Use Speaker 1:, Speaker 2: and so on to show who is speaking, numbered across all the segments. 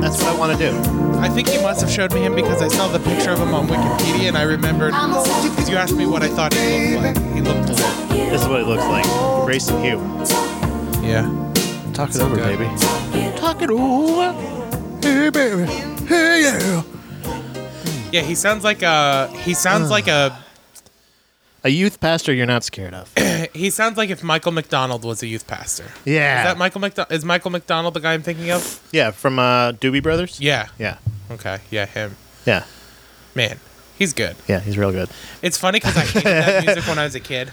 Speaker 1: That's what I want to do.
Speaker 2: I think he must have showed me him because I saw the picture of him on Wikipedia and I remembered because you asked me what I thought he looked like. He looked old.
Speaker 1: This is what it looks like. Grace and Hugh.
Speaker 2: Yeah.
Speaker 1: Talk it over,
Speaker 2: good.
Speaker 1: baby.
Speaker 2: Talk it over. Hey baby. Hey yeah. Yeah, he sounds like a he sounds like a
Speaker 1: A youth pastor you're not scared of.
Speaker 2: he sounds like if Michael McDonald was a youth pastor.
Speaker 1: Yeah.
Speaker 2: Is that Michael McDonald? Is Michael McDonald the guy I'm thinking of?
Speaker 1: Yeah, from uh, Doobie Brothers.
Speaker 2: Yeah.
Speaker 1: Yeah.
Speaker 2: Okay. Yeah, him.
Speaker 1: Yeah.
Speaker 2: Man, he's good.
Speaker 1: Yeah, he's real good.
Speaker 2: It's funny because I hated that music when I was a kid.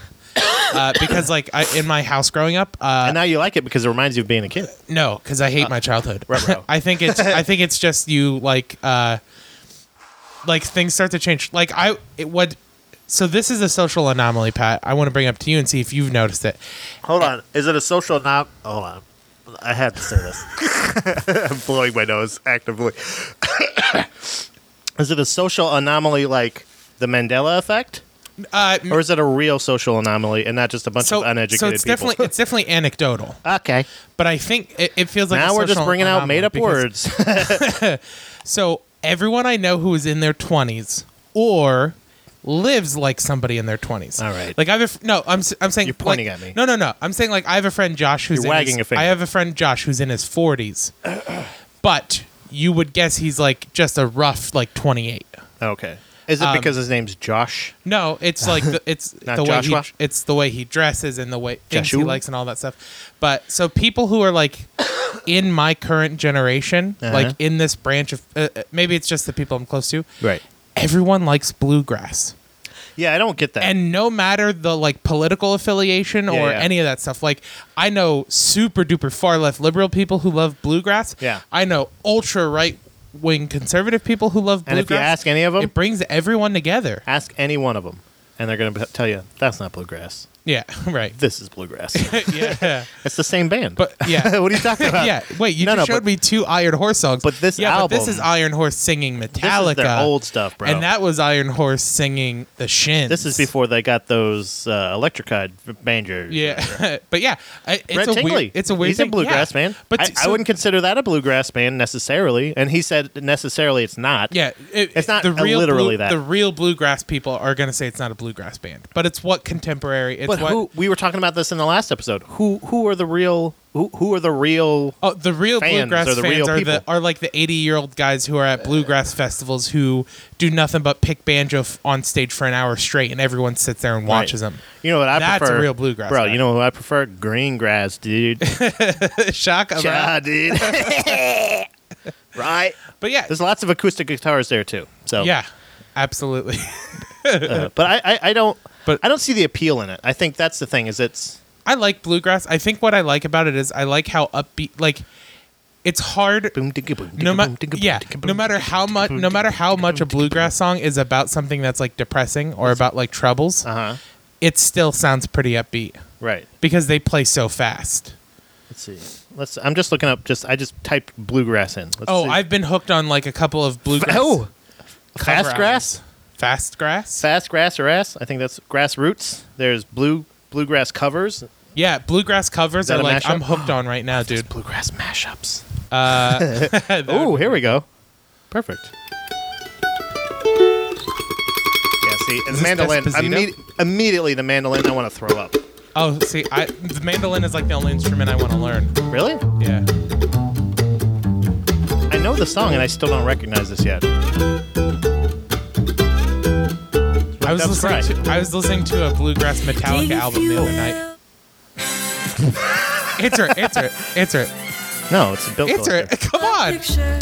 Speaker 2: Uh, because like I, in my house growing up, uh,
Speaker 1: And now you like it because it reminds you of being a kid.
Speaker 2: no, because I
Speaker 1: Uh,
Speaker 2: hate my childhood.
Speaker 1: ruh-roh.
Speaker 2: I think it's I think it's just you like uh, like things start to change. Like I it would. So this is a social anomaly, Pat. I want to bring up to you and see if you've noticed it.
Speaker 1: Hold on. Is it a social nom? Hold on. I had to say this. I'm blowing my nose actively. is it a social anomaly like the Mandela effect?
Speaker 2: Uh,
Speaker 1: Or is it a real social anomaly and not just a bunch
Speaker 2: so,
Speaker 1: of uneducated
Speaker 2: so it's
Speaker 1: people?
Speaker 2: definitely it's definitely anecdotal,
Speaker 1: okay.
Speaker 2: but I think it, it feels like
Speaker 1: now
Speaker 2: a
Speaker 1: we're just
Speaker 2: social
Speaker 1: bringing out
Speaker 2: anomaly
Speaker 1: made up
Speaker 2: because-
Speaker 1: words.
Speaker 2: So everyone I know who is in their twenties or lives like somebody in their twenties.
Speaker 1: All right.
Speaker 2: Like I have a f- no. I'm s- I'm saying
Speaker 1: You're pointing
Speaker 2: like-
Speaker 1: at me.
Speaker 2: No, no, no. I'm saying like I have a friend Josh who's
Speaker 1: You're
Speaker 2: in
Speaker 1: wagging
Speaker 2: his,
Speaker 1: a finger.
Speaker 2: I have a friend Josh who's in his forties, but you would guess he's like just a rough like 28.
Speaker 1: okay. Is
Speaker 2: Um,
Speaker 1: it because his name's Josh?
Speaker 2: No, it's like the, it's
Speaker 1: Not
Speaker 2: the way he,
Speaker 1: Joshua?
Speaker 2: it's the way he dresses and the way things he
Speaker 1: Joshua?
Speaker 2: likes and all that stuff. But so people who are like in my current generation,
Speaker 1: Uh-huh.
Speaker 2: like in this branch of uh, uh, maybe it's just the people I'm close to,
Speaker 1: Right.
Speaker 2: everyone likes bluegrass
Speaker 1: Yeah, I don't get that.
Speaker 2: and no matter the like political affiliation or
Speaker 1: yeah.
Speaker 2: any of that stuff like i know super duper far left liberal people who love bluegrass
Speaker 1: Yeah.
Speaker 2: i know ultra right wing conservative people who love
Speaker 1: And
Speaker 2: bluegrass
Speaker 1: if you ask any of them,
Speaker 2: it brings everyone together
Speaker 1: ask any one of them, and they're going to tell you that's not bluegrass.
Speaker 2: yeah right
Speaker 1: This is bluegrass.
Speaker 2: yeah
Speaker 1: it's the same band.
Speaker 2: but yeah
Speaker 1: what are you talking about?
Speaker 2: yeah wait you
Speaker 1: uh, No,
Speaker 2: just
Speaker 1: no,
Speaker 2: showed
Speaker 1: but-
Speaker 2: me two iron horse songs
Speaker 1: but this
Speaker 2: yeah but this
Speaker 1: album-
Speaker 2: is iron horse singing metallica
Speaker 1: This is their old stuff, bro.
Speaker 2: and that was iron horse singing the shins
Speaker 1: this is before they got those uh, electrocide banjos.
Speaker 2: yeah, but yeah, I, it's
Speaker 1: Red
Speaker 2: a
Speaker 1: Tingley.
Speaker 2: weird. It's a weird.
Speaker 1: He's
Speaker 2: thing.
Speaker 1: a bluegrass
Speaker 2: yeah.
Speaker 1: man.
Speaker 2: But
Speaker 1: I,
Speaker 2: t-
Speaker 1: I
Speaker 2: so-
Speaker 1: wouldn't consider that a bluegrass man necessarily. And he said necessarily it's not.
Speaker 2: Yeah, it-
Speaker 1: It's not
Speaker 2: the real
Speaker 1: literally
Speaker 2: blue-
Speaker 1: that.
Speaker 2: The real bluegrass people are going to say it's not a bluegrass band, but it's what contemporary. It's
Speaker 1: But
Speaker 2: what
Speaker 1: who we were talking about this in the last episode. Who who are the real who who are the real
Speaker 2: oh, the real
Speaker 1: fans
Speaker 2: bluegrass
Speaker 1: are the
Speaker 2: fans
Speaker 1: real
Speaker 2: are the
Speaker 1: people.
Speaker 2: are like the eighty year old guys who are at bluegrass festivals who do nothing but pick banjo f- on stage for an hour straight, and everyone sits there and watches them.
Speaker 1: You know what I
Speaker 2: That's a
Speaker 1: prefer?
Speaker 2: real bluegrass
Speaker 1: Bro,
Speaker 2: guy.
Speaker 1: you know who I prefer? Green grass, dude.
Speaker 2: Shock of
Speaker 1: yeah, dude. right?
Speaker 2: but yeah,
Speaker 1: There's lots of acoustic guitars there too. So
Speaker 2: yeah, absolutely.
Speaker 1: uh, but I, I, I don't
Speaker 2: But-
Speaker 1: but I don't see the appeal in it. I think that's the thing is it's
Speaker 2: I like bluegrass. I think what I like about it is I like how upbeat. Like, it's hard.
Speaker 1: boom digga boom.
Speaker 2: no
Speaker 1: digga
Speaker 2: ma-
Speaker 1: boom, digga boom,
Speaker 2: yeah,
Speaker 1: digga
Speaker 2: no
Speaker 1: boom,
Speaker 2: matter
Speaker 1: digga
Speaker 2: how
Speaker 1: boom,
Speaker 2: much
Speaker 1: digga boom,
Speaker 2: no matter
Speaker 1: digga
Speaker 2: how
Speaker 1: boom,
Speaker 2: much a
Speaker 1: digga boom,
Speaker 2: bluegrass song is about something that's like depressing or about like troubles,
Speaker 1: digga boom. Uh-huh.
Speaker 2: it still sounds pretty upbeat
Speaker 1: Right.
Speaker 2: because they play so fast.
Speaker 1: Let's see. Let's I'm just looking up just I just typed bluegrass in. Let's
Speaker 2: oh,
Speaker 1: see.
Speaker 2: I've been hooked on like a couple of bluegrass.
Speaker 1: Oh.
Speaker 2: cover
Speaker 1: Fast grass?
Speaker 2: albums. Fast grass?
Speaker 1: Fast grass or ass? I think that's grassroots. There's blue bluegrass covers.
Speaker 2: yeah, bluegrass covers
Speaker 1: that
Speaker 2: are
Speaker 1: a
Speaker 2: like
Speaker 1: mashup?
Speaker 2: I'm hooked on right now, dude.
Speaker 1: Bluegrass mashups.
Speaker 2: Uh, that would-
Speaker 1: Oh, here we go. Perfect. Yeah, see, and
Speaker 2: this
Speaker 1: mandolin.
Speaker 2: Despacito?
Speaker 1: imme- immediately, the mandolin. I want to throw up.
Speaker 2: oh, see, I the mandolin is like the only instrument I want to learn.
Speaker 1: Really?
Speaker 2: Yeah.
Speaker 1: I know the song, and I still don't recognize this yet.
Speaker 2: I was
Speaker 1: That's
Speaker 2: listening
Speaker 1: right.
Speaker 2: to I was listening to a bluegrass Metallica album the other night. Answer it, answer it, answer it.
Speaker 1: No, it's built.
Speaker 2: Answer it. Come on.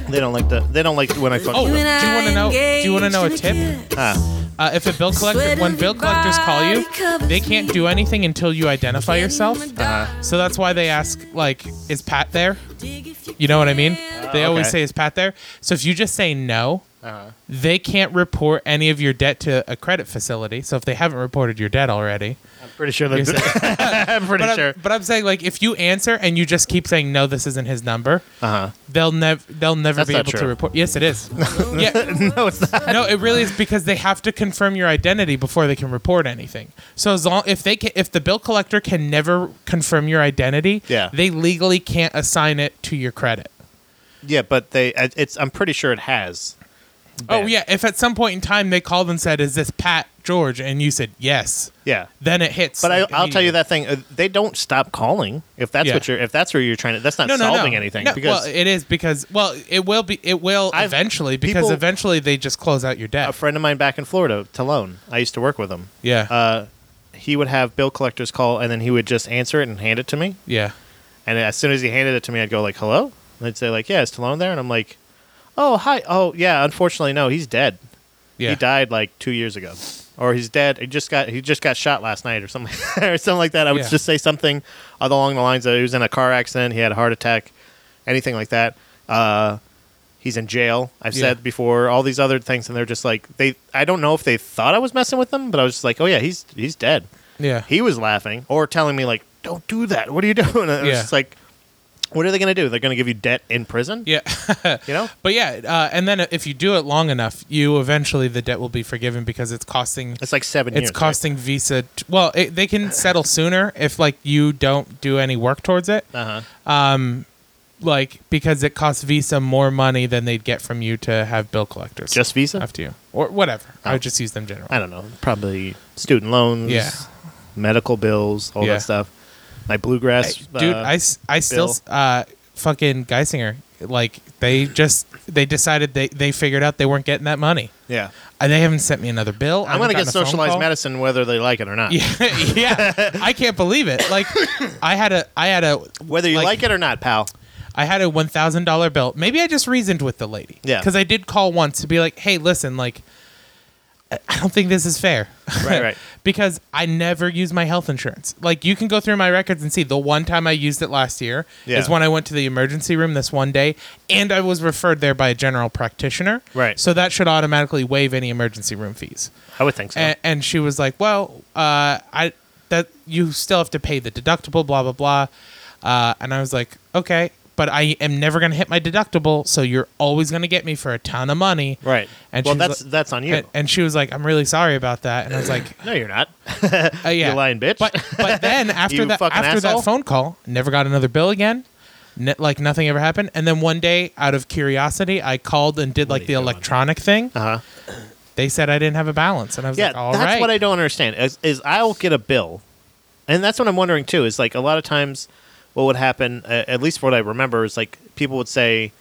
Speaker 1: They don't like the. They don't like when I fuck.
Speaker 2: Oh,
Speaker 1: with
Speaker 2: do
Speaker 1: them.
Speaker 2: you want to know? Do you want to know a tip?
Speaker 1: Ah,
Speaker 2: Uh, if a bill collector, when bill collectors call you, they can't do anything until you identify yourself. Uh, So that's why they ask, like, "Is Pat there?" You know what I mean? They always
Speaker 1: Oh, okay.
Speaker 2: say, "Is Pat there?" So if you just say no,
Speaker 1: Ah.
Speaker 2: they can't report any of your debt to a credit facility. So if they haven't reported your debt already,
Speaker 1: I'm pretty sure. That's
Speaker 2: You're
Speaker 1: I'm pretty
Speaker 2: but,
Speaker 1: sure.
Speaker 2: I'm, but I'm saying like if you answer and you just keep saying no, this isn't his number,
Speaker 1: Uh
Speaker 2: they'll never they'll never
Speaker 1: That's
Speaker 2: be
Speaker 1: not
Speaker 2: able to
Speaker 1: true.
Speaker 2: report. Yes, it is. yeah,
Speaker 1: huh. No, it's not.
Speaker 2: no, it really is because they have to confirm your identity before they can report anything. So as long if they can, if the bill collector can never confirm your identity,
Speaker 1: Yeah.
Speaker 2: they legally can't assign it to your credit.
Speaker 1: Yeah, but they. It's. I'm pretty sure it has.
Speaker 2: Oh
Speaker 1: been.
Speaker 2: yeah, if at some point in time they called and said, "Is this Pat George?" and you said yes,
Speaker 1: Yeah.
Speaker 2: then it hits.
Speaker 1: But
Speaker 2: like,
Speaker 1: I, I'll tell you
Speaker 2: immediately.
Speaker 1: that thing. uh, They don't stop calling if that's
Speaker 2: Yeah.
Speaker 1: what you're. If that's where you're trying to. That's not
Speaker 2: No, no,
Speaker 1: solving
Speaker 2: no.
Speaker 1: anything
Speaker 2: No,
Speaker 1: because
Speaker 2: well, it is because well, it will be. It will
Speaker 1: I've-
Speaker 2: eventually because
Speaker 1: people-
Speaker 2: eventually they just close out your debt.
Speaker 1: a friend of mine back in Florida, Talone. I used to work with him.
Speaker 2: yeah,
Speaker 1: Uh, he would have bill collectors call, and then he would just answer it and hand it to me.
Speaker 2: yeah.
Speaker 1: And as soon as he handed it to me, I'd go like, "Hello," and they'd say like, "Yeah, is Talone there?" And I'm like, "Oh, hi. Oh, yeah. Unfortunately, no. He's dead.
Speaker 2: Yeah.
Speaker 1: He died like two years ago, or he's dead. He just got he just got shot last night, or something, or something like that. I would
Speaker 2: Yeah.
Speaker 1: just say something along the lines of he was in a car accident, he had a heart attack, anything like that. Uh, he's in jail. I've
Speaker 2: Yeah.
Speaker 1: said before all these other things, and they're just like they. I don't know if they thought I was messing with them, but I was just like, oh yeah, he's he's dead.
Speaker 2: Yeah.
Speaker 1: He was laughing or telling me like, don't do that. What are you doing? And I was
Speaker 2: Yeah.
Speaker 1: just like, what are they gonna do? They're gonna give you debt in prison?
Speaker 2: yeah.
Speaker 1: You know?
Speaker 2: but yeah, uh, and then if you do it long enough, you eventually the debt will be forgiven because it's costing
Speaker 1: It's like seven years.
Speaker 2: it's
Speaker 1: right?
Speaker 2: costing Visa. T- well, it, they can settle sooner if like you don't do any work towards it,
Speaker 1: Uh-huh.
Speaker 2: like because it costs Visa more money than they'd get from you to have bill collectors.
Speaker 1: Just Visa?
Speaker 2: after you or whatever. I would just use them general.
Speaker 1: I don't know, probably student loans,
Speaker 2: Yeah.
Speaker 1: medical bills, all
Speaker 2: Yeah.
Speaker 1: that stuff. My bluegrass,
Speaker 2: Dude,
Speaker 1: uh,
Speaker 2: I, s- I still s- uh fucking Geisinger like they just they decided they they figured out they weren't getting that money.
Speaker 1: yeah,
Speaker 2: Uh, they haven't sent me another bill. I
Speaker 1: I'm gonna
Speaker 2: haven't
Speaker 1: get
Speaker 2: gotten a phone
Speaker 1: socialized
Speaker 2: call.
Speaker 1: medicine whether they like it or not.
Speaker 2: Yeah, yeah. I can't believe it. Like, I had a, I had a,
Speaker 1: Whether you like, it or not, pal.
Speaker 2: I had a one thousand dollar bill. Maybe I just reasoned with the lady.
Speaker 1: Yeah.
Speaker 2: Because I did call once to be like, hey, listen, like, I I don't think this is fair.
Speaker 1: Right, right.
Speaker 2: because I never use my health insurance. Like, you can go through my records and see the one time I used it last year
Speaker 1: Yeah.
Speaker 2: is when I went to the emergency room this one day, and I was referred there by a general practitioner.
Speaker 1: Right.
Speaker 2: So that should automatically waive any emergency room fees.
Speaker 1: I would think so.
Speaker 2: And, and she was like, "Well, uh, I that you still have to pay the deductible, blah blah blah," uh, and I was like, "Okay." But I am never gonna hit my deductible, so you're always gonna get me for a ton of money,
Speaker 1: right.
Speaker 2: And
Speaker 1: well,
Speaker 2: she was
Speaker 1: that's
Speaker 2: like-
Speaker 1: that's on you.
Speaker 2: And, and she was like, "I'm really sorry about that," and I was like,
Speaker 1: no, you're not.
Speaker 2: uh, "Yeah,
Speaker 1: You lying bitch.
Speaker 2: But but then after
Speaker 1: You
Speaker 2: that
Speaker 1: fucking
Speaker 2: after
Speaker 1: asshole.
Speaker 2: that phone call, never got another bill again. Ne- like nothing ever happened. And then one day, out of curiosity, I called and did like
Speaker 1: are
Speaker 2: the
Speaker 1: you doing?
Speaker 2: electronic thing.
Speaker 1: uh-huh.
Speaker 2: They said I didn't have a balance, and I was
Speaker 1: Yeah,
Speaker 2: like, "All right."
Speaker 1: that's what I don't understand. Is, is I'll get a bill, and that's what I'm wondering too. Is like a lot of times, what would happen? Uh, at least what I remember is like people would say,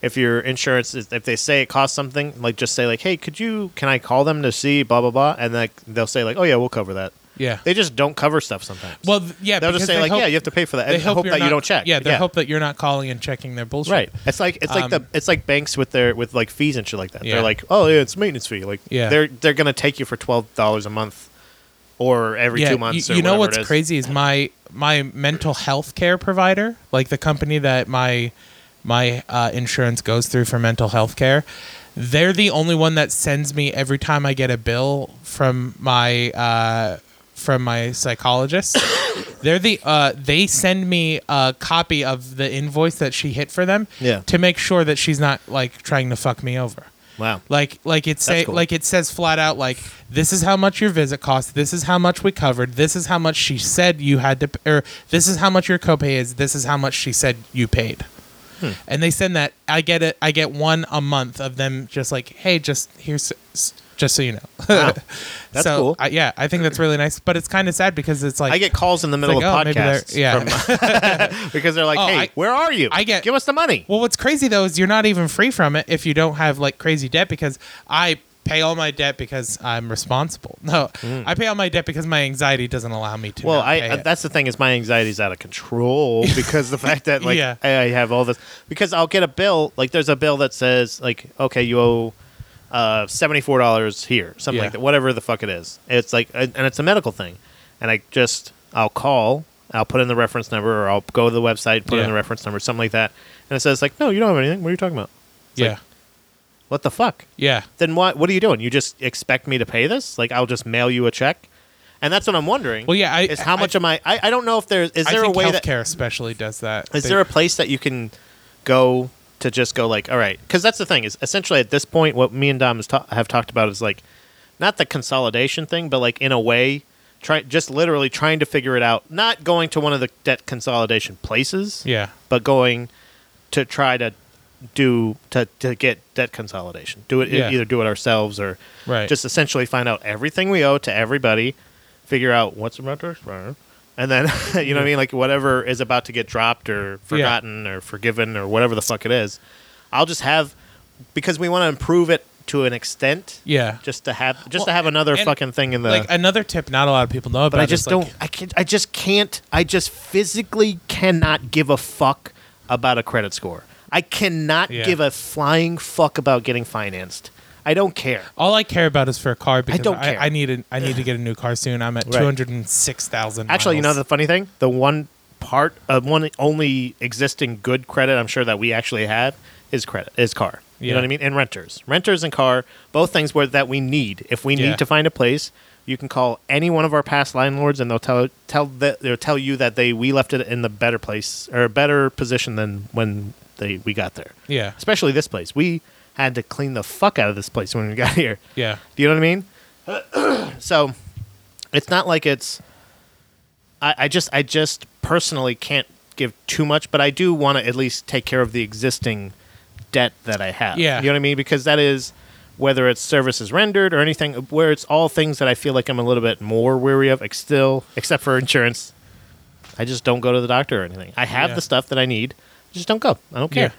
Speaker 1: if your insurance, is, if they say it costs something, like just say like, hey, could you? Can I call them to see blah blah blah? And like they'll say like, oh yeah, we'll cover that.
Speaker 2: yeah.
Speaker 1: They just don't cover stuff sometimes.
Speaker 2: Well, th- yeah,
Speaker 1: they'll
Speaker 2: because
Speaker 1: just say
Speaker 2: they
Speaker 1: like,
Speaker 2: hope-
Speaker 1: yeah, you have to pay for that.
Speaker 2: they
Speaker 1: and hope,
Speaker 2: you're
Speaker 1: that
Speaker 2: not-
Speaker 1: you don't check.
Speaker 2: Yeah, they hope that you're not calling and checking their bullshit.
Speaker 1: Right. It's like it's like the
Speaker 2: Um,
Speaker 1: it's like banks with their with like fees and shit like that.
Speaker 2: Yeah.
Speaker 1: They're like, oh yeah, it's maintenance fee. Like
Speaker 2: Yeah.
Speaker 1: they're they're gonna take you for twelve dollars a month or every
Speaker 2: yeah,
Speaker 1: two
Speaker 2: you-
Speaker 1: months.
Speaker 2: You,
Speaker 1: or
Speaker 2: know
Speaker 1: whatever
Speaker 2: what's
Speaker 1: it is.
Speaker 2: crazy is my my mental health care provider, like the company that my my uh, insurance goes through for mental health care. They're the only one that sends me every time I get a bill from my uh, from my psychologist. They're the uh, they send me a copy of the invoice that she hit for them
Speaker 1: Yeah.
Speaker 2: to make sure that she's not like trying to fuck me over.
Speaker 1: Wow.
Speaker 2: Like like it say
Speaker 1: cool.
Speaker 2: like it says flat out like this is how much your visit cost. This is how much we covered. This is how much she said you had to p- or this is how much your copay is. This is how much she said you paid.
Speaker 1: Hmm.
Speaker 2: And they send that I get it I get one a month of them just like hey just here's s- just so you know.
Speaker 1: Wow. That's
Speaker 2: so,
Speaker 1: cool.
Speaker 2: I, yeah, I think that's really nice, but it's kind of sad because it's like
Speaker 1: I get calls in the middle
Speaker 2: like, oh,
Speaker 1: of
Speaker 2: maybe they're-
Speaker 1: podcasts
Speaker 2: yeah.
Speaker 1: from, because they're like,
Speaker 2: Oh,
Speaker 1: hey,
Speaker 2: I-
Speaker 1: where are you?
Speaker 2: I get-
Speaker 1: give us the money.
Speaker 2: Well, what's crazy though is you're not even free from it if you don't have like crazy debt because I pay all my debt because I'm responsible. No, I pay all my debt because my anxiety doesn't allow me to.
Speaker 1: Mm. Well,
Speaker 2: not pay
Speaker 1: I uh,
Speaker 2: it.
Speaker 1: that's the thing is my anxiety's out of control because the fact that like
Speaker 2: Yeah.
Speaker 1: I I have all this because I'll get a bill like there's a bill that says like okay you owe uh, seventy four dollars here something
Speaker 2: Yeah.
Speaker 1: like that whatever the fuck it is it's like and it's a medical thing and I just I'll call I'll put in the reference number or I'll go to the website put
Speaker 2: Yeah.
Speaker 1: in the reference number something like that and it says like no you don't have anything what are you talking about
Speaker 2: yeah,
Speaker 1: what the fuck
Speaker 2: yeah,
Speaker 1: then what what are you doing? You just expect me to pay this? Like I'll just mail you a check? And that's what I'm wondering.
Speaker 2: Well, yeah, I-
Speaker 1: is how
Speaker 2: I-
Speaker 1: much am I? I? I don't know if there's is
Speaker 2: I
Speaker 1: there a
Speaker 2: think
Speaker 1: way
Speaker 2: healthcare
Speaker 1: that
Speaker 2: especially does that.
Speaker 1: is
Speaker 2: They-
Speaker 1: there a place that you can go to just go like all right? Because that's the thing is essentially at this point what me and Dom has ta- have talked about is like not the consolidation thing, but like in a way. Try, just literally trying to figure it out, not going to one of the debt consolidation places,
Speaker 2: yeah,
Speaker 1: but going to try to do to, to get debt consolidation. Do it
Speaker 2: Yeah.
Speaker 1: either do it ourselves or
Speaker 2: Right.
Speaker 1: just essentially find out everything we owe to everybody, figure out what's about to expire, and then you know what I mean, like whatever is about to get dropped or forgotten or forgiven or whatever the fuck it is. I'll just have because we want to improve it to an extent.
Speaker 2: Yeah.
Speaker 1: Just to have just
Speaker 2: Well,
Speaker 1: to have another
Speaker 2: and-
Speaker 1: fucking thing in the
Speaker 2: like another tip not a lot of people know about
Speaker 1: but I
Speaker 2: is,
Speaker 1: just
Speaker 2: like,
Speaker 1: don't. I can't. I just can't. I just physically cannot give a fuck about a credit score. I cannot
Speaker 2: Yeah.
Speaker 1: give a flying fuck about getting financed. I don't care.
Speaker 2: All I care about is for a car because I,
Speaker 1: don't care.
Speaker 2: I, need a, I need to get a new car soon. I'm at
Speaker 1: Right.
Speaker 2: two hundred and six thousand.
Speaker 1: Actually, you know the funny thing? The one part, uh, one only existing good credit I'm sure that we actually have is credit, is car. You
Speaker 2: Yeah.
Speaker 1: know what I mean? And renters, renters and car, both things where that we need. If we
Speaker 2: Yeah.
Speaker 1: need to find a place, you can call any one of our past landlords, and they'll tell tell the, they'll tell you that they we left it in the better place or a better position than when they we got there.
Speaker 2: yeah,
Speaker 1: Especially this place, we had to clean the fuck out of this place when we got here.
Speaker 2: yeah,
Speaker 1: Do you know what I mean? so it's not like it's. I, I just I just personally can't give too much, but I do want to at least take care of the existing debt that I have.
Speaker 2: Yeah.
Speaker 1: you know what I mean because that is whether it's services rendered or anything where it's all things that I feel like I'm a little bit more weary of. Ex- still, except for insurance, I just don't go to the doctor or anything. I have
Speaker 2: Yeah.
Speaker 1: the stuff that I need, just don't go. I don't care,
Speaker 2: Yeah.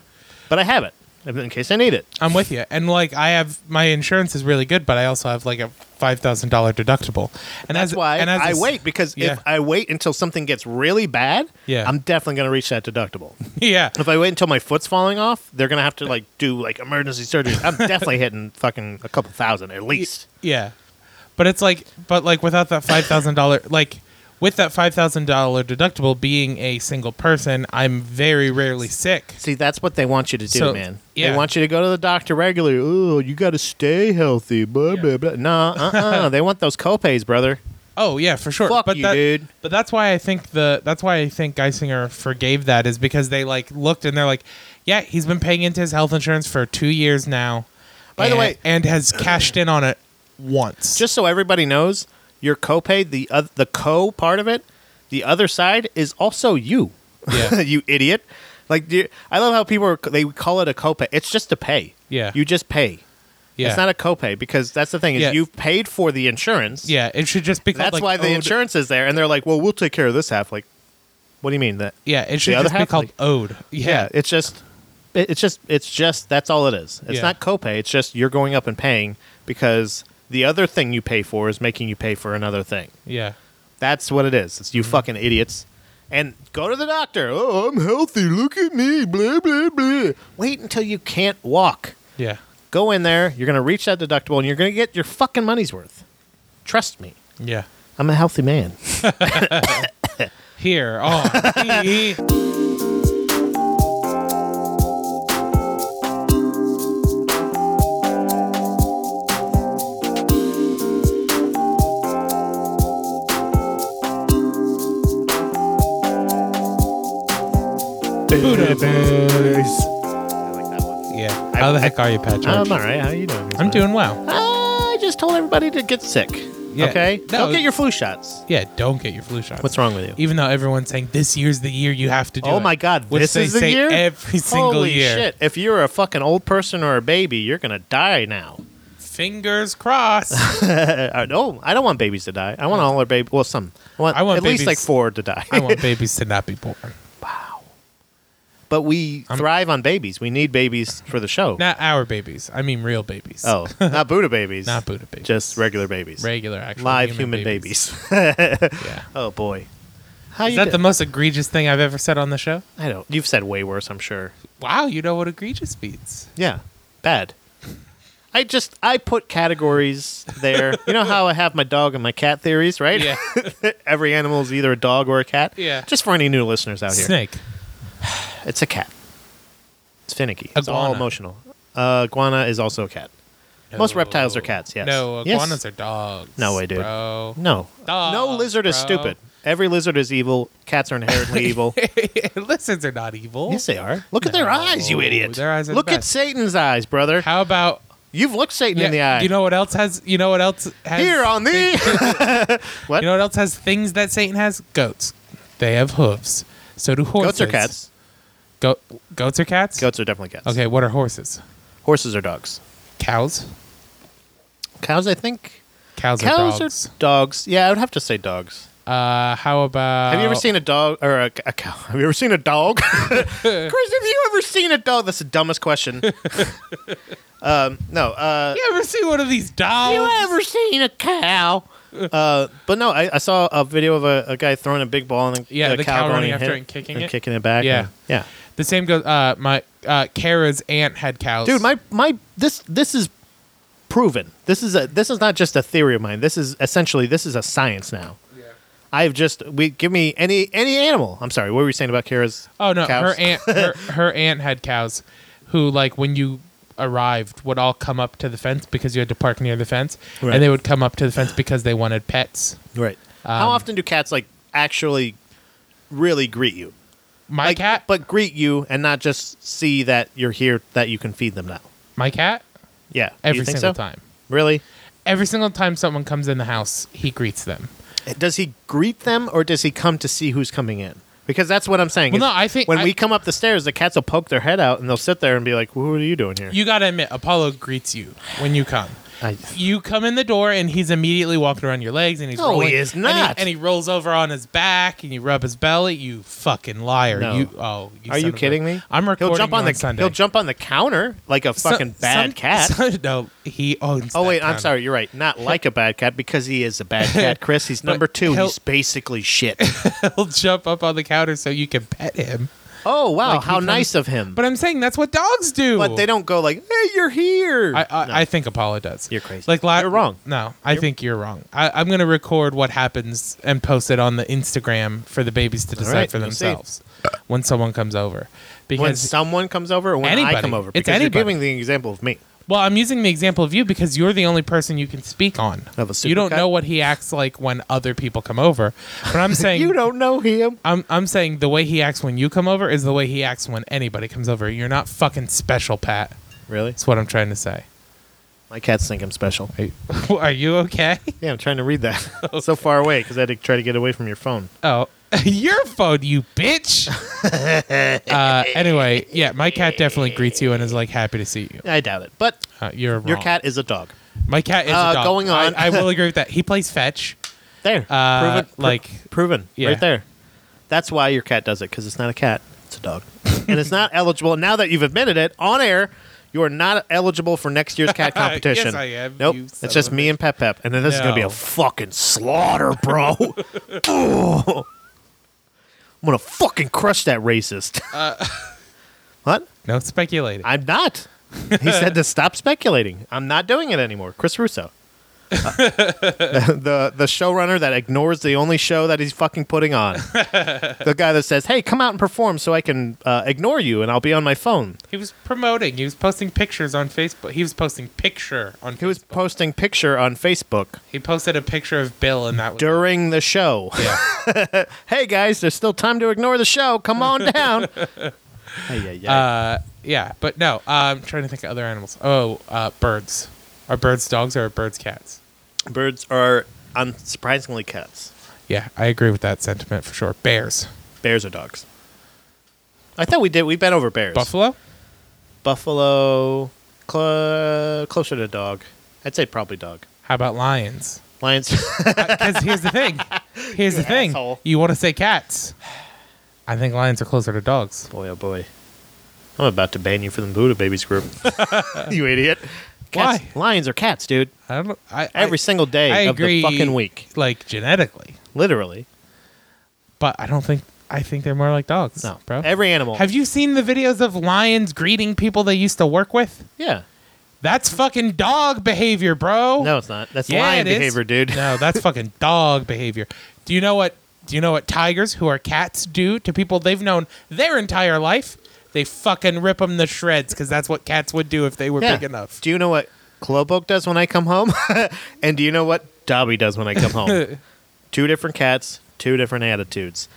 Speaker 1: but I have it in case I need it.
Speaker 2: I'm with you. And like I have my insurance is really good, but I also have like a five thousand dollar deductible. And
Speaker 1: That's
Speaker 2: as,
Speaker 1: why
Speaker 2: and as a
Speaker 1: I
Speaker 2: s-
Speaker 1: wait because
Speaker 2: Yeah.
Speaker 1: if I wait until something gets really bad,
Speaker 2: Yeah.
Speaker 1: I'm definitely going to reach that deductible.
Speaker 2: yeah,
Speaker 1: if I wait until my foot's falling off, they're going to have to like do like emergency surgery. I'm definitely hitting fucking a couple thousand at least.
Speaker 2: yeah. But it's like, but like without that five thousand dollar, like with that five thousand dollar deductible, being a single person, I'm very rarely sick.
Speaker 1: See, that's what they want you to do,
Speaker 2: So,
Speaker 1: man.
Speaker 2: yeah.
Speaker 1: They want you to go to the doctor regularly. Oh, you got to stay healthy. Blah blah
Speaker 2: Yeah.
Speaker 1: blah. Nah, uh, uh they want those copays, brother.
Speaker 2: Oh yeah, for sure.
Speaker 1: Fuck
Speaker 2: but
Speaker 1: you,
Speaker 2: that,
Speaker 1: dude.
Speaker 2: But that's why I think the that's why I think Geisinger forgave that is because they like looked and they're like, yeah, he's been paying into his health insurance for two years now.
Speaker 1: By the
Speaker 2: and-
Speaker 1: way-
Speaker 2: and has cashed in on it once.
Speaker 1: Just so everybody knows, your copay, the oth- the co part of it, the other side is also you.
Speaker 2: yeah,
Speaker 1: you idiot. Like, do you- I love how people are, they call it a copay. It's just a pay.
Speaker 2: Yeah.
Speaker 1: You just pay.
Speaker 2: yeah,
Speaker 1: It's not a copay because that's the thing is
Speaker 2: Yeah.
Speaker 1: you've paid for the insurance.
Speaker 2: yeah. It should just be called,
Speaker 1: That's
Speaker 2: like, oh,
Speaker 1: why the
Speaker 2: owed-
Speaker 1: insurance is there, and they're like, "Well, we'll take care of this half." Like, what do you mean that?
Speaker 2: Yeah, it should
Speaker 1: other
Speaker 2: just be
Speaker 1: half,
Speaker 2: called
Speaker 1: like-
Speaker 2: owed. Yeah,
Speaker 1: it's just, it- it's just, it's just that's all it is. It's
Speaker 2: Yeah.
Speaker 1: not copay. It's just you're going up and paying because the other thing you pay for is making you pay for another thing.
Speaker 2: yeah,
Speaker 1: That's what it is. It's
Speaker 2: Mm-hmm.
Speaker 1: you fucking idiots. And go to the doctor. Oh, I'm healthy. Look at me. Blah, blah, blah. Wait until you can't walk.
Speaker 2: yeah,
Speaker 1: Go in there. You're going to reach that deductible and you're going to get your fucking money's worth. Trust me.
Speaker 2: yeah.
Speaker 1: I'm a healthy man.
Speaker 2: Here, oh, he- Buddha boys. yeah. How the heck are you, Patrick?
Speaker 1: I'm all right. How you doing?
Speaker 2: I'm doing well.
Speaker 1: I just told everybody to get sick.
Speaker 2: Yeah.
Speaker 1: Okay?
Speaker 2: No.
Speaker 1: Don't get your flu shots.
Speaker 2: Yeah, don't get your flu shot.
Speaker 1: What's wrong with you?
Speaker 2: Even though everyone's saying this year's the year you have to do it.
Speaker 1: Oh my God!
Speaker 2: which
Speaker 1: This
Speaker 2: they
Speaker 1: is the
Speaker 2: say
Speaker 1: year.
Speaker 2: every single
Speaker 1: Holy
Speaker 2: year.
Speaker 1: shit! If you're a fucking old person or a baby, you're gonna die now.
Speaker 2: Fingers crossed.
Speaker 1: Uh, no, I don't want babies to die. I want all our babies. Well, some. I want,
Speaker 2: I want
Speaker 1: at least
Speaker 2: babies-
Speaker 1: like four to die.
Speaker 2: I want babies to not be born.
Speaker 1: but we
Speaker 2: I'm-
Speaker 1: thrive on babies. We need babies for the show.
Speaker 2: Not our babies. I mean real babies.
Speaker 1: oh, not Buddha babies.
Speaker 2: Not Buddha babies.
Speaker 1: Just regular babies.
Speaker 2: regular actual
Speaker 1: Live human, babies.
Speaker 2: yeah.
Speaker 1: oh boy. How
Speaker 2: Is
Speaker 1: you?
Speaker 2: that the
Speaker 1: do-
Speaker 2: most egregious thing I've ever said on the show?
Speaker 1: I don't. You've said way worse. I'm sure.
Speaker 2: Wow, you know what egregious means.
Speaker 1: Yeah. Bad. I just I put categories there. you know how I have my dog and my cat theories, right?
Speaker 2: Yeah.
Speaker 1: Every animal is either a dog or a cat.
Speaker 2: Yeah.
Speaker 1: Just for any new listeners out here.
Speaker 2: Snake.
Speaker 1: It's a cat. It's finicky. It's all
Speaker 2: Iguana.
Speaker 1: emotional. Uh, iguana is also a cat. Most
Speaker 2: No.
Speaker 1: reptiles are cats, yes.
Speaker 2: No,
Speaker 1: Yes.
Speaker 2: iguanas are dogs.
Speaker 1: No way, dude.
Speaker 2: Bro.
Speaker 1: No.
Speaker 2: Dog,
Speaker 1: no lizard is
Speaker 2: bro.
Speaker 1: stupid. Every lizard is evil. Cats are inherently evil.
Speaker 2: Lizards are not evil.
Speaker 1: Yes, they are. Look at their
Speaker 2: No,
Speaker 1: eyes, you idiot.
Speaker 2: their eyes are the
Speaker 1: Look at
Speaker 2: best.
Speaker 1: Satan's eyes, brother.
Speaker 2: How about
Speaker 1: You've looked Satan in the eye.
Speaker 2: You know what else has? You know what else has?
Speaker 1: Here on thee.
Speaker 2: You know what else has things that Satan has? Goats. They have hooves. So do horses.
Speaker 1: Goats or cats?
Speaker 2: Go- goats or cats?
Speaker 1: Goats are definitely cats.
Speaker 2: Okay, what are horses?
Speaker 1: Horses are dogs.
Speaker 2: Cows?
Speaker 1: Cows, I think.
Speaker 2: Cows,
Speaker 1: Cows
Speaker 2: are dogs.
Speaker 1: are dogs. Yeah, I would have to say dogs.
Speaker 2: Uh, how about.
Speaker 1: Have you ever seen a dog or a, a cow? Have you ever seen a dog? Chris, have you ever seen a dog? That's the dumbest question. um, no. Uh,
Speaker 2: You ever see one of these
Speaker 1: Have
Speaker 2: dolls?
Speaker 1: you ever seen a cow? uh, but no, I, I saw a video of a, a guy throwing a big ball and then
Speaker 2: Yeah,
Speaker 1: a
Speaker 2: the
Speaker 1: cow,
Speaker 2: cow
Speaker 1: going
Speaker 2: running
Speaker 1: and
Speaker 2: after
Speaker 1: hit-
Speaker 2: it and kicking it.
Speaker 1: kicking it back.
Speaker 2: Yeah.
Speaker 1: and- yeah.
Speaker 2: The same goes. Uh, my uh, Kara's aunt had cows.
Speaker 1: dude my my this this is proven this is a this is not just a theory of mine this is essentially this is a science now i've just we give me any any animal i'm sorry what were you saying about kara's
Speaker 2: Oh no,
Speaker 1: cows?
Speaker 2: her aunt. Her, her aunt had cows, who like when you arrived would all come up to the fence because you had to park near the fence,
Speaker 1: Right.
Speaker 2: and they would come up to the fence because they wanted pets.
Speaker 1: right how
Speaker 2: Um,
Speaker 1: often do cats like actually really greet you
Speaker 2: My
Speaker 1: like
Speaker 2: cat,
Speaker 1: but greet you and not just see that you're here that you can feed them now
Speaker 2: my cat,
Speaker 1: yeah Do
Speaker 2: every
Speaker 1: you think
Speaker 2: single
Speaker 1: so?
Speaker 2: time.
Speaker 1: really
Speaker 2: Every single time someone comes in the house, he greets them.
Speaker 1: does he greet them or does he come to see who's coming in? Because that's what I'm saying.
Speaker 2: Well,
Speaker 1: is
Speaker 2: no, I think-
Speaker 1: when
Speaker 2: I-
Speaker 1: we come up the stairs, the cats will poke their head out and they'll sit there and be like, "What are you doing here?"
Speaker 2: You gotta admit, Apollo greets you when you come.
Speaker 1: I-
Speaker 2: You come in the door and he's immediately walking around your legs and he's
Speaker 1: No, he
Speaker 2: rolling,
Speaker 1: is
Speaker 2: and
Speaker 1: not.
Speaker 2: and he rolls over on his back and you rub his belly. You fucking liar!
Speaker 1: No.
Speaker 2: You oh, you
Speaker 1: are
Speaker 2: son
Speaker 1: you
Speaker 2: of a-
Speaker 1: kidding me?
Speaker 2: I'm recording
Speaker 1: He'll jump
Speaker 2: you
Speaker 1: on,
Speaker 2: on,
Speaker 1: the
Speaker 2: Sunday.
Speaker 1: he'll jump on the counter like a
Speaker 2: So-
Speaker 1: fucking bad
Speaker 2: some-
Speaker 1: cat.
Speaker 2: some- no, he owns.
Speaker 1: oh
Speaker 2: that
Speaker 1: wait, I'm
Speaker 2: counter.
Speaker 1: sorry. You're right. Not like a bad cat because he is a bad cat, Chris. He's number two.
Speaker 2: he'll-
Speaker 1: He's basically shit.
Speaker 2: He'll jump up on the counter so you can pet him.
Speaker 1: oh wow,
Speaker 2: Like, he
Speaker 1: how
Speaker 2: comes-
Speaker 1: nice of him. But,
Speaker 2: But I'm saying that's what dogs do.
Speaker 1: they don't go like, "Hey, you're here."
Speaker 2: I, I,
Speaker 1: No.
Speaker 2: I think Apollo does.
Speaker 1: You're crazy.
Speaker 2: Like la-
Speaker 1: You're wrong.
Speaker 2: No, I think you're wrong. I, I'm going to record what happens and post it on the Instagram for the babies to decide
Speaker 1: right,
Speaker 2: for
Speaker 1: we'll see.
Speaker 2: themselves when someone comes over.
Speaker 1: when
Speaker 2: Because
Speaker 1: someone comes over, or when
Speaker 2: Anybody.
Speaker 1: I come over,
Speaker 2: It's
Speaker 1: because
Speaker 2: anybody.
Speaker 1: you're giving the example of me.
Speaker 2: well, I'm using the example of you because you're the only person you can speak on.
Speaker 1: Of a
Speaker 2: you don't
Speaker 1: supercut?
Speaker 2: know what he acts like when other people come over. But I'm saying
Speaker 1: You don't know him.
Speaker 2: I'm I'm saying the way he acts when you come over is the way he acts when anybody comes over. You're not fucking special, Pat.
Speaker 1: Really?
Speaker 2: That's what I'm trying to say.
Speaker 1: My cats think I'm special.
Speaker 2: Are you, are you okay?
Speaker 1: Yeah, I'm trying to read that. so far away because I had to try to get away from your phone.
Speaker 2: Oh, your phone, you bitch. uh, anyway, yeah, my cat definitely greets you and is like happy to see you.
Speaker 1: I doubt it, but
Speaker 2: Uh, you're wrong.
Speaker 1: your cat is a dog.
Speaker 2: my cat is a
Speaker 1: Uh,
Speaker 2: dog.
Speaker 1: going on.
Speaker 2: I, I will agree with that. He plays fetch.
Speaker 1: There,
Speaker 2: Uh,
Speaker 1: proven, pro-
Speaker 2: like-
Speaker 1: proven,
Speaker 2: yeah.
Speaker 1: right there. That's why your cat does it because it's not a cat; it's a dog, and it's not eligible. Now that you've admitted it on air, you are not eligible for next year's cat
Speaker 2: Yes,
Speaker 1: competition.
Speaker 2: I am,
Speaker 1: Nope,
Speaker 2: you son
Speaker 1: it's just
Speaker 2: of a
Speaker 1: me and Pep Pep, and then this is gonna be
Speaker 2: No.
Speaker 1: a fucking slaughter, bro. Oh. I'm gonna fucking crush that racist.
Speaker 2: Uh,
Speaker 1: what?
Speaker 2: No speculating.
Speaker 1: I'm not. He said to stop speculating. I'm not doing it anymore. Chris Russo. Uh, the the showrunner that ignores the only show that he's fucking putting on. the guy that says, "Hey, come out and perform so I can uh, ignore you and I'll be on my phone."
Speaker 2: he was promoting. He was posting pictures on Facebook. He was posting picture on.
Speaker 1: He was
Speaker 2: Facebook.
Speaker 1: posting picture on Facebook
Speaker 2: He posted a picture of Bill, and that was.
Speaker 1: during the show.
Speaker 2: yeah.
Speaker 1: hey guys, there's still time to ignore the show. Come on down. hey, yeah, yeah.
Speaker 2: Uh, yeah, but no, uh, I'm trying to think of other animals. Oh, uh, birds. Are birds dogs or are birds cats?
Speaker 1: Birds are unsurprisingly cats.
Speaker 2: Yeah, I agree with that sentiment for sure. Bears.
Speaker 1: Bears are dogs. I thought we did. We bent over bears.
Speaker 2: Buffalo?
Speaker 1: Buffalo, cl- closer to dog. I'd say probably dog.
Speaker 2: How about lions?
Speaker 1: Lions.
Speaker 2: Because Uh, here's the thing. Here's the thing.
Speaker 1: asshole.
Speaker 2: You want to say cats. I think lions are closer to dogs.
Speaker 1: boy, oh boy. I'm about to ban you from the Buddha Babies group. you idiot. Cats,
Speaker 2: Why?
Speaker 1: Lions are cats, dude.
Speaker 2: I don't. I
Speaker 1: Every
Speaker 2: I,
Speaker 1: single day
Speaker 2: I
Speaker 1: of
Speaker 2: agree.
Speaker 1: the fucking week.
Speaker 2: like genetically,
Speaker 1: Literally.
Speaker 2: but I don't think. I think they're more like dogs.
Speaker 1: No.
Speaker 2: bro.
Speaker 1: Every animal.
Speaker 2: Have you seen the videos of lions greeting people they used to work with?
Speaker 1: yeah.
Speaker 2: That's fucking dog behavior, bro.
Speaker 1: No, it's not. That's
Speaker 2: Yeah,
Speaker 1: lion
Speaker 2: it is.
Speaker 1: behavior, dude.
Speaker 2: No, that's fucking dog behavior. Do you know what? Do you know what tigers, who are cats, do to people they've known their entire life? They fucking rip them to shreds because that's what cats would do if they were
Speaker 1: Yeah.
Speaker 2: big enough.
Speaker 1: Do you know what Kloboke does when I come home? and do you know what Dobby does when I come home? two different cats, two different attitudes.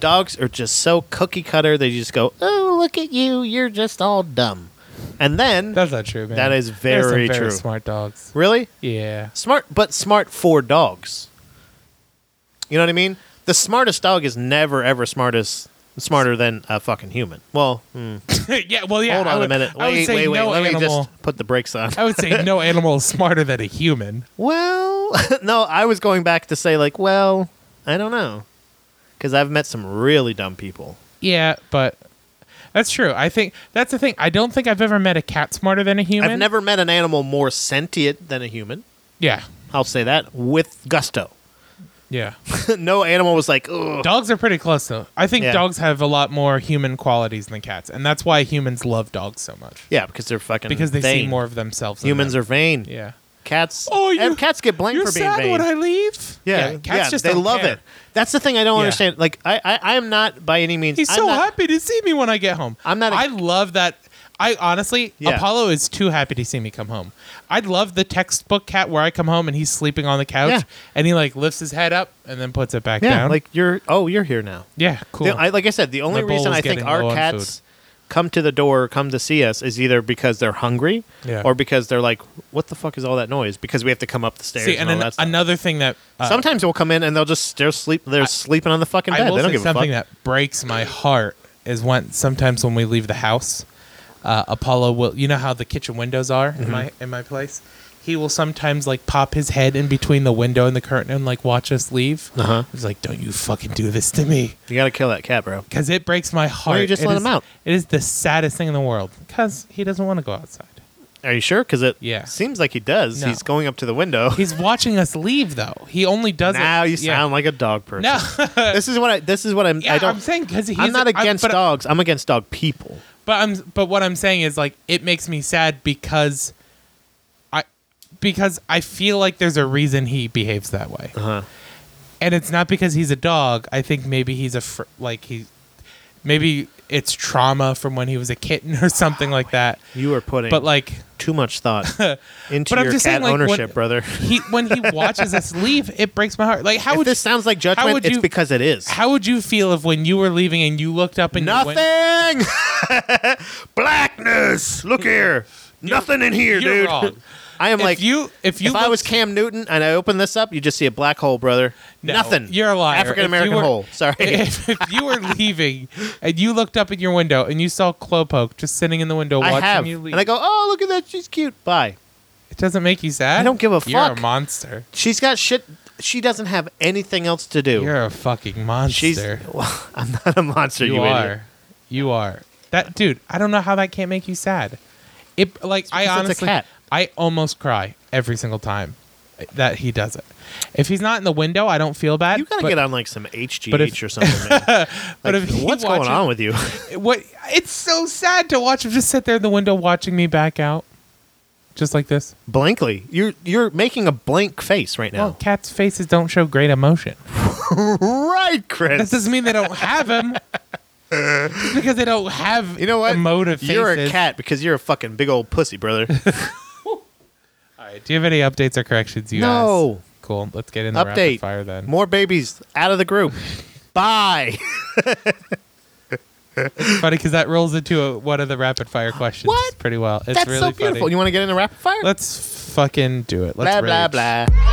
Speaker 1: Dogs are just so cookie cutter. They just go, oh, look at you. You're just all dumb. And then,
Speaker 2: That's not true, man.
Speaker 1: That is
Speaker 2: There's some
Speaker 1: very true.
Speaker 2: Smart dogs.
Speaker 1: really?
Speaker 2: Yeah.
Speaker 1: Smart, but smart for dogs. You know what I mean? The smartest dog is never, ever smartest Smarter than a fucking human. Well, hmm,
Speaker 2: yeah, well, yeah.
Speaker 1: hold
Speaker 2: I
Speaker 1: on
Speaker 2: would,
Speaker 1: a minute.
Speaker 2: I would
Speaker 1: Wait,
Speaker 2: say
Speaker 1: wait, wait.
Speaker 2: no
Speaker 1: Let me
Speaker 2: animal.
Speaker 1: just put the brakes on.
Speaker 2: I would say no animal is smarter than a human.
Speaker 1: Well, no, I was going back to say like, well, I don't know, because I've met some really dumb people.
Speaker 2: Yeah, but that's true. I think that's the thing. I don't think I've ever met a cat smarter than a human.
Speaker 1: I've never met an animal more sentient than a human.
Speaker 2: Yeah,
Speaker 1: I'll say that with gusto.
Speaker 2: yeah.
Speaker 1: no animal was like, Ugh.
Speaker 2: dogs are pretty close though. I think
Speaker 1: Yeah.
Speaker 2: dogs have a lot more human qualities than cats, and that's why humans love dogs so much
Speaker 1: yeah, because they're fucking
Speaker 2: because they
Speaker 1: vain.
Speaker 2: see more of themselves.
Speaker 1: Humans
Speaker 2: in
Speaker 1: are vain.
Speaker 2: them. yeah.
Speaker 1: Cats.
Speaker 2: Oh, you-
Speaker 1: and cats get blamed
Speaker 2: You're
Speaker 1: for being
Speaker 2: sad
Speaker 1: vain.
Speaker 2: when I leave.
Speaker 1: yeah,
Speaker 2: cats
Speaker 1: yeah,
Speaker 2: just
Speaker 1: they
Speaker 2: don't
Speaker 1: love
Speaker 2: care.
Speaker 1: it. That's the thing I don't
Speaker 2: Yeah.
Speaker 1: understand. Like, I, I, I'm not by any means.
Speaker 2: He's
Speaker 1: I'm
Speaker 2: so
Speaker 1: not-
Speaker 2: happy to see me when I get home.
Speaker 1: I'm not a-
Speaker 2: I love that. I honestly,
Speaker 1: Yeah.
Speaker 2: Apollo is too happy to see me come home. I'd love the textbook cat where I come home and he's sleeping on the couch
Speaker 1: Yeah.
Speaker 2: and he like lifts his head up and then puts it back
Speaker 1: Yeah,
Speaker 2: down.
Speaker 1: like you're. Oh, you're here now.
Speaker 2: yeah, cool.
Speaker 1: The- I, like I said, the only
Speaker 2: My bowl
Speaker 1: reason
Speaker 2: is
Speaker 1: I think
Speaker 2: getting
Speaker 1: our
Speaker 2: low on
Speaker 1: cats come to the door, come to see us, is either because they're hungry
Speaker 2: Yeah.
Speaker 1: or because they're like, "What the fuck is all that noise?" Because we have to come up the stairs.
Speaker 2: see,
Speaker 1: and
Speaker 2: and
Speaker 1: all
Speaker 2: an-
Speaker 1: that stuff.
Speaker 2: another thing that uh,
Speaker 1: Sometimes they'll come in and they'll just they're sleep they're sleeping on the fucking
Speaker 2: I
Speaker 1: bed.
Speaker 2: will
Speaker 1: They don't
Speaker 2: say
Speaker 1: give a fuck.
Speaker 2: something that breaks my heart is when sometimes when we leave the house, uh, Apollo will. You know how the kitchen windows are
Speaker 1: Mm-hmm.
Speaker 2: in my in my place. He will sometimes like pop his head in between the window and the curtain and like watch us leave.
Speaker 1: Uh-huh.
Speaker 2: He's like, "Don't you fucking do this to me,"
Speaker 1: you gotta kill that cat, bro.
Speaker 2: because it breaks my heart.
Speaker 1: you just
Speaker 2: It
Speaker 1: let
Speaker 2: is-
Speaker 1: him out?
Speaker 2: It is the saddest thing in the world because he doesn't want to go outside.
Speaker 1: Are you sure? Because it
Speaker 2: Yeah.
Speaker 1: seems like he does.
Speaker 2: No.
Speaker 1: He's going up to the window.
Speaker 2: He's watching us leave though. He only does
Speaker 1: now
Speaker 2: it.
Speaker 1: you
Speaker 2: yeah.
Speaker 1: sound like a dog person.
Speaker 2: no.
Speaker 1: this is what I. This is what I'm.
Speaker 2: yeah,
Speaker 1: I don't.
Speaker 2: I'm saying because he's
Speaker 1: I'm not against
Speaker 2: I'm, but-
Speaker 1: dogs. I'm against dog people.
Speaker 2: But I'm but what I'm saying is like it makes me sad because I because I feel like there's a reason he behaves that way.
Speaker 1: Uh-huh.
Speaker 2: And it's not because he's a dog. I think maybe he's a fr- like he maybe it's trauma from when he was a kitten or something like that.
Speaker 1: You are putting
Speaker 2: But like
Speaker 1: too much thought into
Speaker 2: but
Speaker 1: your
Speaker 2: I'm
Speaker 1: cat
Speaker 2: just saying like
Speaker 1: ownership,
Speaker 2: when,
Speaker 1: brother.
Speaker 2: he when he watches us leave, it breaks my heart. Like how
Speaker 1: If
Speaker 2: would
Speaker 1: this sounds like
Speaker 2: how
Speaker 1: judgment,
Speaker 2: would
Speaker 1: it's
Speaker 2: you-
Speaker 1: because it is.
Speaker 2: how would you feel if when you were leaving and you looked up and you went-
Speaker 1: Nothing. Blackness. Look here. Nothing in here,
Speaker 2: You're
Speaker 1: dude.
Speaker 2: wrong.
Speaker 1: I am
Speaker 2: If
Speaker 1: like
Speaker 2: you- if you
Speaker 1: I
Speaker 2: look-
Speaker 1: was Cam Newton and I open this up, you just see a black hole, brother.
Speaker 2: No,
Speaker 1: Nothing.
Speaker 2: You're a liar. If you
Speaker 1: African American
Speaker 2: were-
Speaker 1: hole. Sorry.
Speaker 2: If, if you were leaving and you looked up at your window and you saw Clopoke just sitting in the window
Speaker 1: I
Speaker 2: watching
Speaker 1: have,
Speaker 2: you leave,
Speaker 1: and I go, oh look at that, she's cute. Bye.
Speaker 2: it doesn't make you sad.
Speaker 1: I don't give a
Speaker 2: You're
Speaker 1: fuck.
Speaker 2: a monster.
Speaker 1: She's got shit. She doesn't have anything else to do.
Speaker 2: You're a fucking monster.
Speaker 1: She's. I'm not a monster. You,
Speaker 2: you
Speaker 1: idiot.
Speaker 2: are. You are. That dude. I don't know how that can't make you sad. It like
Speaker 1: because
Speaker 2: I
Speaker 1: it's a
Speaker 2: honestly,
Speaker 1: cat.
Speaker 2: I almost cry every single time that he does it. If he's not in the window, I don't feel bad.
Speaker 1: You gotta
Speaker 2: but-
Speaker 1: get on like some HGH
Speaker 2: but if-
Speaker 1: or something. Man.
Speaker 2: But
Speaker 1: Like,
Speaker 2: if he
Speaker 1: what's
Speaker 2: watches-
Speaker 1: going on with you?
Speaker 2: what it's so sad to watch him just sit there in the window watching me back out just like this
Speaker 1: Blankly, you're you're making a blank face right
Speaker 2: well
Speaker 1: now.
Speaker 2: cats faces don't show great emotion Oh.
Speaker 1: right, Chris.
Speaker 2: that doesn't mean they don't have them just because they don't have
Speaker 1: You know what?
Speaker 2: emotive faces.
Speaker 1: You're a cat because you're a fucking big old pussy, brother.
Speaker 2: all right do you have any updates or corrections you
Speaker 1: No.
Speaker 2: asked? cool let's get in the rapid
Speaker 1: Update.
Speaker 2: fire then
Speaker 1: More babies out of the group. Bye.
Speaker 2: funny because that rolls into a, one of the rapid fire questions
Speaker 1: What?
Speaker 2: pretty well it's
Speaker 1: That's
Speaker 2: really
Speaker 1: so beautiful.
Speaker 2: funny
Speaker 1: You want to get in a rapid fire?
Speaker 2: let's fucking do it
Speaker 1: blah
Speaker 2: let's
Speaker 1: blah
Speaker 2: rage.
Speaker 1: blah.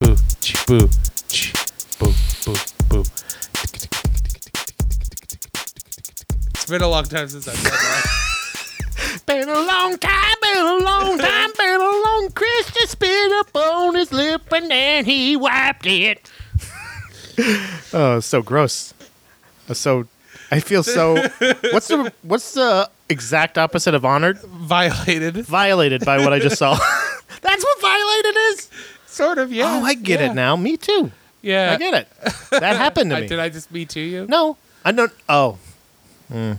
Speaker 2: boo, ch, boo, ch, boo, boo, boo. It's been a long time since I've done that.
Speaker 1: Been a long time, been a long time, been a long. Chris just spit up on his lip and then he wiped it. oh, so gross. So, I feel so. What's the what's the exact opposite of honored?
Speaker 2: Violated.
Speaker 1: Violated by what I just saw. That's what violated is.
Speaker 2: Sort of, yeah.
Speaker 1: Oh, I get
Speaker 2: Yeah.
Speaker 1: it now. Me too.
Speaker 2: Yeah.
Speaker 1: I get it. That happened to
Speaker 2: I-
Speaker 1: me.
Speaker 2: did I just me to you?
Speaker 1: no, I don't. Oh, Mm.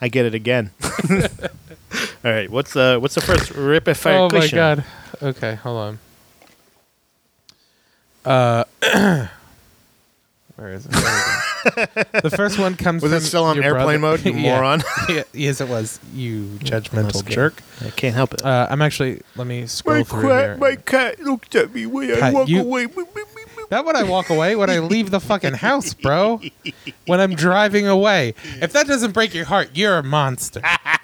Speaker 1: I get it again. All right. What's the what's the first rapid fire
Speaker 2: Oh my
Speaker 1: question?
Speaker 2: god. Okay, hold on. Uh, where is it? There we go. the first one comes.
Speaker 1: Was it
Speaker 2: from
Speaker 1: still on
Speaker 2: your
Speaker 1: airplane
Speaker 2: brother.
Speaker 1: mode, you
Speaker 2: Yeah.
Speaker 1: moron?
Speaker 2: Yeah. Yes, it was. You
Speaker 1: That's
Speaker 2: judgmental
Speaker 1: good.
Speaker 2: jerk.
Speaker 1: I can't help it.
Speaker 2: Uh, I'm actually. Let me scroll
Speaker 1: my
Speaker 2: through here.
Speaker 1: cat, my cat looked at me when I
Speaker 2: Cat,
Speaker 1: walk
Speaker 2: you-
Speaker 1: away. Meep, meep, meep, meep.
Speaker 2: That when I walk away, when I leave the fucking house, bro. When I'm driving away. If that doesn't break your heart, you're a monster.
Speaker 1: Ah,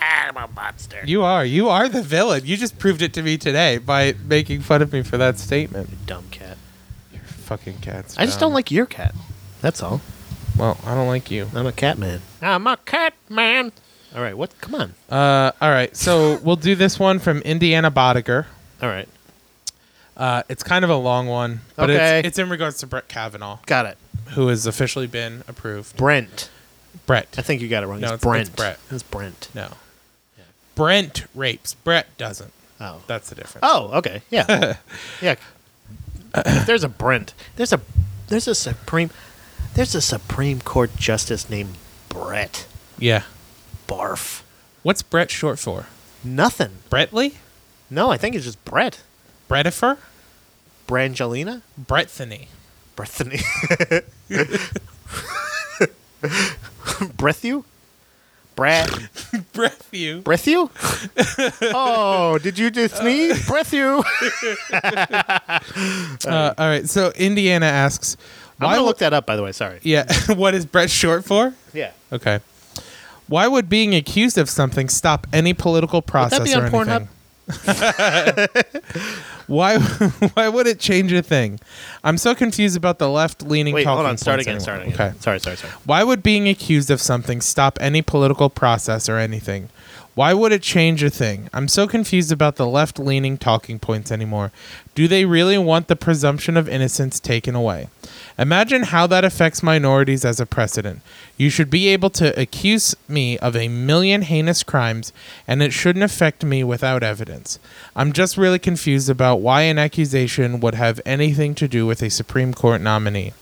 Speaker 1: I'm a monster.
Speaker 2: You are. You are the villain. You just proved it to me today by making fun of me for that statement.
Speaker 1: dumb cat.
Speaker 2: Fucking cats.
Speaker 1: I just
Speaker 2: man.
Speaker 1: don't like your cat. That's all.
Speaker 2: Well, I don't like you.
Speaker 1: I'm a cat man. I'm a cat man. All right, what? Come on.
Speaker 2: Uh, all right. So we'll do this one from Indiana Bodiger.
Speaker 1: All right,
Speaker 2: Uh, it's kind of a long one, but
Speaker 1: Okay.
Speaker 2: it's, it's in regards to Brett Kavanaugh,
Speaker 1: got it.
Speaker 2: who has officially been approved.
Speaker 1: Brent. I
Speaker 2: Brett.
Speaker 1: think you got it wrong.
Speaker 2: No,
Speaker 1: it's,
Speaker 2: it's-
Speaker 1: Brent.
Speaker 2: it's Brett.
Speaker 1: It's Brent.
Speaker 2: No. Brent rapes. Brett doesn't.
Speaker 1: Oh.
Speaker 2: That's the difference.
Speaker 1: Oh, okay. Yeah. yeah. If there's a Brent, there's a there's a supreme there's a Supreme Court justice named Brett.
Speaker 2: Yeah.
Speaker 1: Barf.
Speaker 2: What's Brett short for?
Speaker 1: Nothing.
Speaker 2: Brettley?
Speaker 1: No, I think it's just Brett.
Speaker 2: Brettifer?
Speaker 1: Brangelina?
Speaker 2: Brethany.
Speaker 1: Brethany. Breath you? Brad
Speaker 2: Breath you.
Speaker 1: Breath you? oh, did you just sneeze? Breath you.
Speaker 2: Uh, all right. So Indiana asks,
Speaker 1: I'm
Speaker 2: why
Speaker 1: gonna
Speaker 2: would-
Speaker 1: look that up by the way, sorry.
Speaker 2: Yeah. what is Brett short for?
Speaker 1: Yeah.
Speaker 2: Okay. Why would being accused of something stop any political process
Speaker 1: that be
Speaker 2: or
Speaker 1: on Pornhub?
Speaker 2: anything? why? Why would it change a thing? I'm so confused about the left-leaning.
Speaker 1: Wait, hold
Speaker 2: talking
Speaker 1: on, start
Speaker 2: points
Speaker 1: again, start
Speaker 2: anyway.
Speaker 1: again.
Speaker 2: Okay.
Speaker 1: Sorry, sorry, sorry.
Speaker 2: Why would being accused of something stop any political process or anything? Why would it change a thing? I'm so confused about the left leaning talking points anymore. Do they really want the presumption of innocence taken away? Imagine how that affects minorities as a precedent. You should be able to accuse me of a million heinous crimes, and it shouldn't affect me without evidence. I'm just really confused about why an accusation would have anything to do with a Supreme Court nominee.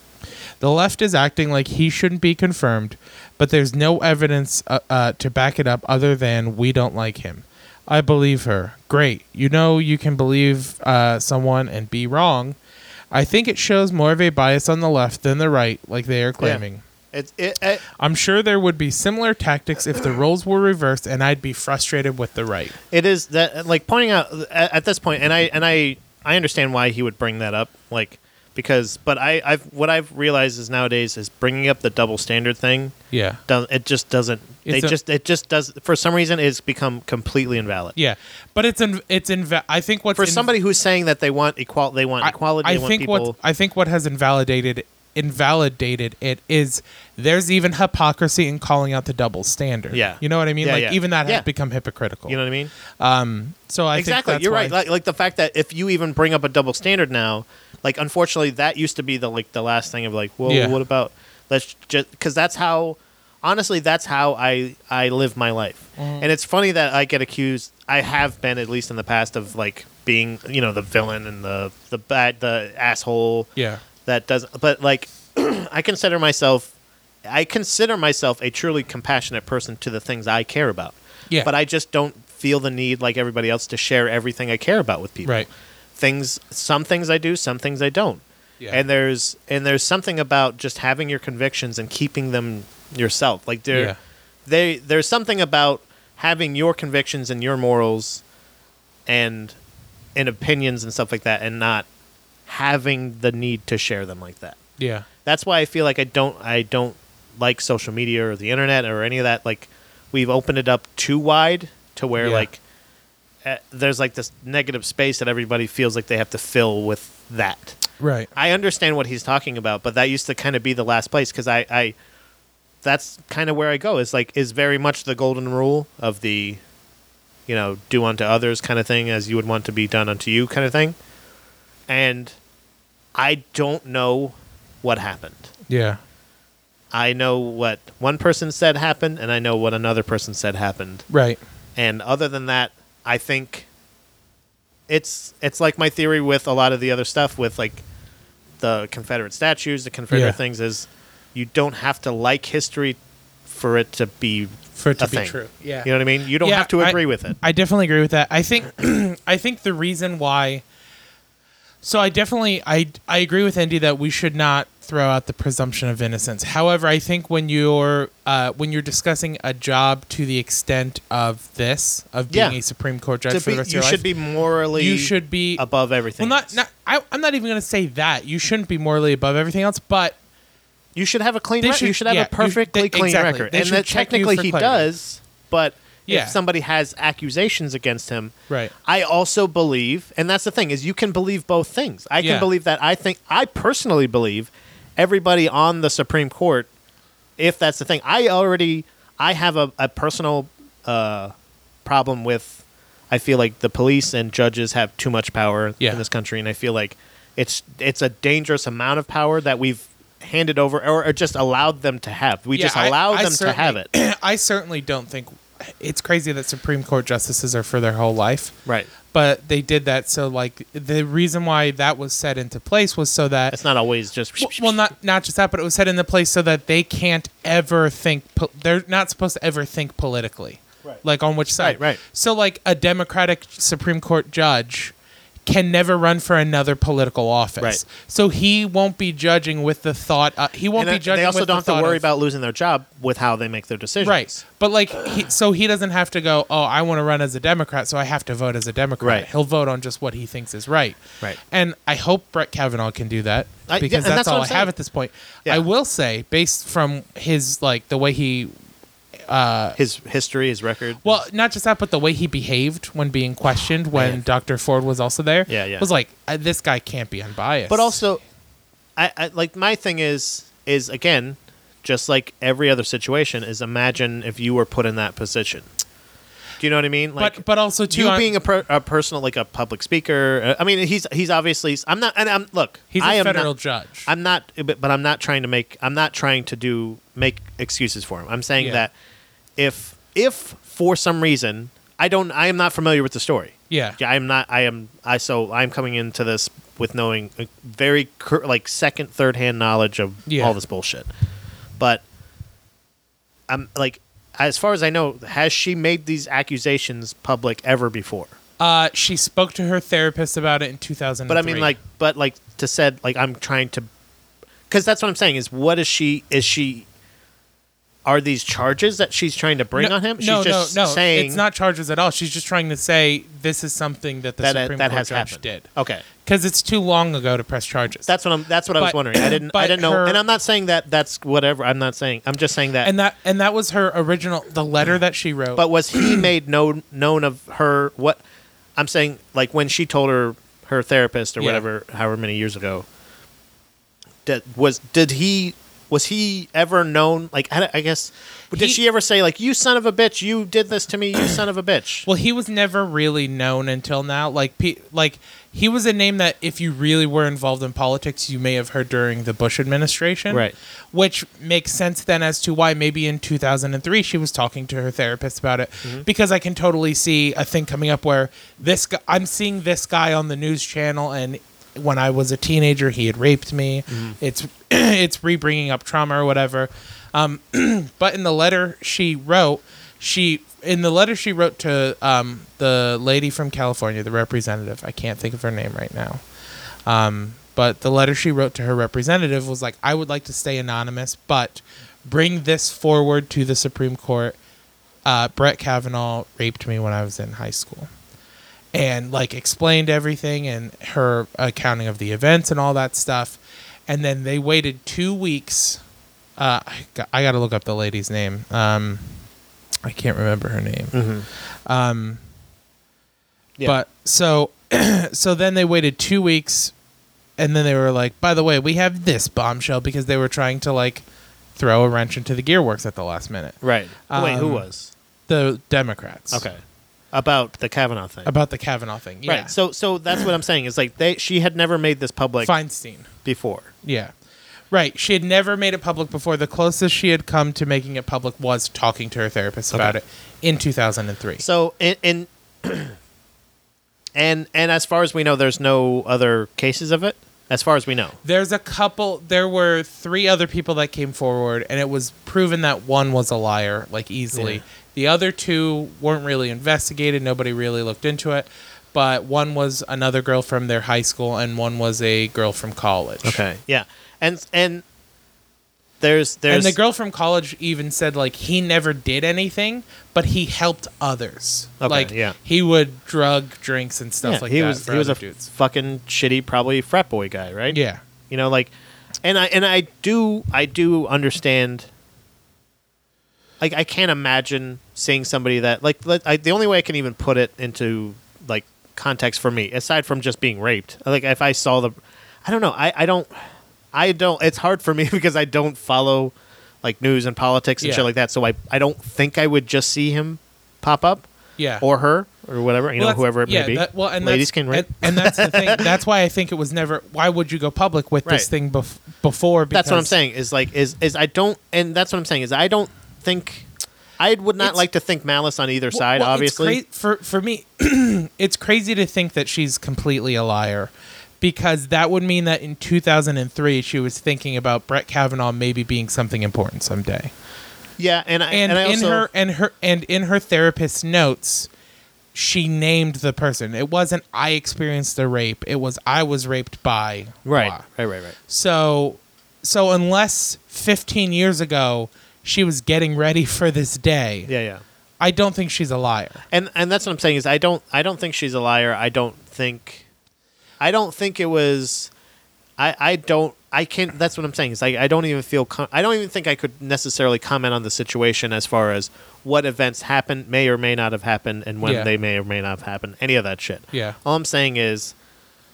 Speaker 2: The left is acting like he shouldn't be confirmed, but there's no evidence uh, uh, to back it up other than we don't like him. I believe her. Great. You know you can believe uh, someone and be wrong. I think it shows more of a bias on the left than the right, like they are claiming.
Speaker 1: It's it, it
Speaker 2: I'm sure there would be similar tactics if the roles were reversed, and I'd be frustrated with the right.
Speaker 1: it is that like pointing out at, at this point and i and i i understand why he would bring that up like because but i i've what i've realized is nowadays is bringing up the double standard thing
Speaker 2: Yeah.
Speaker 1: does it just doesn't they
Speaker 2: It's a-
Speaker 1: just it just does for some reason it's become completely invalid
Speaker 2: Yeah, but it's in, it's inv- I think what's
Speaker 1: for
Speaker 2: in-
Speaker 1: somebody who's saying that they want equal they want equality they want
Speaker 2: think
Speaker 1: people
Speaker 2: what I think what has invalidated invalidated it is there's even hypocrisy in calling out the double standard.
Speaker 1: Yeah.
Speaker 2: you know what I mean.
Speaker 1: Yeah,
Speaker 2: like
Speaker 1: yeah.
Speaker 2: even that
Speaker 1: Yeah.
Speaker 2: has become hypocritical.
Speaker 1: you know what i mean
Speaker 2: so I
Speaker 1: exactly
Speaker 2: Think that's
Speaker 1: you're
Speaker 2: why-
Speaker 1: right like, like the fact that if you even bring up a double standard now like unfortunately that used to be the like the last thing of like well
Speaker 2: Yeah.
Speaker 1: what about let's just because that's how honestly that's how i i live my life
Speaker 2: Mm-hmm.
Speaker 1: and it's funny that i get accused i have been at least in the past of like being you know the villain and the the bad the asshole
Speaker 2: yeah,
Speaker 1: that doesn't but like i consider myself i consider myself a truly compassionate person to the things i care about
Speaker 2: Yeah.
Speaker 1: but i just don't feel the need like everybody else to share everything i care about with people
Speaker 2: Right.
Speaker 1: things some things i do some things i don't
Speaker 2: Yeah.
Speaker 1: and there's and there's something about just having your convictions and keeping them yourself like there
Speaker 2: Yeah.
Speaker 1: they there's something about having your convictions and your morals and and opinions and stuff like that and not having the need to share them like that
Speaker 2: yeah,
Speaker 1: that's why i feel like i don't i don't like social media or the internet or any of that like we've opened it up too wide to where
Speaker 2: Yeah.
Speaker 1: like uh, there's like this negative space that everybody feels like they have to fill with that
Speaker 2: right.
Speaker 1: I understand what he's talking about, but that used to kind of be the last place because I, I, that's kind of where I go. Is like is very much the golden rule of the, you know, do unto others kind of thing as you would want to be done unto you kind of thing, and I don't know what happened.
Speaker 2: Yeah,
Speaker 1: I know what one person said happened, and I know what another person said happened.
Speaker 2: right.
Speaker 1: And other than that, I think it's it's like my theory with a lot of the other stuff with like the Confederate statues, the Confederate
Speaker 2: Yeah.
Speaker 1: things is you don't have to like history for it to be
Speaker 2: For it to
Speaker 1: a
Speaker 2: be
Speaker 1: thing.
Speaker 2: true. Yeah.
Speaker 1: You know what I mean? You don't
Speaker 2: Yeah,
Speaker 1: have to
Speaker 2: I-
Speaker 1: agree with it.
Speaker 2: I definitely agree with that. I think I think the reason why so I definitely I I agree with Andy that we should not throw out the presumption of innocence. However, I think when you're uh, when you're discussing a job to the extent of this of being
Speaker 1: Yeah.
Speaker 2: a Supreme Court judge
Speaker 1: To
Speaker 2: for
Speaker 1: be-
Speaker 2: the rest of
Speaker 1: you
Speaker 2: your
Speaker 1: should
Speaker 2: life,
Speaker 1: be morally
Speaker 2: you should be
Speaker 1: above everything.
Speaker 2: well not,
Speaker 1: else.
Speaker 2: not I, I'm not even going to say that you shouldn't be morally above everything else, but
Speaker 1: you should have a clean
Speaker 2: They
Speaker 1: record. You
Speaker 2: should-
Speaker 1: should have
Speaker 2: yeah, you
Speaker 1: a
Speaker 2: should-
Speaker 1: perfectly
Speaker 2: they-
Speaker 1: clean
Speaker 2: exactly.
Speaker 1: record.
Speaker 2: They
Speaker 1: and
Speaker 2: should
Speaker 1: that
Speaker 2: check you
Speaker 1: technically
Speaker 2: for
Speaker 1: he
Speaker 2: clarity.
Speaker 1: does, but
Speaker 2: Yeah.
Speaker 1: if somebody has accusations against him.
Speaker 2: Right.
Speaker 1: I also believe, and that's the thing is you can believe both things. I can
Speaker 2: Yeah.
Speaker 1: believe that I think I personally believe everybody on the Supreme Court, if that's the thing, I already I have a, a personal uh, problem with. I feel like the police and judges have too much power
Speaker 2: Yeah.
Speaker 1: in this country, and I feel like it's it's a dangerous amount of power that we've handed over or, or just allowed them to have. We
Speaker 2: Yeah,
Speaker 1: just
Speaker 2: I-
Speaker 1: allowed
Speaker 2: I
Speaker 1: them to have it,
Speaker 2: certainly- I certainly don't think it's crazy that Supreme Court justices are for their whole life.
Speaker 1: right?
Speaker 2: But they did that so like the reason why that was set into place was so that
Speaker 1: It's not always just
Speaker 2: Well- well not not just that but it was set into place so that they can't ever think po- they're not supposed to ever think politically
Speaker 1: Right.
Speaker 2: like on which side
Speaker 1: Right, right.
Speaker 2: so like a democratic supreme court judge can never run for another political office
Speaker 1: Right.
Speaker 2: so he won't be judging with the thought uh, he won't
Speaker 1: And
Speaker 2: be
Speaker 1: that-
Speaker 2: judging
Speaker 1: they also
Speaker 2: with
Speaker 1: don't
Speaker 2: the
Speaker 1: have to
Speaker 2: thought
Speaker 1: worry
Speaker 2: of-
Speaker 1: about losing their job with how they make their decisions.
Speaker 2: Right. But like, he, so he doesn't have to go, oh, I want to run as a Democrat, so I have to vote as a Democrat.
Speaker 1: Right.
Speaker 2: He'll vote on just what he thinks is right.
Speaker 1: Right.
Speaker 2: And I hope Brett Kavanaugh can do that
Speaker 1: I- yeah, and
Speaker 2: because that's,
Speaker 1: that's what
Speaker 2: all I
Speaker 1: I'm
Speaker 2: have
Speaker 1: saying.
Speaker 2: at this point.
Speaker 1: Yeah.
Speaker 2: I will say, based from his, like, the way he,
Speaker 1: His history, his record.
Speaker 2: well, not just that, but the way he behaved when being questioned when
Speaker 1: Man.
Speaker 2: Dr. Ford was also there
Speaker 1: Yeah, yeah.
Speaker 2: was like, uh, this guy can't be unbiased.
Speaker 1: but also, I, I like my thing is is again, just like every other situation, is imagine if you were put in that position. Do you know what I mean? Like,
Speaker 2: but, but also, too,
Speaker 1: you
Speaker 2: I-
Speaker 1: being a, per, a personal, like a public speaker. uh, I mean, he's he's obviously. I'm not. And I'm look.
Speaker 2: he's a
Speaker 1: I am
Speaker 2: federal
Speaker 1: not-
Speaker 2: judge.
Speaker 1: I'm not, but, but I'm not trying to make. I'm not trying to do make excuses for him. I'm saying
Speaker 2: Yeah.
Speaker 1: that if if for some reason I don't, I am not familiar with the story.
Speaker 2: Yeah.
Speaker 1: I am not. I am. I so I'm coming into this with knowing uh, very cur- like second, third hand knowledge of
Speaker 2: Yeah.
Speaker 1: all this bullshit. But I'm like, as far as I know, has she made these accusations public ever before?
Speaker 2: uh, she spoke to her therapist about it in 2003.
Speaker 1: But I mean, like, but like to said, like I'm trying to, because that's what I'm saying is, what is she? Is she? Are these charges that she's trying to bring on him? She's just saying
Speaker 2: it's not charges at all. She's just trying to say this is something that the
Speaker 1: that
Speaker 2: Supreme
Speaker 1: that
Speaker 2: Court
Speaker 1: has
Speaker 2: judge
Speaker 1: happened.
Speaker 2: did
Speaker 1: Okay,
Speaker 2: because it's too long ago to press charges.
Speaker 1: that's what I'm. That's what I was
Speaker 2: But-
Speaker 1: wondering. I didn't. I
Speaker 2: but
Speaker 1: didn't know.
Speaker 2: her-
Speaker 1: and I'm not saying that. That's whatever. I'm not saying. I'm just saying that.
Speaker 2: and that and that was her original the letter that she wrote.
Speaker 1: but was he made known known of her? What I'm saying, like when she told her her therapist or
Speaker 2: Yeah.
Speaker 1: whatever, however many years ago, did, was did he was he ever known? Like I, I guess did
Speaker 2: He-
Speaker 1: she ever say like you son of a bitch, you did this to me, you son of a bitch?
Speaker 2: well, he was never really known until now. Like pe- like he was a name that if you really were involved in politics, you may have heard during the Bush administration.
Speaker 1: Right.
Speaker 2: Which makes sense then as to why maybe in 2003 she was talking to her therapist about it because I can totally see a thing coming up where this guy, I'm seeing this guy on the news channel and when I was a teenager he had raped me. It's it's re-bringing up trauma or whatever. Um, but in the letter she wrote, she in the letter she wrote to um, the lady from California, the representative. I can't think of her name right now. Um, but the letter she wrote to her representative was like, I would like to stay anonymous, but bring this forward to the Supreme Court. Uh, Brett Kavanaugh raped me when I was in high school. And like explained everything and her accounting of the events and all that stuff. And then they waited two weeks. Uh, I got, I got to look up the lady's name. Um, I can't remember her name. Um,
Speaker 1: Yeah.
Speaker 2: But so so then they waited two weeks and then they were like by the way we have this bombshell because they were trying to like throw a wrench into the gearworks at the last minute
Speaker 1: right. Wait, who
Speaker 2: Um,
Speaker 1: was?
Speaker 2: the democrats
Speaker 1: Okay, about the Kavanaugh thing.
Speaker 2: about the kavanaugh thing yeah.
Speaker 1: Right. So so that's what I'm saying is like they she had never made this public
Speaker 2: feinstein
Speaker 1: before.
Speaker 2: yeah right she had never made it public before the closest she had come to making it public was talking to her therapist about it in 2003
Speaker 1: So in, in and and as far as we know, there's no other cases of it. As far as we know,
Speaker 2: There's a couple. There were three other people that came forward, and it was proven that one was a liar, like easily.
Speaker 1: Yeah.
Speaker 2: The other two weren't really investigated. Nobody really looked into it. But one was another girl from their high school, and one was a girl from college.
Speaker 1: yeah, and and there's there's
Speaker 2: And the girl from college even said like he never did anything, but he helped others.
Speaker 1: Okay,
Speaker 2: like
Speaker 1: yeah.
Speaker 2: he would drug drinks and stuff
Speaker 1: yeah,
Speaker 2: like
Speaker 1: he
Speaker 2: that.
Speaker 1: was
Speaker 2: for
Speaker 1: he was a
Speaker 2: other dudes.
Speaker 1: fucking shitty probably frat boy guy, right?
Speaker 2: Yeah.
Speaker 1: you know like, and I and I do I do understand like I can't imagine seeing somebody that like let, I, the only way I can even put it into like context for me aside from just being raped like if I saw the I don't know I I don't I don't it's hard for me because I don't follow like news and politics and
Speaker 2: Yeah.
Speaker 1: shit like that so I I don't think I would just see him pop up
Speaker 2: Yeah.
Speaker 1: or her or whatever you know
Speaker 2: Well, that's-
Speaker 1: whoever it
Speaker 2: yeah,
Speaker 1: may be
Speaker 2: that- well, and
Speaker 1: ladies
Speaker 2: that's,
Speaker 1: can rape
Speaker 2: And, and that's the thing. That's why I think it was never. Why would you go public with
Speaker 1: Right.
Speaker 2: this thing bef- before? Because
Speaker 1: that's what I'm saying is like is is I don't and that's what I'm saying is I don't think I would not
Speaker 2: It's-
Speaker 1: like to think malice on either
Speaker 2: Well-
Speaker 1: side
Speaker 2: well, it's
Speaker 1: obviously
Speaker 2: cra- for for me, it's crazy to think that she's completely a liar, because that would mean that in 2003 she was thinking about Brett Kavanaugh maybe being something important someday.
Speaker 1: yeah and I
Speaker 2: and,
Speaker 1: and, I
Speaker 2: in
Speaker 1: also
Speaker 2: her and her and in her therapist's notes she named the person it wasn't i experienced a rape it was i was raped by
Speaker 1: right
Speaker 2: blah."
Speaker 1: right right right
Speaker 2: so so unless 15 years ago she was getting ready for this day
Speaker 1: yeah yeah
Speaker 2: i don't think she's a liar
Speaker 1: and and that's what I'm saying is I don't I don't think she's a liar. I don't think I don't think it was I I don't I can't that's what I'm saying is I I don't even feel com- I don't even think I could necessarily comment on the situation as far as what events happened may or may not have happened and when
Speaker 2: Yeah.
Speaker 1: they may or may not have happened any of that shit.
Speaker 2: Yeah.
Speaker 1: All I'm saying is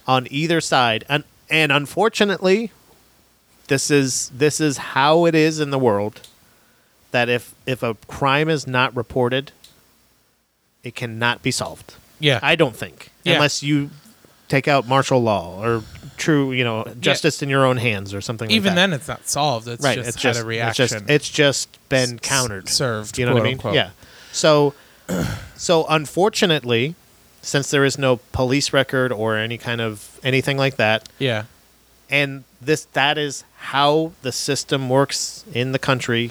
Speaker 1: on either side and and unfortunately this is this is how it is in the world that if if a crime is not reported it cannot be solved
Speaker 2: yeah
Speaker 1: i don't think
Speaker 2: Yeah.
Speaker 1: unless you take out martial law or true you know justice in your own hands or something
Speaker 2: even
Speaker 1: like that
Speaker 2: then it's not solved it's
Speaker 1: right
Speaker 2: just
Speaker 1: it's
Speaker 2: had
Speaker 1: just
Speaker 2: a reaction
Speaker 1: it's just, it's just been
Speaker 2: S-
Speaker 1: countered
Speaker 2: served,
Speaker 1: you know what i mean
Speaker 2: quote, unquote.
Speaker 1: yeah so so unfortunately since there is no police record or any kind of anything like that
Speaker 2: yeah
Speaker 1: and this that is how the system works in the country.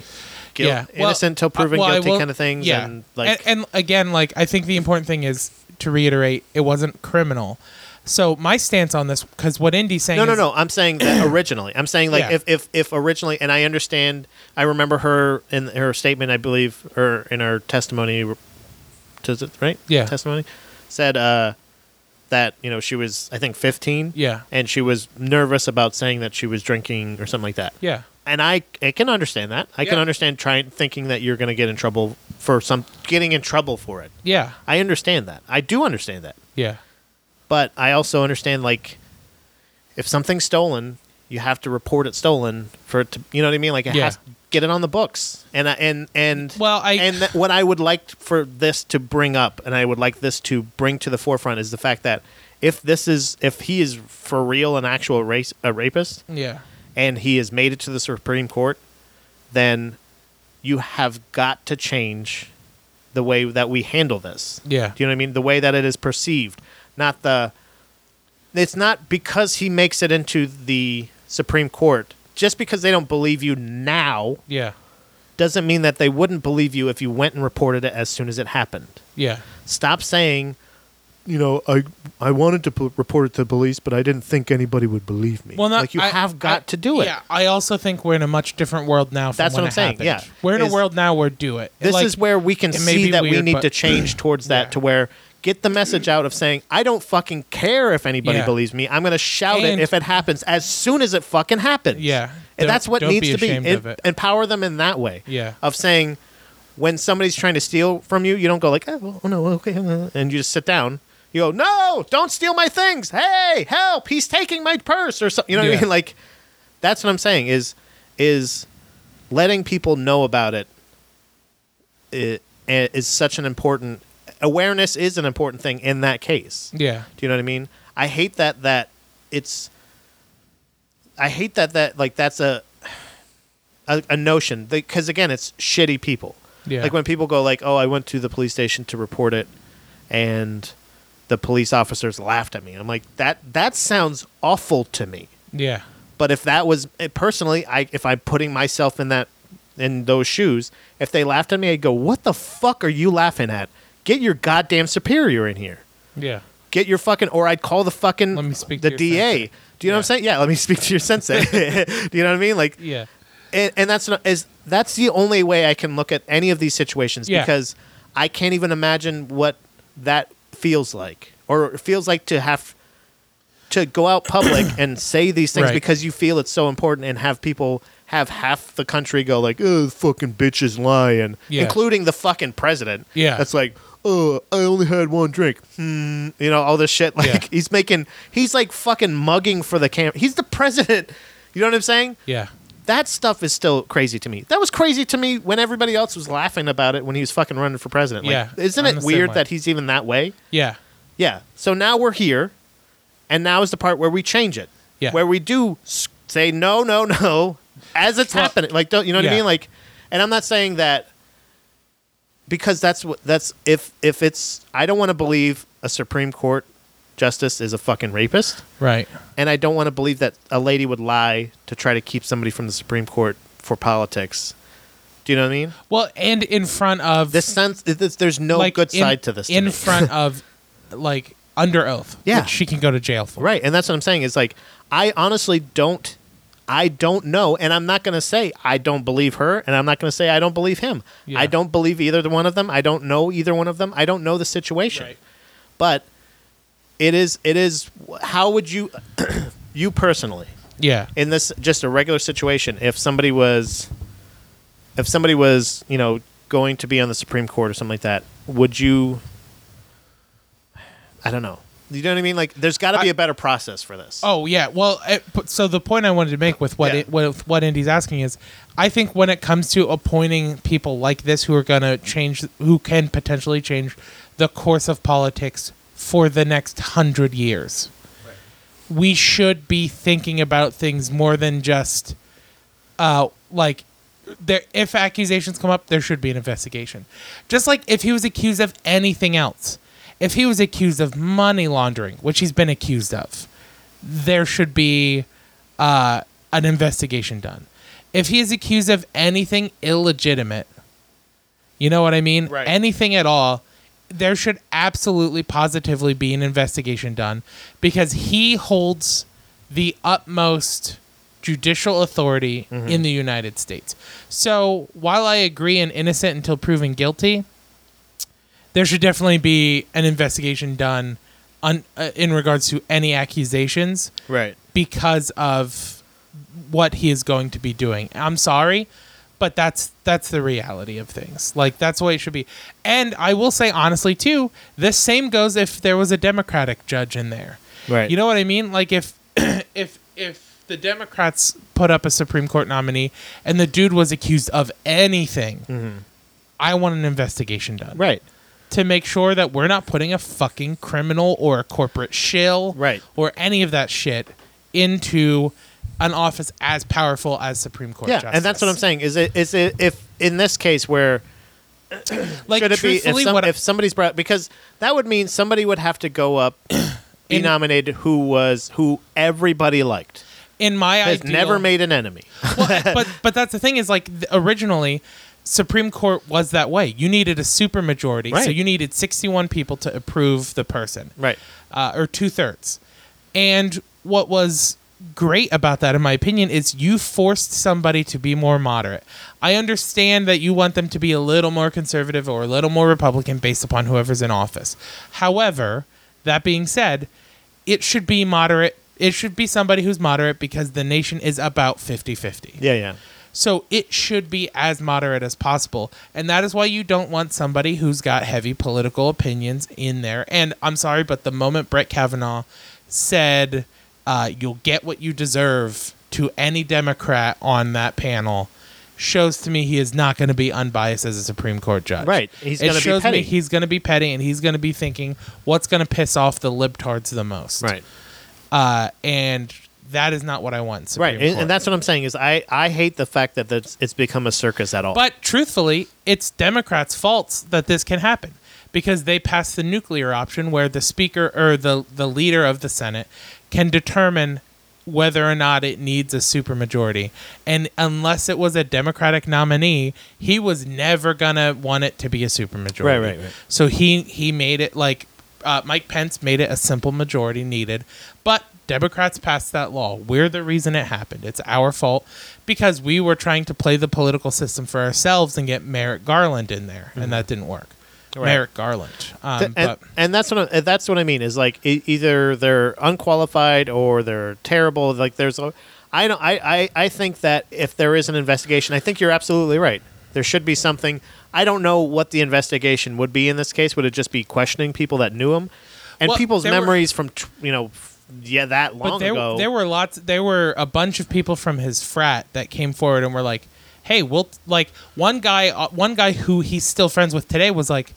Speaker 1: Guil-
Speaker 2: yeah. Well,
Speaker 1: innocent till proven
Speaker 2: well, I
Speaker 1: guilty
Speaker 2: will-
Speaker 1: kind of things.
Speaker 2: yeah.
Speaker 1: And like
Speaker 2: and, again, like I think the important thing is to reiterate, it wasn't criminal. So my stance on this, because what Indy's saying,
Speaker 1: no, no,
Speaker 2: is-
Speaker 1: no. I'm saying that originally. I'm saying like
Speaker 2: Yeah.
Speaker 1: if, if if originally, and I understand. I remember her in her statement, I believe, or in her testimony. Does it right?
Speaker 2: Yeah.
Speaker 1: testimony said uh, that you know she was I think 15.
Speaker 2: Yeah.
Speaker 1: and she was nervous about saying that she was drinking or something like that.
Speaker 2: yeah,
Speaker 1: and I, I can understand that. I can
Speaker 2: Yeah.
Speaker 1: understand trying thinking that you're going to get in trouble for some getting in trouble for it.
Speaker 2: yeah,
Speaker 1: I understand that. I do understand that.
Speaker 2: yeah,
Speaker 1: But I also understand like if something's stolen, you have to report it stolen for it to you know what I mean? Like it
Speaker 2: Yeah.
Speaker 1: has get it on the books. And I, and and
Speaker 2: Well, I-
Speaker 1: and th- what I would like for this to bring up and I would like this to bring to the forefront is the fact that if this is if he is for real an actual race a rapist,
Speaker 2: yeah,
Speaker 1: and he has made it to the Supreme Court, then you have got to change the way that we handle this.
Speaker 2: Yeah.
Speaker 1: Do you know what I mean? The way that it is perceived, not the. It's not because he makes it into the Supreme Court. Just because they don't believe you now
Speaker 2: yeah,
Speaker 1: doesn't mean that they wouldn't believe you if you went and reported it as soon as it happened
Speaker 2: yeah,
Speaker 1: stop saying you know i i wanted to p- report it to the police but i didn't think anybody would believe me
Speaker 2: Well, no,
Speaker 1: like you
Speaker 2: I-
Speaker 1: have got
Speaker 2: I-
Speaker 1: to do it
Speaker 2: Yeah, I also think we're in a much different world now. From
Speaker 1: That's
Speaker 2: when
Speaker 1: what I'm
Speaker 2: it
Speaker 1: saying,
Speaker 2: happened.
Speaker 1: yeah.
Speaker 2: we're in
Speaker 1: Is-
Speaker 2: a world now where do it.
Speaker 1: this
Speaker 2: Like,
Speaker 1: is where we can
Speaker 2: it may
Speaker 1: see
Speaker 2: be
Speaker 1: that we
Speaker 2: weird,
Speaker 1: need
Speaker 2: but-
Speaker 1: to change towards that
Speaker 2: Yeah.
Speaker 1: to where get the message out of saying i don't fucking care if anybody
Speaker 2: Yeah.
Speaker 1: believes me i'm going to shout it
Speaker 2: And-
Speaker 1: if it happens as soon as it fucking happens
Speaker 2: Yeah.
Speaker 1: and
Speaker 2: Don't-
Speaker 1: that's what
Speaker 2: don't
Speaker 1: needs
Speaker 2: be
Speaker 1: to be
Speaker 2: ashamed
Speaker 1: Em-
Speaker 2: of it.
Speaker 1: empower them in that way
Speaker 2: Yeah.
Speaker 1: of saying when somebody's trying to steal from you you don't go like oh well, no okay uh," and you just sit down you go no don't steal my things hey help he's taking my purse or something you know what
Speaker 2: Yeah.
Speaker 1: i mean like that's what i'm saying is is letting people know about it i- i- is such an important awareness is an important thing in that case.
Speaker 2: yeah,
Speaker 1: Do you know what I mean? I hate that that it's I hate that that like that's a a, a notion because again it's shitty people.
Speaker 2: Yeah.
Speaker 1: Like when people go like, "Oh, I went to the police station to report it and the police officers laughed at me." I'm like, "That that sounds awful to me."
Speaker 2: yeah,
Speaker 1: But if that was eh, personally, I if I'm putting myself in that in those shoes, if they laughed at me, I'd go, "What the fuck are you laughing at? Get your goddamn superior in here.
Speaker 2: yeah,
Speaker 1: Get your fucking." Or I'd call the fucking
Speaker 2: Let me speak
Speaker 1: the
Speaker 2: to your
Speaker 1: DA.
Speaker 2: sensei.
Speaker 1: Do you know what I'm saying? Yeah, let me speak to your sensei. Do you know what I mean? Like,
Speaker 2: yeah,
Speaker 1: and, and that's not, is that's the only way I can look at any of these situations
Speaker 2: Yeah.
Speaker 1: because I can't even imagine what that feels like or it feels like to have to go out public and say these things
Speaker 2: Right.
Speaker 1: because you feel it's so important and have people have half the country go like, "Oh, the fucking bitch is lying,"
Speaker 2: Yeah.
Speaker 1: including the fucking president.
Speaker 2: Yeah.
Speaker 1: that's like, "Oh, I only had one drink." Hmm, you know all this shit. Like
Speaker 2: Yeah.
Speaker 1: he's making, he's like fucking mugging for the camp. He's the president. You know what I'm saying?
Speaker 2: Yeah.
Speaker 1: That stuff is still crazy to me. That was crazy to me when everybody else was laughing about it when he was fucking running for president. Like,
Speaker 2: Yeah,
Speaker 1: isn't
Speaker 2: I'm
Speaker 1: it
Speaker 2: the same
Speaker 1: weird
Speaker 2: way.
Speaker 1: that he's even that way?
Speaker 2: Yeah.
Speaker 1: Yeah. So now we're here, and now is the part where we change it.
Speaker 2: Yeah.
Speaker 1: Where we do s- say no, no, no, as it's
Speaker 2: Well,
Speaker 1: happening. Like, don't you know what I
Speaker 2: yeah.
Speaker 1: mean? Like, and I'm not saying that because that's what that's if if it's I don't want to believe a Supreme Court justice is a fucking rapist,
Speaker 2: Right.
Speaker 1: and I don't want to believe that a lady would lie to try to keep somebody from the Supreme Court for politics. Do you know what I mean?
Speaker 2: Well, and in front of
Speaker 1: This sense, this, there's no good
Speaker 2: in-
Speaker 1: side to this. to
Speaker 2: in
Speaker 1: me.
Speaker 2: front of like under oath.
Speaker 1: Yeah.
Speaker 2: which she can go to jail for.
Speaker 1: Right, and that's what I'm saying. Is like I honestly don't, I don't know, and I'm not going to say I don't believe her, and I'm not going to say I don't believe him.
Speaker 2: Yeah.
Speaker 1: I don't believe either one of them. I don't know either one of them. I don't know the situation,
Speaker 2: Right.
Speaker 1: but it is it is. How would you, you personally,
Speaker 2: Yeah.
Speaker 1: in this just a regular situation, if somebody was, if somebody was, you know, going to be on the Supreme Court or something like that, would you? I don't know. You know what I mean? Like, there's got to be
Speaker 2: I-
Speaker 1: a better process for this.
Speaker 2: Oh yeah. Well, it, but- so the point I wanted to make with what
Speaker 1: Yeah.
Speaker 2: it, with what Indy's asking is, I think when it comes to appointing people like this who are going to change, who can potentially change the course of politics for the next hundred years, we should be thinking about things more than just, uh, like. There, if accusations come up, there should be an investigation. Just like if he was accused of anything else, if he was accused of money laundering, which he's been accused of, there should be uh, an investigation done. If he is accused of anything illegitimate, you know what I mean?
Speaker 1: Right.
Speaker 2: Anything at all, there should absolutely positively be an investigation done because he holds the utmost judicial authority in the United States. So while I agree in innocent until proven guilty, there should definitely be an investigation done on, uh, in regards to any accusations
Speaker 1: Right.
Speaker 2: because of what he is going to be doing. I'm sorry, but that's that's the reality of things. Like that's the way it should be. And I will say honestly too, this same goes if there was a Democratic judge in there.
Speaker 1: Right.
Speaker 2: You know what I mean? Like if if if the Democrats put up a Supreme Court nominee and the dude was accused of anything, I want an investigation done
Speaker 1: Mm-hmm. Right.
Speaker 2: to make sure that we're not putting a fucking criminal or a corporate shill
Speaker 1: Right.
Speaker 2: or any of that shit into an office as powerful as Supreme Court
Speaker 1: Yeah,
Speaker 2: justice.
Speaker 1: and that's what I'm saying. Is it is it if in this case where
Speaker 2: Like,
Speaker 1: should it be if,
Speaker 2: truthfully,
Speaker 1: some,
Speaker 2: what
Speaker 1: if somebody's brought because that would mean somebody would have to go up be
Speaker 2: In-
Speaker 1: nominated who was who everybody liked
Speaker 2: in my
Speaker 1: has
Speaker 2: ideal,
Speaker 1: never made an enemy.
Speaker 2: well, but but that's the thing is like th- originally Supreme Court was that way. You needed a supermajority, so
Speaker 1: Right.
Speaker 2: you needed 61 people to approve the person.
Speaker 1: right.
Speaker 2: uh, or two thirds. And what was great about that, in my opinion, is you forced somebody to be more moderate. I understand that you want them to be a little more conservative or a little more Republican based upon whoever's in office. However, that being said, it should be moderate. It should be somebody who's moderate because the nation is about 50 50.
Speaker 1: Yeah, yeah.
Speaker 2: So it should be as moderate as possible. And that is why you don't want somebody who's got heavy political opinions in there. And I'm sorry, but the moment Brett Kavanaugh said, uh, you'll get what you deserve to any Democrat on that panel, shows to me he is not going to be unbiased as a Supreme Court judge.
Speaker 1: Right. He's
Speaker 2: It
Speaker 1: gonna be
Speaker 2: shows me
Speaker 1: petty.
Speaker 2: he's going to be petty and he's going to be thinking what's going to piss off the libtards the most.
Speaker 1: Right.
Speaker 2: Uh, and that is not what I want. in Supreme
Speaker 1: Right. And,
Speaker 2: Court.
Speaker 1: and that's what I'm saying is I I hate the fact that that's, it's become a circus at all.
Speaker 2: But truthfully, it's Democrats' faults that this can happen because they passed the nuclear option where the speaker or the, the leader of the Senate can determine whether or not it needs a supermajority. And unless it was a Democratic nominee, he was never going to want it to be a supermajority.
Speaker 1: Right, right, right.
Speaker 2: So he he made it like uh, Mike Pence made it a simple majority needed, but Democrats passed that law. We're the reason it happened. It's our fault because we were trying to play the political system for ourselves and get Merrick Garland in there, and that didn't work. Merrick Garland, um,
Speaker 1: Th- Uh, and,
Speaker 2: but
Speaker 1: and that's what I, and that's what I mean is like e- either they're unqualified or they're terrible. Like there's a, I don't. I, I, I think that if there is an investigation, I think you're absolutely right. There should be something. I don't know what the investigation would be in this case. Would it just be questioning people that knew him and
Speaker 2: Well,
Speaker 1: people's
Speaker 2: there were-
Speaker 1: memories from tw- you know f- yeah that long
Speaker 2: But there,
Speaker 1: ago?
Speaker 2: there were lots. There were a bunch of people from his frat that came forward and were like, "Hey, we'll like one guy. Uh, one guy who he's still friends with today was like."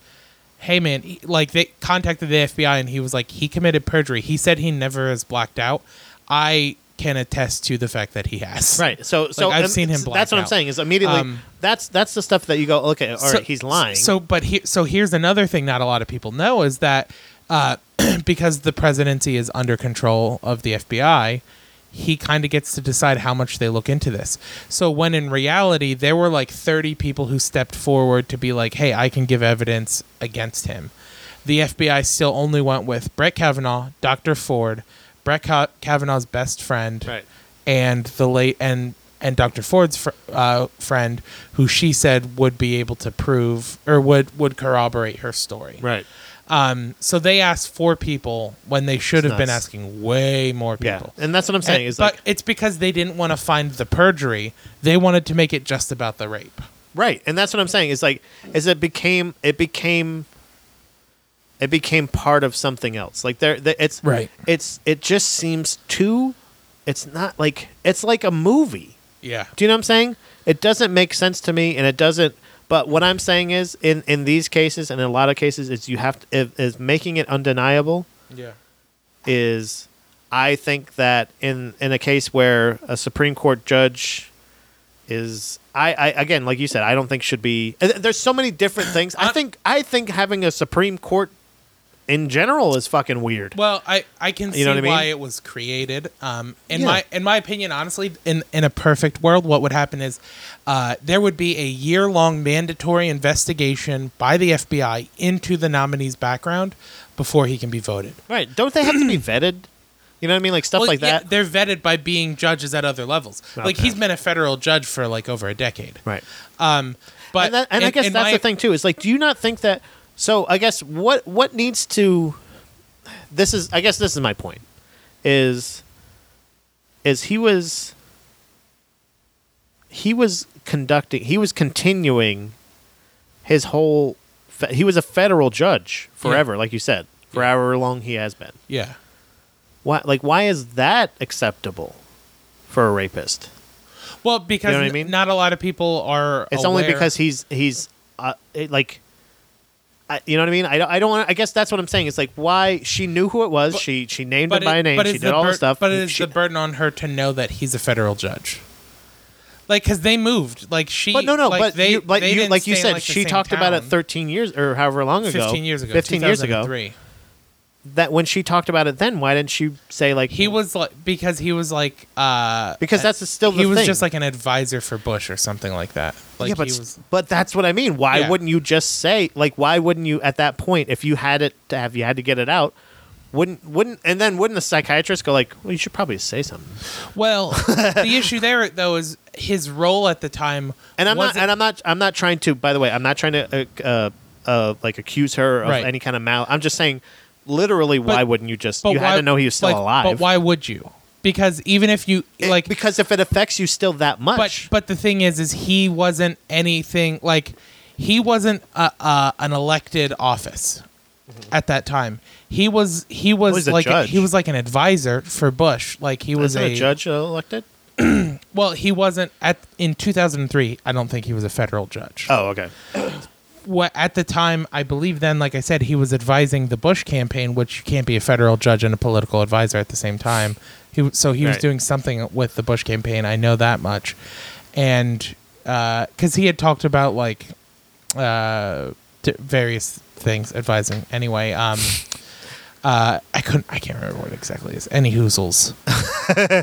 Speaker 2: Hey man, he- like they contacted the FBI and he was like, he committed perjury. He said he never is blacked out. I can attest to the fact that he has.
Speaker 1: Right. So so
Speaker 2: I've
Speaker 1: um,
Speaker 2: seen him black
Speaker 1: That's what I'm
Speaker 2: out.
Speaker 1: saying is immediately
Speaker 2: Um,
Speaker 1: that's that's the stuff that you go okay all right he's lying.
Speaker 2: So, but he, so here's another thing not a lot of people know is that uh, because the presidency is under control of the FBI, he kind of gets to decide how much they look into this. So, when in reality, there were like 30 people who stepped forward to be like, "Hey, I can give evidence against him." The FBI still only went with Brett Kavanaugh, Dr. Ford, Brett Ka- Kavanaugh's best friend,
Speaker 1: Right.
Speaker 2: and the late and and Dr. Ford's fr- uh, friend, who she said would be able to prove or would would corroborate her story.
Speaker 1: right.
Speaker 2: Um, so they asked four people when they should have been
Speaker 1: nuts.
Speaker 2: asking way more
Speaker 1: Yeah.
Speaker 2: people.
Speaker 1: And that's what I'm saying
Speaker 2: And-
Speaker 1: is
Speaker 2: but
Speaker 1: like
Speaker 2: it's because they didn't want to find the perjury; they wanted to make it just about the rape.
Speaker 1: right. And that's what I'm saying is like is it became it became it became part of something else. Like there the, it's
Speaker 2: Right.
Speaker 1: It's it just seems too it's not like it's like a movie.
Speaker 2: Yeah,
Speaker 1: Do you know what I'm saying? It doesn't make sense to me, and it doesn't. But what I'm saying is, in in these cases, and in a lot of cases, is you have to is- is making it undeniable.
Speaker 2: yeah,
Speaker 1: Is I think that in in a case where a Supreme Court judge is I, I again like you said I don't think should be th- there's so many different things I
Speaker 2: I-
Speaker 1: think I think having a Supreme Court in general is fucking weird
Speaker 2: Well, I I can see
Speaker 1: You know what I mean?
Speaker 2: why it was created. Um, in
Speaker 1: Yeah.
Speaker 2: my in my opinion, honestly, in in a perfect world, what would happen is, uh, there would be a year long mandatory investigation by the FBI into the nominee's background before he can be voted.
Speaker 1: right don't they have to be vetted you know what I mean like stuff
Speaker 2: Well,
Speaker 1: like
Speaker 2: yeah,
Speaker 1: that
Speaker 2: they're vetted by being judges at other levels. Like
Speaker 1: Okay.
Speaker 2: he's been a federal judge for like over a decade.
Speaker 1: right
Speaker 2: Um, but
Speaker 1: and, that, and I
Speaker 2: in-
Speaker 1: guess
Speaker 2: in
Speaker 1: that's
Speaker 2: my-
Speaker 1: the thing too. Is like, do you not think that? So I guess what what needs to this is I guess this is my point is is he was he was conducting he was continuing his whole fe- he was a federal judge forever like you said for however long he has been
Speaker 2: Yeah.
Speaker 1: why like why is that acceptable for a rapist
Speaker 2: Well, because
Speaker 1: You know what I
Speaker 2: n-
Speaker 1: mean?
Speaker 2: not a lot of people are.
Speaker 1: It's only
Speaker 2: aware-
Speaker 1: because he's he's uh, it, like, I, you know what I mean. I don't. I don't want. I guess that's what I'm saying. It's like why she knew who it was. she she named him
Speaker 2: it-
Speaker 1: by name. She
Speaker 2: it's
Speaker 1: did all
Speaker 2: bur-
Speaker 1: the stuff.
Speaker 2: But it is
Speaker 1: She-
Speaker 2: the burden on her to know that he's a federal judge. Like, because they moved. Like she.
Speaker 1: but no, no.
Speaker 2: Like,
Speaker 1: but
Speaker 2: they,
Speaker 1: you, like
Speaker 2: they
Speaker 1: you,
Speaker 2: didn't
Speaker 1: like you
Speaker 2: stay in,
Speaker 1: said,
Speaker 2: like, the
Speaker 1: she
Speaker 2: same
Speaker 1: talked about it
Speaker 2: town
Speaker 1: 13 years or however long ago.
Speaker 2: Fifteen years ago.
Speaker 1: 15 years ago.
Speaker 2: 2003.
Speaker 1: That when she talked about it, then why didn't she say like
Speaker 2: He was like because he was like uh
Speaker 1: Because that's still the
Speaker 2: he was
Speaker 1: thing.
Speaker 2: just like an advisor for Bush or something like that. Like
Speaker 1: yeah, but
Speaker 2: he
Speaker 1: s-
Speaker 2: was.
Speaker 1: but that's what I mean. Why
Speaker 2: Yeah.
Speaker 1: wouldn't you just say like why wouldn't you at that point if you had it to have you had to get it out? Wouldn't wouldn't and then wouldn't the psychiatrist go like well you should probably say something
Speaker 2: Well, the issue there though is his role at the time.
Speaker 1: and I'm not,
Speaker 2: wasn't-
Speaker 1: and I'm not, I'm not trying to. By the way, I'm not trying to uh, uh, uh, like accuse her of
Speaker 2: Right.
Speaker 1: any kind of mal. I'm just saying, literally, why
Speaker 2: But-
Speaker 1: wouldn't you just?
Speaker 2: but
Speaker 1: You had
Speaker 2: why-
Speaker 1: to know he was still
Speaker 2: like,
Speaker 1: alive.
Speaker 2: But why would you? Because even if you
Speaker 1: It-
Speaker 2: like
Speaker 1: because if it affects you still that
Speaker 2: but
Speaker 1: much,
Speaker 2: but the thing is is he wasn't anything like he wasn't a, a, an elected office at that time he was he was
Speaker 1: Mm-hmm. he's a
Speaker 2: like
Speaker 1: judge.
Speaker 2: he was like an advisor for bush like he was
Speaker 1: wasn't
Speaker 2: a,
Speaker 1: a judge elected?
Speaker 2: well he wasn't at in 2003 i don't think he was a federal judge
Speaker 1: Oh, okay.
Speaker 2: what at the time i believe then like i said he was advising the bush campaign which you can't be a federal judge and a political advisor at the same time he w- so he was
Speaker 1: Right.
Speaker 2: doing something with the bush campaign i know that much and because he had talked about like uh d- various things advising anyway um uh, I couldn't. I can't remember what exactly it is. Any hoozles.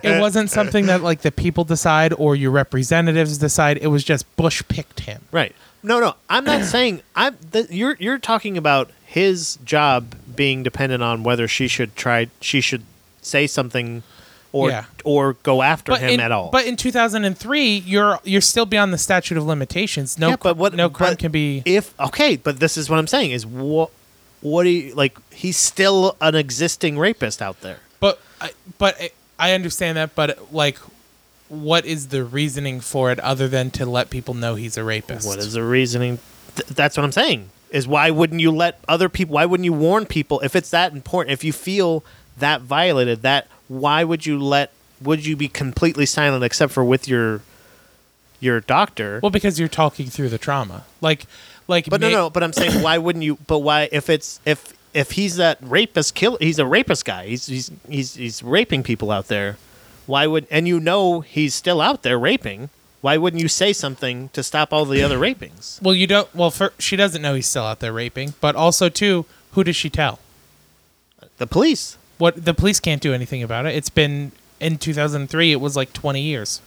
Speaker 2: it wasn't something that like the people decide or your representatives decide. It was just Bush picked him.
Speaker 1: Right. No, no. I'm not saying I'm. Th- you're you're talking about his job being dependent on whether she should try. She should say something, or
Speaker 2: Yeah.
Speaker 1: or go after him
Speaker 2: in,
Speaker 1: at all.
Speaker 2: But in 2003, you're you're still beyond the statute of limitations. No,
Speaker 1: yeah, but what,
Speaker 2: no crime
Speaker 1: but
Speaker 2: can be.
Speaker 1: if okay. But this is what I'm saying is what what do you like? He's still an existing rapist out there.
Speaker 2: but I, but I, I understand that. But like, what is the reasoning for it other than to let people know he's a rapist?
Speaker 1: What is the reasoning? Th- that's what I'm saying. Is why wouldn't you let other people? Why wouldn't you warn people if it's that important? If you feel that violated, that why would you let? Would you be completely silent except for with your your doctor?
Speaker 2: Well, because you're talking through the trauma. Like, like.
Speaker 1: but no,
Speaker 2: may-
Speaker 1: no. But I'm saying why wouldn't you? But why if it's if if he's that rapist killer? He's a rapist guy. He's he's he's he's raping people out there. Why would and you know he's still out there raping? Why wouldn't you say something to stop all the other rapings?
Speaker 2: Well, you don't. Well, for, she doesn't know he's still out there raping. But also, too, who does she tell?
Speaker 1: The police.
Speaker 2: What the police can't do anything about it. It's been in 2003. It was like 20 years.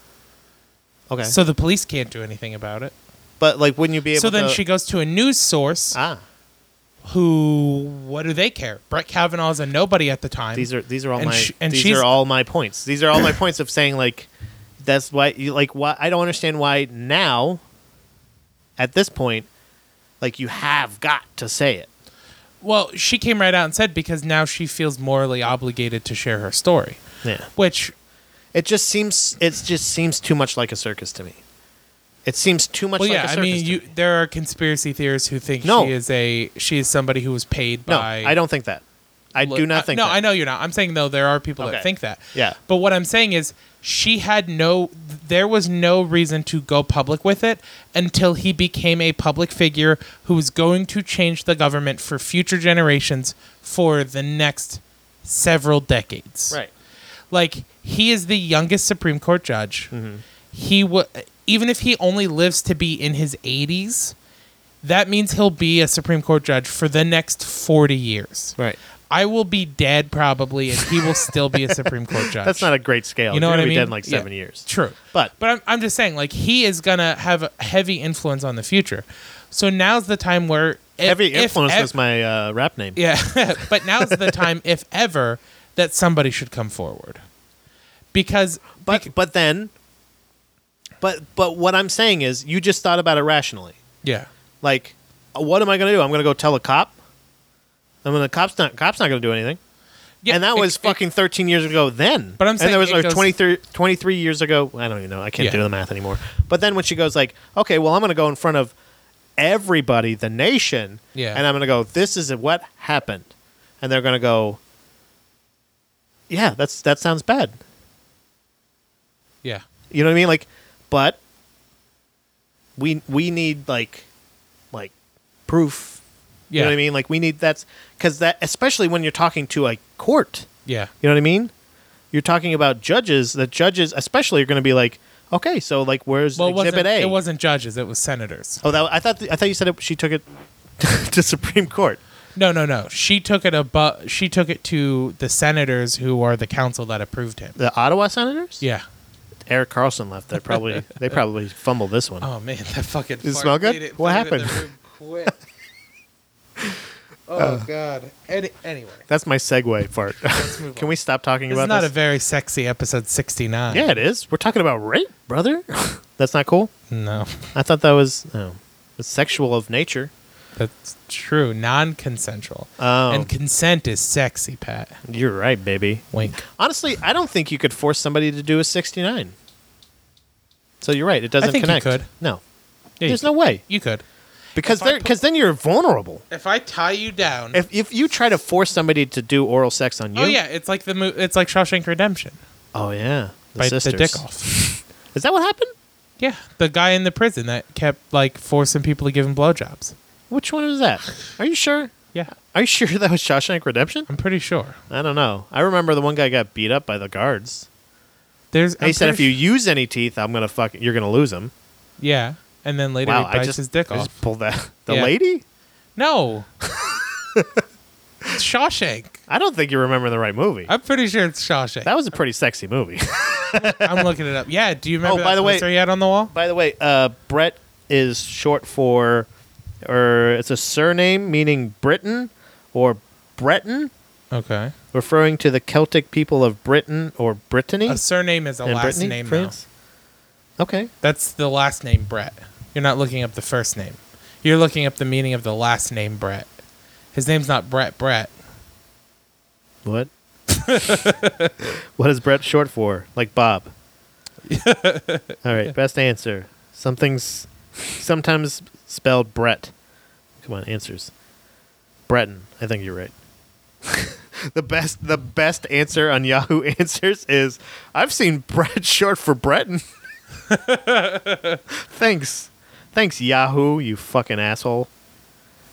Speaker 1: Okay.
Speaker 2: So the police can't do anything about it.
Speaker 1: But like, wouldn't you be able?
Speaker 2: So then
Speaker 1: to,
Speaker 2: she goes to a news source.
Speaker 1: ah,
Speaker 2: who what do they care? Brett Kavanaugh's a nobody at the time.
Speaker 1: these are these are all
Speaker 2: And
Speaker 1: my
Speaker 2: sh- and
Speaker 1: these
Speaker 2: she's-
Speaker 1: are all my points. These are all my points of saying like that's why you like why I don't understand why now at this point like you have got to say it.
Speaker 2: well, she came right out and said because now she feels morally obligated to share her story,
Speaker 1: Yeah.
Speaker 2: which
Speaker 1: It just seems it just seems too much like a circus to me. It seems too much
Speaker 2: well,
Speaker 1: like
Speaker 2: yeah,
Speaker 1: a
Speaker 2: I
Speaker 1: circus.
Speaker 2: mean,
Speaker 1: to
Speaker 2: you
Speaker 1: me.
Speaker 2: there are conspiracy theorists who think
Speaker 1: No.
Speaker 2: she is a she is somebody who was paid
Speaker 1: No,
Speaker 2: by
Speaker 1: I don't think that. I do not think
Speaker 2: No,
Speaker 1: that.
Speaker 2: I know you're not. I'm saying though there are people
Speaker 1: Okay.
Speaker 2: that think that.
Speaker 1: Yeah.
Speaker 2: But what I'm saying is she had no there was no reason to go public with it until he became a public figure who was going to change the government for future generations for the next several decades.
Speaker 1: Right.
Speaker 2: Like he is the youngest Supreme Court judge.
Speaker 1: Mm-hmm.
Speaker 2: He wa even if he only lives to be in his 80s, that means he'll be a Supreme Court judge for the next 40 years.
Speaker 1: Right.
Speaker 2: I will be dead probably, and he will still be a Supreme Court judge.
Speaker 1: That's not a great scale.
Speaker 2: you know
Speaker 1: You're
Speaker 2: what
Speaker 1: gonna
Speaker 2: I
Speaker 1: be
Speaker 2: mean?
Speaker 1: dead in like
Speaker 2: Yeah.
Speaker 1: seven years.
Speaker 2: True,
Speaker 1: But-
Speaker 2: but I'm I'm just saying like he is gonna have a heavy influence on the future. So now's the time where if,
Speaker 1: Every
Speaker 2: if
Speaker 1: influence
Speaker 2: ev-
Speaker 1: was my uh, rap name.
Speaker 2: yeah, but now's the time if ever that somebody should come forward because
Speaker 1: But but then but but what I'm saying is you just thought about it rationally.
Speaker 2: yeah
Speaker 1: Like uh, what am I going to do? I'm going to go tell a cop? I'm going to cops not cops not going to do anything.
Speaker 2: yeah
Speaker 1: and that
Speaker 2: it-
Speaker 1: was
Speaker 2: it-
Speaker 1: fucking 13 years ago then.
Speaker 2: But I'm
Speaker 1: and
Speaker 2: saying
Speaker 1: there was
Speaker 2: it
Speaker 1: like
Speaker 2: goes-
Speaker 1: 23 23 years ago. I don't even know. I can't
Speaker 2: Yeah.
Speaker 1: do the math anymore. But then when she goes like, "Okay, well I'm going to go in front of everybody, the nation,
Speaker 2: Yeah.
Speaker 1: and I'm going to go, this is what happened." And they're going to go, "Yeah, that's that sounds bad."
Speaker 2: yeah
Speaker 1: You know what I mean? Like, but we we need like like proof.
Speaker 2: yeah
Speaker 1: You know what I mean? Like we need that's because that especially when you're talking to a court.
Speaker 2: yeah
Speaker 1: You know what I mean? You're talking about judges. The judges, especially, are going to be like, okay, so like, where's
Speaker 2: well it
Speaker 1: Exhibit
Speaker 2: wasn't,
Speaker 1: A?
Speaker 2: it wasn't judges it was senators
Speaker 1: oh, that I thought I thought you said it, she took it to Supreme Court.
Speaker 2: No, no, no. She took it above. She took it to the senators who are the council that approved him.
Speaker 1: The Ottawa Senators.
Speaker 2: Yeah.
Speaker 1: Eric Carlson left. They probably they probably fumbled this one.
Speaker 2: Oh man, that fucking.
Speaker 1: Does it
Speaker 2: fart
Speaker 1: smell good?
Speaker 2: made it-
Speaker 1: What
Speaker 2: made it in
Speaker 1: happened?
Speaker 2: the room quick. oh god. Any, anyway,
Speaker 1: That's my segue part.
Speaker 2: move
Speaker 1: Can
Speaker 2: on.
Speaker 1: we stop talking
Speaker 2: it's
Speaker 1: about
Speaker 2: not
Speaker 1: this?
Speaker 2: a very sexy episode sixty nine.
Speaker 1: Yeah, it is. We're talking about rape, brother. That's not cool.
Speaker 2: No,
Speaker 1: I thought that was oh, it's sexual of nature.
Speaker 2: that's true. Non-consensual.
Speaker 1: Oh.
Speaker 2: And consent is sexy, Pat.
Speaker 1: You're right, baby.
Speaker 2: Wink.
Speaker 1: Honestly, I don't think you could force somebody to do a 69. So you're right. It doesn't
Speaker 2: think you
Speaker 1: connect.
Speaker 2: could.
Speaker 1: No,
Speaker 2: Yeah,
Speaker 1: there's
Speaker 2: you,
Speaker 1: no way
Speaker 2: You could.
Speaker 1: because
Speaker 2: If I
Speaker 1: they're because then you're vulnerable.
Speaker 2: If I tie you down.
Speaker 1: If if you try to force somebody to do oral sex on you,
Speaker 2: oh yeah, it's like the mo- it's like Shawshank Redemption.
Speaker 1: oh yeah, the
Speaker 2: Bite
Speaker 1: sisters.
Speaker 2: the dick off.
Speaker 1: Is that what happened?
Speaker 2: Yeah, the guy in the prison that kept like forcing people to give him blowjobs.
Speaker 1: Which one was that? Are you sure?
Speaker 2: Yeah,
Speaker 1: Are you sure that was Shawshank Redemption?
Speaker 2: I'm pretty sure.
Speaker 1: I don't know. I remember the one guy got beat up by the guards.
Speaker 2: There's.
Speaker 1: He
Speaker 2: I'm
Speaker 1: said, "If
Speaker 2: pretty
Speaker 1: you
Speaker 2: su-
Speaker 1: use any teeth, I'm gonna fuck. You're gonna lose them."
Speaker 2: yeah, and then later
Speaker 1: Wow,
Speaker 2: he
Speaker 1: I
Speaker 2: bites
Speaker 1: just
Speaker 2: his dick
Speaker 1: I
Speaker 2: off.
Speaker 1: just pulled that. The
Speaker 2: Yeah.
Speaker 1: lady?
Speaker 2: No. it's Shawshank.
Speaker 1: I don't think you remember the right movie.
Speaker 2: I'm pretty sure it's Shawshank.
Speaker 1: that was a pretty sexy movie.
Speaker 2: I'm looking it up. Yeah. Do you remember?
Speaker 1: Oh, by
Speaker 2: that
Speaker 1: the way-
Speaker 2: poster he had on the wall.
Speaker 1: By the way, uh, Brett is short for, or it's a surname meaning Britain or Breton,
Speaker 2: Okay.
Speaker 1: referring to the Celtic people of Britain or Brittany.
Speaker 2: A surname is a
Speaker 1: and
Speaker 2: last
Speaker 1: Brittany,
Speaker 2: name. now.
Speaker 1: France. Okay.
Speaker 2: That's the last name Brett. You're not looking up the first name. You're looking up the meaning of the last name Brett. His name's not Brett Brett.
Speaker 1: What? what is Brett short for? Like Bob. All right, best answer. Something's sometimes spelled Brett. Come on, answers. Breton. I think you're right. the best the best answer on Yahoo Answers is I've seen Brett short for Breton. Thanks. Thanks, Yahoo, you fucking asshole.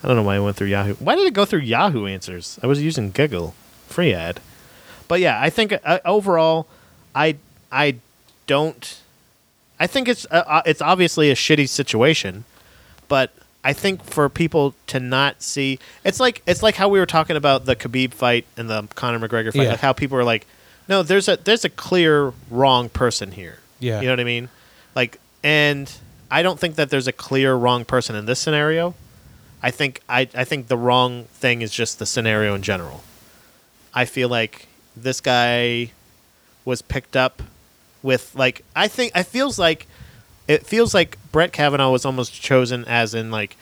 Speaker 1: I don't know why I went through Yahoo. Why did it go through Yahoo Answers? I was using Google. Free ad. But yeah, I think uh, overall, I I don't. I think it's uh, uh, it's obviously a shitty situation, but I think for people to not see, it's like it's like how we were talking about the Khabib fight and the Conor McGregor fight.
Speaker 2: Yeah.
Speaker 1: Like how people are like, no, there's a there's a clear wrong person here.
Speaker 2: Yeah.
Speaker 1: you know what I mean. Like, and I don't think that there's a clear wrong person in this scenario. I think I, I think the wrong thing is just the scenario in general. I feel like this guy was picked up with like I think I feels like it feels like Brett Kavanaugh was almost chosen as in like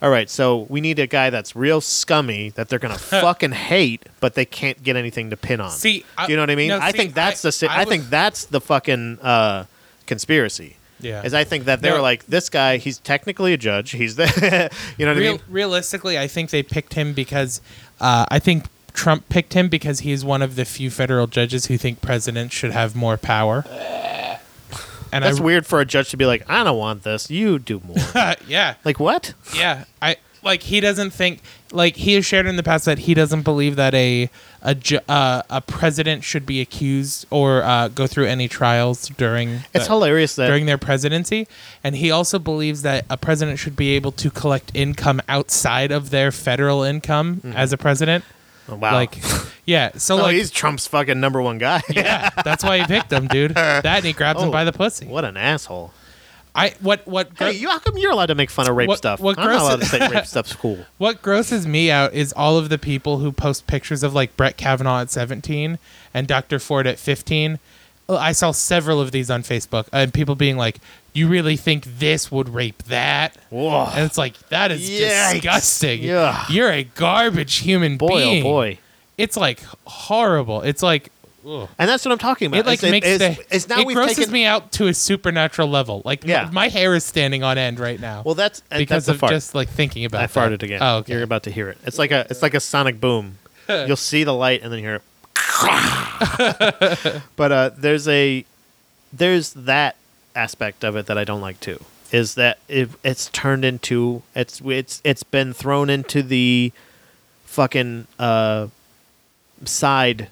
Speaker 1: all right, so we need a guy that's real scummy that they're gonna fucking hate, but they can't get anything to pin on.
Speaker 2: See, I-
Speaker 1: Do you know what I mean?
Speaker 2: no,
Speaker 1: I
Speaker 2: see,
Speaker 1: think that's
Speaker 2: I-
Speaker 1: the si-
Speaker 2: I
Speaker 1: I,
Speaker 2: was-
Speaker 1: think that's the fucking uh, conspiracy.
Speaker 2: Yeah.
Speaker 1: is I think that they
Speaker 2: No.
Speaker 1: were like this guy. He's technically a judge. He's the you know what I
Speaker 2: Real,
Speaker 1: mean?
Speaker 2: realistically, I think they picked him because uh, I think Trump picked him because he is one of the few federal judges who think presidents should have more power. And
Speaker 1: That's
Speaker 2: I,
Speaker 1: weird for a judge to be like, I don't want this. You do more.
Speaker 2: yeah,
Speaker 1: like what?
Speaker 2: yeah. I like he doesn't think like he has shared in the past that he doesn't believe that a a ju- uh, a president should be accused or uh, go through any trials during
Speaker 1: It's
Speaker 2: the-
Speaker 1: hilarious that
Speaker 2: during their presidency. And he also believes that a president should be able to collect income outside of their federal income
Speaker 1: Mm-hmm.
Speaker 2: as a president.
Speaker 1: oh, wow.
Speaker 2: Like, yeah. So,
Speaker 1: No,
Speaker 2: like,
Speaker 1: he's Trump's fucking number one guy.
Speaker 2: yeah, that's why he picked him, dude. That and he grabs him
Speaker 1: Oh,
Speaker 2: by the pussy.
Speaker 1: What an asshole.
Speaker 2: I what what gro-
Speaker 1: Hey, you, how come you're allowed to make fun of rape
Speaker 2: What-
Speaker 1: stuff?
Speaker 2: what
Speaker 1: I'm not
Speaker 2: gross-
Speaker 1: allowed to say rape stuff's cool.
Speaker 2: what grosses me out is all of the people who post pictures of like Brett Kavanaugh at 17 and Dr. Ford at 15. Uh, I saw several of these on Facebook uh, and people being like, "You really think this would rape that?"
Speaker 1: Whoa.
Speaker 2: And it's like that is
Speaker 1: Yikes.
Speaker 2: disgusting.
Speaker 1: Yeah.
Speaker 2: You're a garbage human
Speaker 1: Boy,
Speaker 2: being.
Speaker 1: oh boy.
Speaker 2: It's like horrible. It's like
Speaker 1: And that's what I'm talking about.
Speaker 2: it like
Speaker 1: Is
Speaker 2: makes
Speaker 1: is-
Speaker 2: the
Speaker 1: is now
Speaker 2: it
Speaker 1: we've
Speaker 2: grosses
Speaker 1: taken-
Speaker 2: me out to a supernatural level. Like m-
Speaker 1: Yeah.
Speaker 2: my hair is standing on end right now.
Speaker 1: Well, that's and
Speaker 2: because
Speaker 1: that's the
Speaker 2: of
Speaker 1: fart.
Speaker 2: just like thinking about
Speaker 1: I
Speaker 2: that.
Speaker 1: farted again.
Speaker 2: Oh, okay.
Speaker 1: You're about to hear it. It's like a it's like a sonic boom. You'll see the light and then you hear it. but uh, there's a there's that aspect of it that I don't like too. Is that it, it's turned into it's it's it's been thrown into the fucking uh, side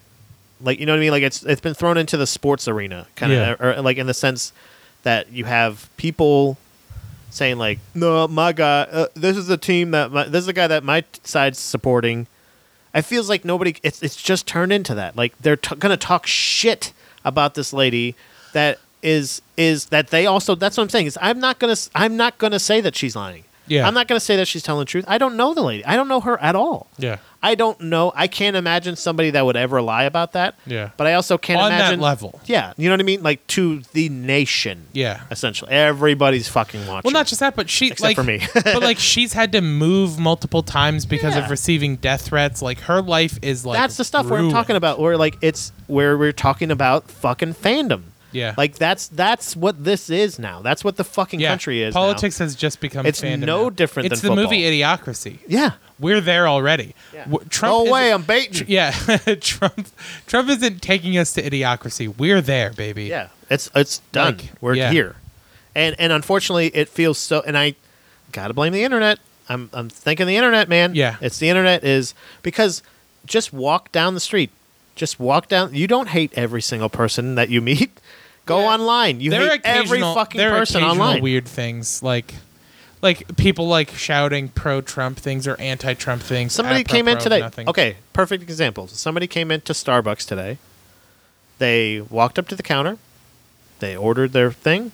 Speaker 1: like you know what I mean? Like it's it's been thrown into the sports arena kind of,
Speaker 2: Yeah.
Speaker 1: or, or, like in the sense that you have people saying like, no, my guy, uh, this is the team that my, this is the guy that my t- side's supporting. I feels like nobody. It's it's just turned into that. Like they're t- gonna talk shit about this lady that is is that they also. That's what I'm saying. Is I'm not gonna s- I'm not gonna say that she's lying.
Speaker 2: Yeah.
Speaker 1: I'm not gonna say that she's telling the truth. I don't know the lady. I don't know her at all.
Speaker 2: Yeah.
Speaker 1: I don't know. I can't imagine somebody that would ever lie about that.
Speaker 2: Yeah.
Speaker 1: But I also can't
Speaker 2: On that
Speaker 1: imagine
Speaker 2: level.
Speaker 1: Yeah, you know what I mean? Like to the nation.
Speaker 2: Yeah.
Speaker 1: Essentially, everybody's fucking watching.
Speaker 2: Well, not just that, but she
Speaker 1: Except
Speaker 2: like
Speaker 1: for me.
Speaker 2: but like she's had to move multiple times because
Speaker 1: Yeah.
Speaker 2: of receiving death threats. Like her life is like
Speaker 1: that's the stuff where I'm
Speaker 2: ruined.
Speaker 1: talking about. Where like it's where we're talking about fucking fandom.
Speaker 2: Yeah.
Speaker 1: Like that's that's what this is now. That's what the fucking
Speaker 2: Yeah.
Speaker 1: country is. now.
Speaker 2: Politics has just become
Speaker 1: It's
Speaker 2: fandom
Speaker 1: no
Speaker 2: now.
Speaker 1: different
Speaker 2: It's
Speaker 1: than
Speaker 2: the
Speaker 1: football.
Speaker 2: movie Idiocracy.
Speaker 1: Yeah.
Speaker 2: We're there already.
Speaker 1: Yeah.
Speaker 2: W- Trump
Speaker 1: No
Speaker 2: isn't-
Speaker 1: way, I'm baiting.
Speaker 2: Yeah, Trump. Trump isn't taking us to idiocracy. We're there, baby.
Speaker 1: Yeah, it's it's done.
Speaker 2: Like,
Speaker 1: We're
Speaker 2: yeah.
Speaker 1: here, and and unfortunately, it feels so. And I gotta blame the internet. I'm I'm thinking the internet, man.
Speaker 2: Yeah.
Speaker 1: it's the internet is because just walk down the street, just walk down. You don't hate every single person that you meet. Go
Speaker 2: Yeah.
Speaker 1: online. You
Speaker 2: there are
Speaker 1: hate every
Speaker 2: occasional-
Speaker 1: fucking
Speaker 2: there are
Speaker 1: person
Speaker 2: occasional
Speaker 1: online.
Speaker 2: Weird things like. Like people like shouting pro-Trump things or anti-Trump things.
Speaker 1: Somebody came in
Speaker 2: apropos of
Speaker 1: today.
Speaker 2: nothing.
Speaker 1: Okay, perfect example. Somebody came into Starbucks today. They walked up to the counter. They ordered their thing.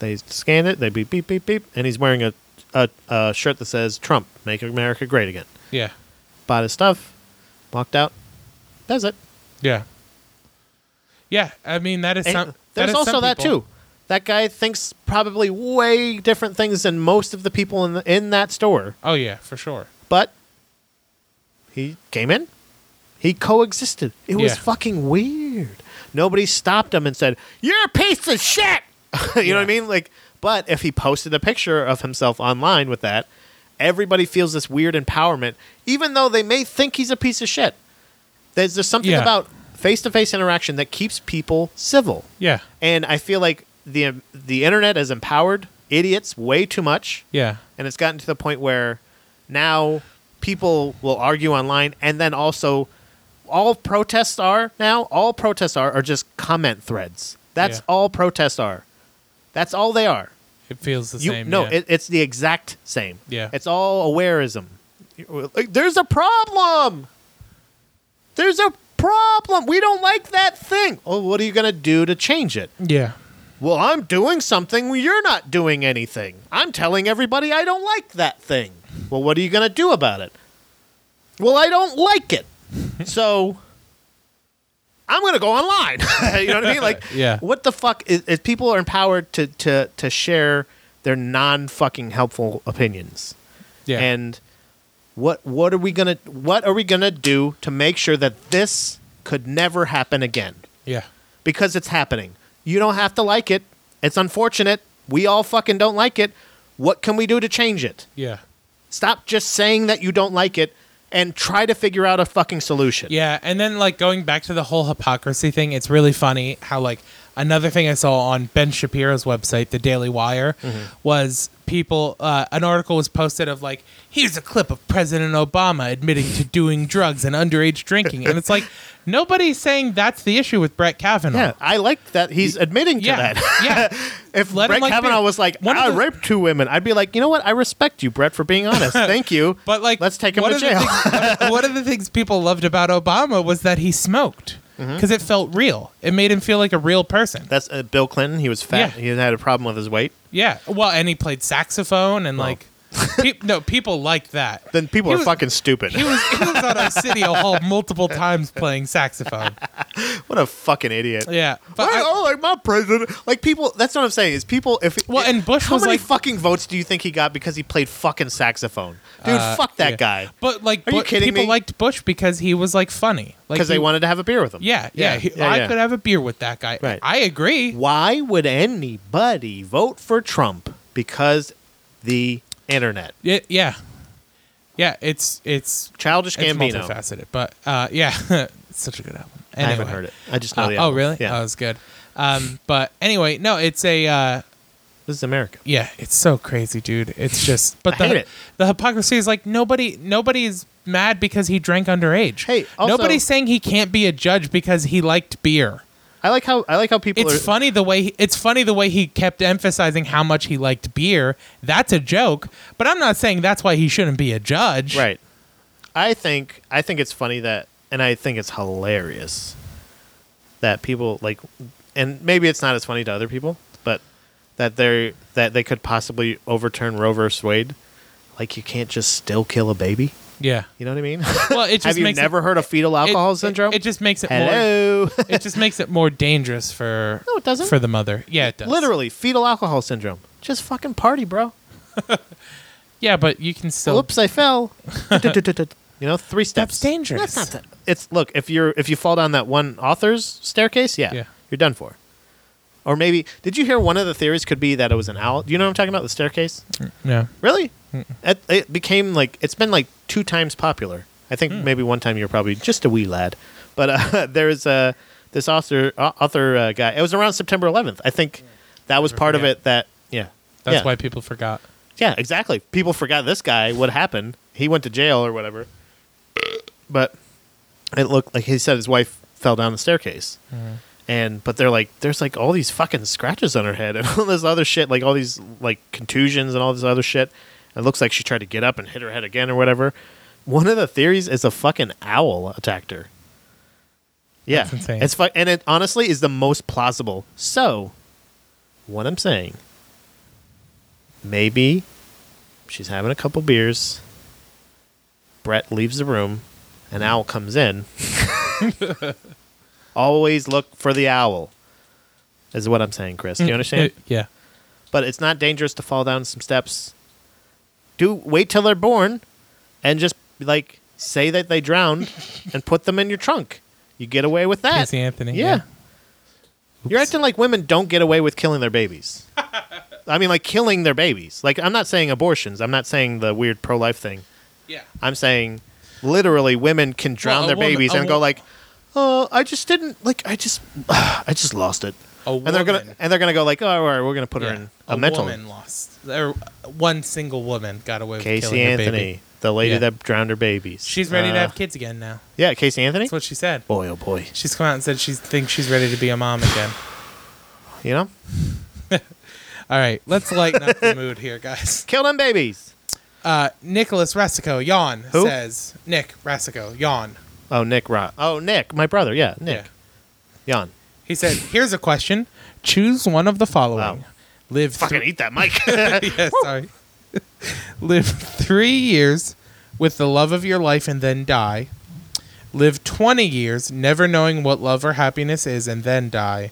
Speaker 1: They scanned it. They beep beep beep beep, and he's wearing a a, a shirt that says "Trump, Make America Great Again."
Speaker 2: Yeah.
Speaker 1: Bought his stuff, walked out. That's it.
Speaker 2: Yeah. Yeah, I mean that is
Speaker 1: And
Speaker 2: some.
Speaker 1: there's
Speaker 2: is some
Speaker 1: also that
Speaker 2: people.
Speaker 1: too. That guy thinks probably way different things than most of the people in the, in that store.
Speaker 2: Oh yeah, for sure.
Speaker 1: but he came in. He coexisted. It was
Speaker 2: Yeah.
Speaker 1: fucking weird. Nobody stopped him and said, "You're a piece of shit." you know what I mean? Like, but if he posted a picture of himself online with that, everybody feels this weird empowerment, even though they may think he's a piece of shit. There's there's something
Speaker 2: Yeah.
Speaker 1: about face-to-face interaction that keeps people civil.
Speaker 2: Yeah.
Speaker 1: And I feel like the the internet has empowered idiots way too much
Speaker 2: Yeah.
Speaker 1: and it's gotten to the point where now people will argue online and then also all protests are now all protests are are just comment threads that's
Speaker 2: Yeah.
Speaker 1: all protests are that's all they are
Speaker 2: It feels the
Speaker 1: you
Speaker 2: same.
Speaker 1: no
Speaker 2: yeah.
Speaker 1: it, it's the exact same
Speaker 2: Yeah.
Speaker 1: it's all awareism like, there's a problem there's a problem we don't like that thing oh what are you going to do to change it
Speaker 2: yeah.
Speaker 1: well, I'm doing something. Well, you're not doing anything. I'm telling everybody I don't like that thing. Well, what are you going to do about it? Well, I don't like it. so I'm going to go online. you know what I mean? Like,
Speaker 2: Yeah.
Speaker 1: what the fuck is, is people are empowered to, to, to share their non fucking helpful opinions.
Speaker 2: Yeah.
Speaker 1: And what what are we gonna what are we gonna do to make sure that this could never happen again?
Speaker 2: yeah.
Speaker 1: because it's happening. You don't have to like it. It's unfortunate. We all fucking don't like it. What can we do to change it?
Speaker 2: Yeah.
Speaker 1: Stop just saying that you don't like it and try to figure out a fucking solution.
Speaker 2: Yeah, and then like going back to the whole hypocrisy thing, it's really funny how like another thing I saw on Ben Shapiro's website, The Daily Wire,
Speaker 1: Mm-hmm.
Speaker 2: was people uh, an article was posted of like here's a clip of President Obama admitting to doing drugs and underage drinking, and it's like nobody's saying that's the issue with Brett Kavanaugh.
Speaker 1: Yeah, I like that he's admitting to
Speaker 2: Yeah,
Speaker 1: that.
Speaker 2: yeah.
Speaker 1: if
Speaker 2: Let him,
Speaker 1: Brett
Speaker 2: like, be-
Speaker 1: Kavanaugh was like,
Speaker 2: one of
Speaker 1: "I
Speaker 2: the-
Speaker 1: raped two women," I'd be like, "You know what? I respect you, Brett, for being honest. Thank you."
Speaker 2: But like,
Speaker 1: let's take him
Speaker 2: one
Speaker 1: to
Speaker 2: of the
Speaker 1: jail.
Speaker 2: things- one of- one of the things people loved about Obama was that he smoked
Speaker 1: Mm-hmm.
Speaker 2: because it felt real. It made him feel like a real person.
Speaker 1: That's uh, Bill Clinton. He was fat.
Speaker 2: Yeah.
Speaker 1: He had a problem with his weight.
Speaker 2: Yeah. Well, and he played saxophone and like, pe- no, people like that.
Speaker 1: Then people
Speaker 2: He
Speaker 1: are
Speaker 2: was-
Speaker 1: fucking stupid.
Speaker 2: He was, he was on Arsenio Hall multiple times playing saxophone.
Speaker 1: what a fucking idiot.
Speaker 2: Yeah. But
Speaker 1: I,
Speaker 2: I-
Speaker 1: oh, like my president, like people. That's what I'm saying is people. If
Speaker 2: Well, and Bush
Speaker 1: how
Speaker 2: was
Speaker 1: many
Speaker 2: like-
Speaker 1: fucking votes do you think he got because he played fucking saxophone, dude?
Speaker 2: uh,
Speaker 1: fuck that
Speaker 2: yeah.
Speaker 1: guy.
Speaker 2: But like,
Speaker 1: Are you
Speaker 2: Bu-
Speaker 1: kidding
Speaker 2: people
Speaker 1: me?
Speaker 2: liked Bush because he was like funny. Like,
Speaker 1: Because
Speaker 2: he-
Speaker 1: they wanted to have a beer with him.
Speaker 2: Yeah, yeah. he-
Speaker 1: yeah,
Speaker 2: I
Speaker 1: yeah.
Speaker 2: could have a beer with that guy.
Speaker 1: Right.
Speaker 2: I agree.
Speaker 1: Why would anybody vote for Trump? Because the internet,
Speaker 2: Yeah, yeah. Yeah. It's it's
Speaker 1: childish
Speaker 2: it's
Speaker 1: Gambino.
Speaker 2: multifaceted, but uh, yeah, it's such a good album.
Speaker 1: I
Speaker 2: Anyway.
Speaker 1: haven't heard it. I just know
Speaker 2: Uh,
Speaker 1: the.
Speaker 2: oh
Speaker 1: album.
Speaker 2: really?
Speaker 1: Yeah.
Speaker 2: Oh, it's good. Um, but anyway, no, it's a uh,
Speaker 1: this is America.
Speaker 2: Yeah, it's so crazy, dude. It's just but
Speaker 1: I
Speaker 2: the
Speaker 1: hate it.
Speaker 2: the hypocrisy is like nobody nobody's mad because he drank underage.
Speaker 1: Hey, also-
Speaker 2: nobody's saying he can't be a judge because he liked beer.
Speaker 1: I like how I like how people
Speaker 2: It's
Speaker 1: are.
Speaker 2: funny the way he, it's funny the way he kept emphasizing how much he liked beer. That's a joke, but I'm not saying that's why he shouldn't be a judge.
Speaker 1: Right. I think I think it's funny that and I think it's hilarious that people like and maybe it's not as funny to other people, but that they that they could possibly overturn Roe versus Wade. Like you can't just still kill a baby.
Speaker 2: Yeah.
Speaker 1: You know what I mean?
Speaker 2: Well, it just
Speaker 1: Have you
Speaker 2: makes it-
Speaker 1: never heard of fetal
Speaker 2: It-
Speaker 1: alcohol
Speaker 2: it-
Speaker 1: syndrome?
Speaker 2: It, just makes it more
Speaker 1: Hello.
Speaker 2: it just makes it more dangerous for
Speaker 1: No, it doesn't.
Speaker 2: for the mother. Yeah, it does.
Speaker 1: Literally, fetal alcohol syndrome. Just fucking party, bro.
Speaker 2: Yeah, but you can still
Speaker 1: Oops, I fell. you know, three steps.
Speaker 2: That's dangerous.
Speaker 1: That's not that. It's look if you're if you fall down that one author's staircase, yeah,
Speaker 2: Yeah.
Speaker 1: you're done for. Or maybe did you hear one of the theories could be that it was an owl? Do you know what I'm talking about? The staircase.
Speaker 2: Yeah.
Speaker 1: Really? It, it became like it's been like two times popular. I
Speaker 2: Hmm.
Speaker 1: think maybe one time you were probably just a wee lad, but uh, there's uh, this author au- author uh, guy. It was around September 11th. I think that was part of
Speaker 2: Yeah.
Speaker 1: it. That yeah,
Speaker 2: That's
Speaker 1: yeah.
Speaker 2: why people forgot.
Speaker 1: Yeah, exactly. People forgot this guy. What happened? He went to jail or whatever. But it looked like he said his wife fell down the staircase.
Speaker 2: Mm-hmm.
Speaker 1: And but they're like, there's like all these fucking scratches on her head and all this other shit, like all these like contusions and all this other shit. It looks like she tried to get up and hit her head again or whatever. One of the theories is a fucking owl attacked her. Yeah,
Speaker 2: That's insane.
Speaker 1: it's fu- and it honestly is the most plausible. So, what I'm saying maybe she's having a couple beers. Brett leaves the room. An owl comes in. Always look for the owl, is what I'm saying, Chris. Do you understand?
Speaker 2: Uh, Yeah.
Speaker 1: But it's not dangerous to fall down some steps. Do wait till they're born, and just like say that they drowned, and put them in your trunk. You get away with that.
Speaker 2: Uh, Casey Anthony,
Speaker 1: Yeah.
Speaker 2: yeah.
Speaker 1: You're acting like women don't get away with killing their babies. I mean, like killing their babies. Like, I'm not saying abortions. I'm not saying the weird pro life thing.
Speaker 2: Yeah.
Speaker 1: I'm saying literally women can drown
Speaker 2: a
Speaker 1: their
Speaker 2: woman-
Speaker 1: babies
Speaker 2: a
Speaker 1: and go
Speaker 2: wo-
Speaker 1: like, "Oh, I just didn't like I just I just lost it."
Speaker 2: A
Speaker 1: and they're going
Speaker 2: woman.
Speaker 1: to and they're going to go like, "Oh, all right, we're going to put her in a, mental
Speaker 2: woman lost. Or one single woman got away with
Speaker 1: Casey
Speaker 2: killing her
Speaker 1: Anthony,
Speaker 2: baby.
Speaker 1: the lady
Speaker 2: Yeah.
Speaker 1: that drowned her babies.
Speaker 2: She's ready to
Speaker 1: Uh,
Speaker 2: have kids again now.
Speaker 1: Yeah, Casey Anthony?
Speaker 2: That's what she said.
Speaker 1: Boy, oh boy.
Speaker 2: She's come out and said she thinks she's ready to be a mom again.
Speaker 1: You know?
Speaker 2: All right, let's lighten up the mood here, guys.
Speaker 1: Kill them babies.
Speaker 2: Uh, Nicholas Rassico, yawn,
Speaker 1: Who?
Speaker 2: says Nick Rassico, yawn.
Speaker 1: Oh, Nick Rock. Oh, Nick, my brother. Yeah, Nick. Jan.
Speaker 2: He said, "Here's a question. Choose one of the following:
Speaker 1: Wow.
Speaker 2: live
Speaker 1: Fucking
Speaker 2: three-
Speaker 1: eat that mic.
Speaker 2: yeah, sorry. live three years with the love of your life and then die. Live 20 years never knowing what love or happiness is and then die.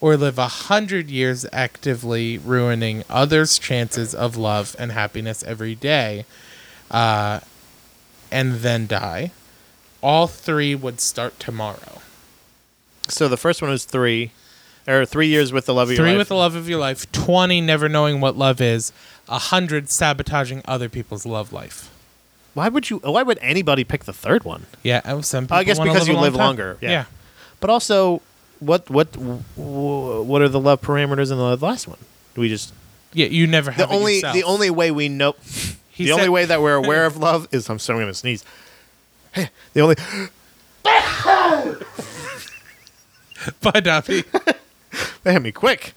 Speaker 2: Or live 100 years actively ruining others' chances of love and happiness every day uh, and then die. All three would start tomorrow.
Speaker 1: so the first one was three, or three years with the love of your
Speaker 2: Three
Speaker 1: life.
Speaker 2: with the love of your life, 20 never knowing what love is, 100 sabotaging other people's love life.
Speaker 1: Why would you? Why would anybody pick the third one?
Speaker 2: Yeah, oh, some people
Speaker 1: I guess
Speaker 2: wanna
Speaker 1: because
Speaker 2: live a
Speaker 1: you
Speaker 2: long
Speaker 1: live
Speaker 2: time.
Speaker 1: longer, yeah.
Speaker 2: yeah.
Speaker 1: But also, what what wh- what are the love parameters in the last one? Do we just
Speaker 2: Yeah, you never have
Speaker 1: the
Speaker 2: it
Speaker 1: only
Speaker 2: yourself.
Speaker 1: the only way we know
Speaker 2: He
Speaker 1: the only
Speaker 2: said-
Speaker 1: way that we're aware of love is I'm so I'm gonna sneeze. The only
Speaker 2: Bye, Duffy.
Speaker 1: They hit me quick.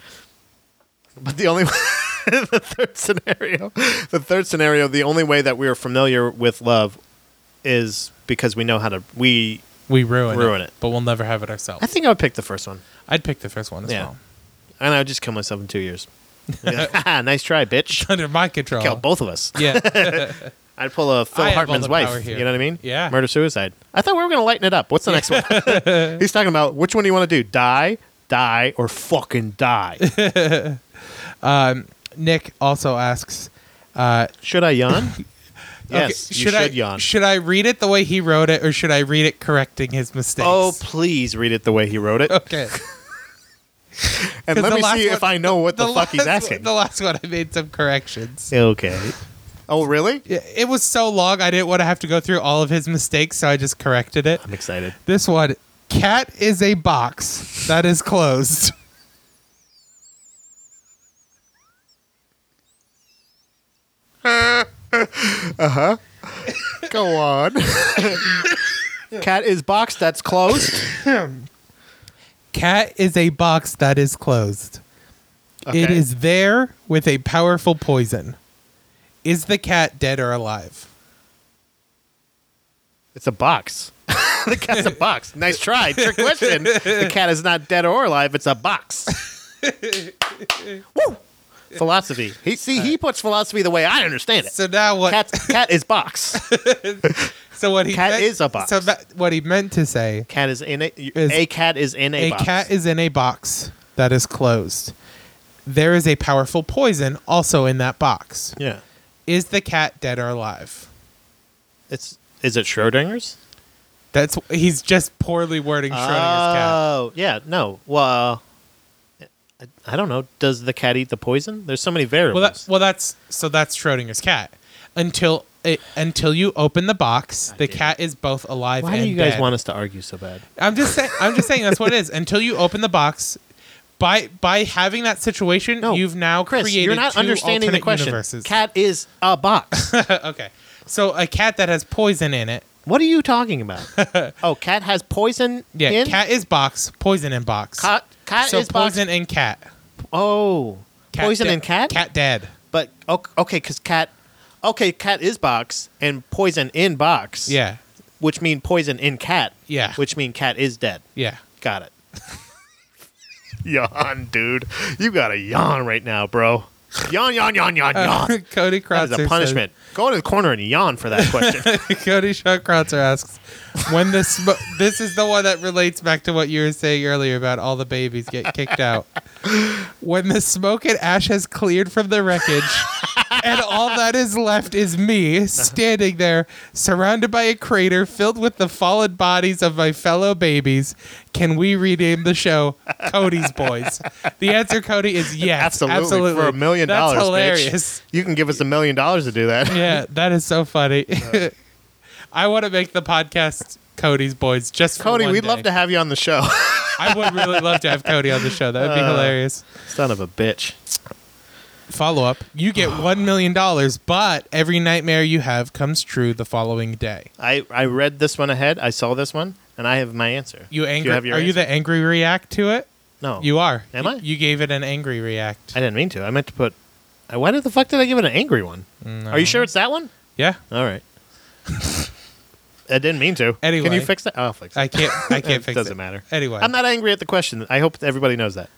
Speaker 1: But the only the third scenario, the third scenario, the only way that we are familiar with love is because we know how to. We,
Speaker 2: we ruin
Speaker 1: Ruin
Speaker 2: it,
Speaker 1: it.
Speaker 2: but we'll never have it
Speaker 1: I
Speaker 2: ourselves.
Speaker 1: think I would pick the first one,
Speaker 2: I'd pick the first one as
Speaker 1: Yeah.
Speaker 2: well.
Speaker 1: and I would just kill myself in two years. Yeah. nice try, bitch.
Speaker 2: Under my control.
Speaker 1: Kill both of us.
Speaker 2: Yeah,
Speaker 1: I'd pull a Phil
Speaker 2: I have all
Speaker 1: Hartman's
Speaker 2: the power
Speaker 1: wife.
Speaker 2: here.
Speaker 1: You know what I mean?
Speaker 2: Yeah.
Speaker 1: Murder suicide. I thought we were gonna lighten it up. What's the next one? He's talking about which one do you want to do? Die, die, or fucking die.
Speaker 2: Nick also asks,
Speaker 1: should I yawn?
Speaker 2: okay,
Speaker 1: yes, you
Speaker 2: should
Speaker 1: should
Speaker 2: I
Speaker 1: yawn.
Speaker 2: should I read it the way he wrote it, or should I read it correcting his mistakes?
Speaker 1: Oh, please read it the way he wrote it,
Speaker 2: okay.
Speaker 1: and
Speaker 2: 'Cause
Speaker 1: let
Speaker 2: the
Speaker 1: me
Speaker 2: last
Speaker 1: see
Speaker 2: one-
Speaker 1: if I know what the, fuck he's
Speaker 2: last one-
Speaker 1: asking.
Speaker 2: The last one, I made some corrections.
Speaker 1: Okay. Oh, really?
Speaker 2: Yeah, It was so long, I didn't want to have to go through all of his mistakes, so I just corrected it.
Speaker 1: I'm excited.
Speaker 2: This one, cat is a box that is closed.
Speaker 1: Go on. Cat is box that's closed.
Speaker 2: Cat is a box that is closed. It
Speaker 1: Okay.
Speaker 2: is there with a powerful poison. Is the cat dead or alive?
Speaker 1: It's a box. the cat's a box. Nice try. Trick question. The cat is not dead or alive. It's a box. Woo! Philosophy. He see he puts philosophy the way I understand it.
Speaker 2: So now what?
Speaker 1: Cat cat is box.
Speaker 2: so what he
Speaker 1: cat
Speaker 2: meant-
Speaker 1: is a box.
Speaker 2: So that, what he meant to say
Speaker 1: Cat is in a
Speaker 2: Is-
Speaker 1: a cat is in a,
Speaker 2: A
Speaker 1: box.
Speaker 2: cat is in a box that is closed. There is a powerful poison also in that box.
Speaker 1: yeah.
Speaker 2: Is the cat dead or alive?
Speaker 1: It's is it Schrodinger's?
Speaker 2: That's he's just poorly wording Schrodinger's cat.
Speaker 1: Oh, yeah. No. Well, I, I don't know. Does the cat eat the poison? There's so many variables.
Speaker 2: Well, that, well, that's so that's Schrodinger's cat. Until it, until you open the box, the
Speaker 1: damn
Speaker 2: cat is both alive.
Speaker 1: Why
Speaker 2: and
Speaker 1: do you guys
Speaker 2: dead.
Speaker 1: want us to argue so bad?
Speaker 2: I'm just saying. I'm just saying that's what it is. Until you open the box, by by having that situation,
Speaker 1: No,
Speaker 2: you've now
Speaker 1: Chris,
Speaker 2: created
Speaker 1: you're not
Speaker 2: two
Speaker 1: understanding the
Speaker 2: alternate
Speaker 1: question.
Speaker 2: Universes.
Speaker 1: Cat is a box.
Speaker 2: okay, so a cat that has poison in it
Speaker 1: what are you talking about? oh, cat has poison.
Speaker 2: Yeah,
Speaker 1: in?
Speaker 2: cat is box, poison in box.
Speaker 1: Cat, cat
Speaker 2: so
Speaker 1: is
Speaker 2: poison
Speaker 1: box.
Speaker 2: and cat.
Speaker 1: Oh,
Speaker 2: Cat
Speaker 1: poison
Speaker 2: dead-
Speaker 1: and cat.
Speaker 2: Cat dead.
Speaker 1: But okay, okay, because cat. Okay, cat is box and poison in box.
Speaker 2: Yeah,
Speaker 1: Which mean poison in cat.
Speaker 2: Yeah.
Speaker 1: Which mean cat is dead.
Speaker 2: yeah.
Speaker 1: Got it. yawn, dude. You got to yawn right now, bro. Yawn, yawn, yawn, yawn,
Speaker 2: Uh,
Speaker 1: yawn.
Speaker 2: Cody
Speaker 1: That
Speaker 2: Crotzer
Speaker 1: is a punishment. Go to the corner and yawn for that question.
Speaker 2: says- Cody Shaw Crotzer asks, "When the sm- this is the one that relates back to what you were saying earlier about all the babies get kicked out. When the smoke and ash has cleared from the wreckage, and all that is left is me standing there, surrounded by a crater filled with the fallen bodies of my fellow babies. Can we rename the show Cody's Boys? The answer, Cody, is yes.
Speaker 1: Absolutely,
Speaker 2: Absolutely.
Speaker 1: for a million
Speaker 2: That's
Speaker 1: dollars. bitch.
Speaker 2: hilarious.
Speaker 1: You can give us a million dollars to do that.
Speaker 2: Yeah, that is so funny. I want to make the podcast Cody's Boys just for
Speaker 1: Cody,
Speaker 2: one
Speaker 1: we'd
Speaker 2: day.
Speaker 1: love to have you on the show.
Speaker 2: I would really love to have Cody on the show. That would
Speaker 1: Uh,
Speaker 2: be hilarious.
Speaker 1: Son of a bitch.
Speaker 2: Follow up. You get $1 million, but every nightmare you have comes true the following day.
Speaker 1: I, I read this one ahead. I saw this one, and I have my answer.
Speaker 2: You
Speaker 1: Do
Speaker 2: angry?
Speaker 1: have
Speaker 2: are
Speaker 1: your
Speaker 2: you
Speaker 1: answer?
Speaker 2: the angry react to it?
Speaker 1: No.
Speaker 2: You are.
Speaker 1: Am
Speaker 2: You-
Speaker 1: I?
Speaker 2: You gave it an angry react.
Speaker 1: I didn't mean to. I meant to put. I- Why did the fuck did I give it an angry one? Are you sure it's that one?
Speaker 2: yeah.
Speaker 1: All right. I didn't mean to.
Speaker 2: Anyway.
Speaker 1: can you fix that? I'll fix it.
Speaker 2: I can't. I can't
Speaker 1: It
Speaker 2: fix it.
Speaker 1: doesn't matter.
Speaker 2: Anyway,
Speaker 1: I'm not angry at the question. I hope everybody knows that.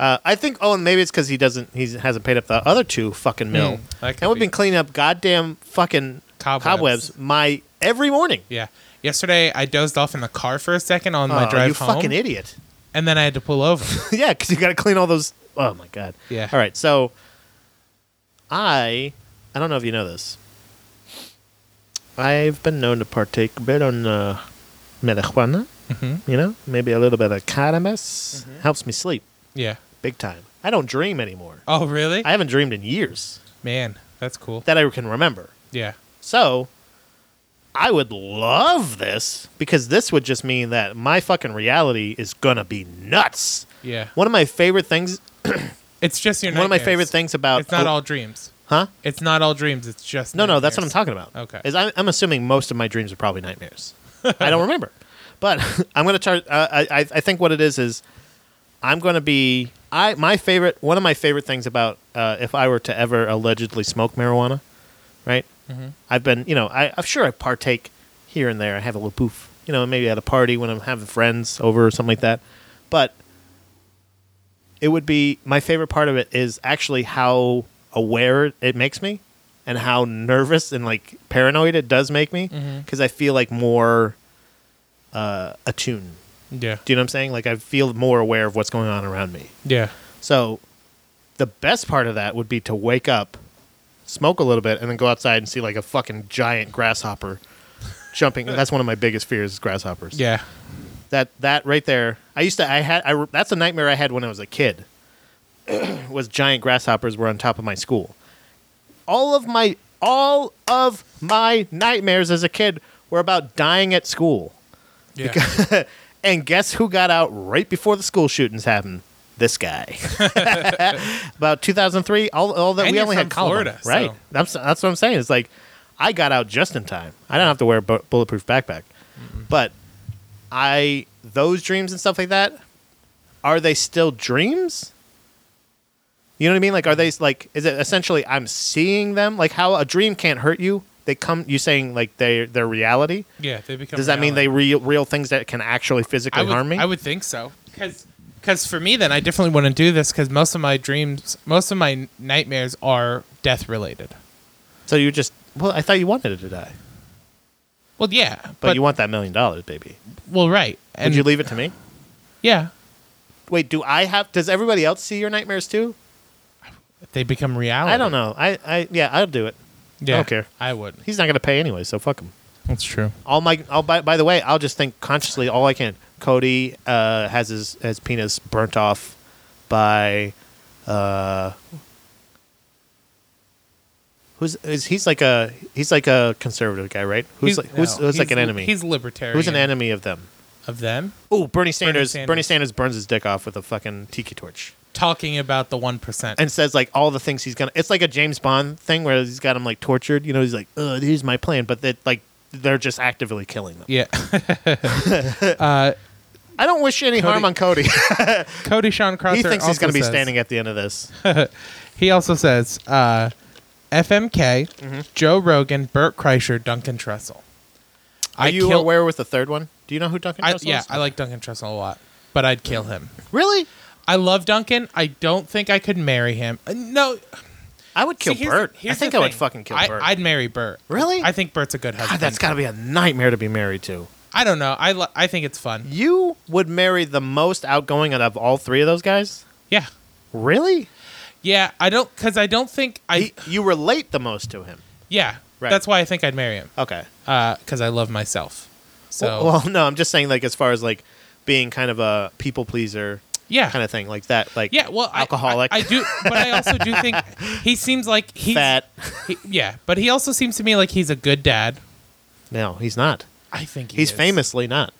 Speaker 1: uh, I think. Oh, and maybe it's because he doesn't. He hasn't paid up the other two fucking mil.
Speaker 2: Hmm, that could
Speaker 1: and we've
Speaker 2: be.
Speaker 1: been cleaning up goddamn fucking
Speaker 2: Cobwebs.
Speaker 1: cobwebs, my every morning.
Speaker 2: Yeah. Yesterday, I dozed off in the car for a second on my
Speaker 1: Oh,
Speaker 2: drive
Speaker 1: you
Speaker 2: home,
Speaker 1: fucking idiot.
Speaker 2: and then I had to pull over.
Speaker 1: yeah, because you got to clean all those. Oh my god.
Speaker 2: Yeah.
Speaker 1: All right. So, I I don't know if you know this. I've been known to partake a bit on uh, marijuana.
Speaker 2: Mhm.
Speaker 1: You know, maybe a little bit of cannabis
Speaker 2: Mm-hmm.
Speaker 1: helps me sleep
Speaker 2: yeah.
Speaker 1: big time. I don't dream anymore.
Speaker 2: Oh, really?
Speaker 1: I haven't dreamed in years
Speaker 2: Man, that's cool.
Speaker 1: that I can remember.
Speaker 2: Yeah.
Speaker 1: So. I would love this because this would just mean that my fucking reality is gonna be nuts.
Speaker 2: Yeah.
Speaker 1: One of my favorite things
Speaker 2: It's just your.
Speaker 1: one of my
Speaker 2: nightmares.
Speaker 1: favorite things about
Speaker 2: It's not
Speaker 1: oh,
Speaker 2: all dreams.
Speaker 1: huh
Speaker 2: It's not all dreams. It's just.
Speaker 1: no no that's what i'm
Speaker 2: nightmares.
Speaker 1: talking about
Speaker 2: Okay.
Speaker 1: is I'm, I'm assuming most of my dreams are probably nightmares i don't remember but i'm gonna try uh, I, I I think what it is is i'm gonna be i my favorite one of my favorite things about uh, if i were to ever allegedly smoke marijuana right
Speaker 2: Mm-hmm.
Speaker 1: i've been you know I, i'm sure i partake here and there i have a little poof you know maybe at a party when i'm having friends over or something like that but it would be my favorite part of it is actually how aware it makes me and how nervous and like paranoid it does make me because I feel like more uh, attuned.
Speaker 2: Yeah.
Speaker 1: Do you know what I'm saying? Like I feel more aware of what's going on around me.
Speaker 2: Yeah.
Speaker 1: So the best part of that would be to wake up, smoke a little bit, and then go outside and see like a fucking giant grasshopper jumping. That's one of my biggest fears: is grasshoppers
Speaker 2: Yeah.
Speaker 1: that that right there i used to i had I, re- that's a nightmare i had when i was a kid was giant grasshoppers were on top of my school all of my all of my nightmares as a kid were about dying at school
Speaker 2: Yeah.
Speaker 1: and guess who got out right before the school shootings happened this guy about 2003 all, all that
Speaker 2: And
Speaker 1: we
Speaker 2: you're
Speaker 1: only
Speaker 2: from
Speaker 1: had Columbine,
Speaker 2: Florida,
Speaker 1: right
Speaker 2: so-
Speaker 1: that's, that's what i'm saying it's like i got out just in time i don't have to wear a bu- bulletproof backpack
Speaker 2: Mm-hmm.
Speaker 1: but i those dreams and stuff like that are they still dreams you know what i mean like are they like is it essentially i'm seeing them like how a dream can't hurt you they come you saying like they they're reality
Speaker 2: yeah. They become.
Speaker 1: does that mean
Speaker 2: reality.
Speaker 1: they real real things that can actually physically
Speaker 2: I would,
Speaker 1: harm me?
Speaker 2: I would think so. Because for me, then I definitely want to do this because most of my dreams, most of my nightmares are death related.
Speaker 1: so you just well, I thought you wanted it to die,
Speaker 2: Well, yeah, but,
Speaker 1: but, you want that million dollars, baby.
Speaker 2: well, right, and
Speaker 1: Would you leave it to me?
Speaker 2: yeah,
Speaker 1: Wait, do I have? Does everybody else see your nightmares too?
Speaker 2: they become reality.
Speaker 1: I don't know. I, I yeah, I'll do it.
Speaker 2: Yeah,
Speaker 1: don't care.
Speaker 2: I would.
Speaker 1: He's not gonna pay anyway, so fuck him.
Speaker 2: That's true.
Speaker 1: All my, I'll by, by the way, I'll just think consciously all I can. Cody uh, has his his penis burnt off by uh, who's is he's like a he's like a conservative guy, right? Who's
Speaker 2: He's-
Speaker 1: like who's,
Speaker 2: no,
Speaker 1: who's like
Speaker 2: he's-
Speaker 1: an enemy?
Speaker 2: He's libertarian.
Speaker 1: Who's an enemy of them?
Speaker 2: of them?
Speaker 1: Oh, Bernie Sanders, Bernie Sanders.
Speaker 2: Sanders.
Speaker 1: burns his dick off with a fucking tiki torch
Speaker 2: Talking about the one percent.
Speaker 1: and says like all the things he's gonna. It's like a James Bond thing where he's got him like tortured. You know, he's like, "Uh, here's my plan," but that like they're just actively killing them.
Speaker 2: Yeah,
Speaker 1: I don't wish any harm on
Speaker 2: Cody-
Speaker 1: Cody.
Speaker 2: Cody Sean Crosser.
Speaker 1: he thinks he's
Speaker 2: also
Speaker 1: gonna be
Speaker 2: says-
Speaker 1: standing at the end of this.
Speaker 2: He also says, uh, "FMK,
Speaker 1: Mm-hmm.
Speaker 2: Joe Rogan, Burt Kreischer, Duncan Trussell."
Speaker 1: Are
Speaker 2: I
Speaker 1: you
Speaker 2: kill-
Speaker 1: aware with the third one? Do you know who Duncan
Speaker 2: I,
Speaker 1: Trussell
Speaker 2: yeah,
Speaker 1: is?
Speaker 2: I like Duncan Trussell a lot, but I'd kill him.
Speaker 1: really?
Speaker 2: I love Duncan. I don't think I could marry him. Uh, No,
Speaker 1: I would kill
Speaker 2: see, here's the-
Speaker 1: Bert. I
Speaker 2: here's the
Speaker 1: think I would
Speaker 2: thing.
Speaker 1: fucking kill
Speaker 2: I,
Speaker 1: Bert.
Speaker 2: I'd marry Bert.
Speaker 1: Really?
Speaker 2: I think Bert's a good husband.
Speaker 1: God, that's gotta be a nightmare to be married to.
Speaker 2: I don't know. I li- I think it's fun.
Speaker 1: You would marry the most outgoing out of all three of those guys.
Speaker 2: Yeah,
Speaker 1: Really?
Speaker 2: Yeah, I don't because I don't think I.
Speaker 1: He- you relate the most to him.
Speaker 2: yeah,
Speaker 1: Right.
Speaker 2: that's why I think I'd marry him
Speaker 1: Okay.
Speaker 2: because I love myself. So
Speaker 1: Well, well, no, I'm just saying like as far as like being kind of a people pleaser
Speaker 2: yeah,
Speaker 1: kind of thing, like that, like
Speaker 2: Ah. yeah. Well, I-
Speaker 1: alcoholic,
Speaker 2: I, I, do, but I also do think he seems like he's
Speaker 1: fat.
Speaker 2: he- yeah, but he also seems to me like he's a good dad.
Speaker 1: No, he's not.
Speaker 2: I think he
Speaker 1: He's
Speaker 2: is.
Speaker 1: famously not.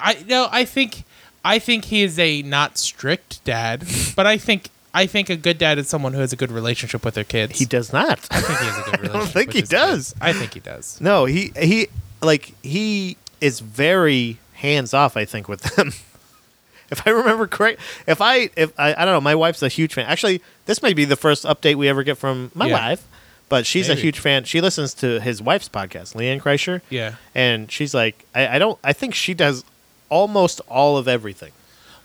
Speaker 2: I no, I think I think he is a not strict dad, but I think I think a good dad is someone who has a good relationship with their kids.
Speaker 1: He does not.
Speaker 2: I think he has a good relationship.
Speaker 1: think
Speaker 2: with
Speaker 1: he
Speaker 2: his kids.
Speaker 1: does.
Speaker 2: I think he does.
Speaker 1: no, he he like he is very hands off. I think with them. If I remember correct, if I if I, I don't know, my wife's a huge fan. Actually, this may be the first update we ever get from my
Speaker 2: Yeah.
Speaker 1: wife, but she's a
Speaker 2: Maybe.
Speaker 1: huge fan. She listens to his wife's podcast, Leanne Kreischer.
Speaker 2: Yeah.
Speaker 1: and she's like, I, I don't, I think she does almost all of everything.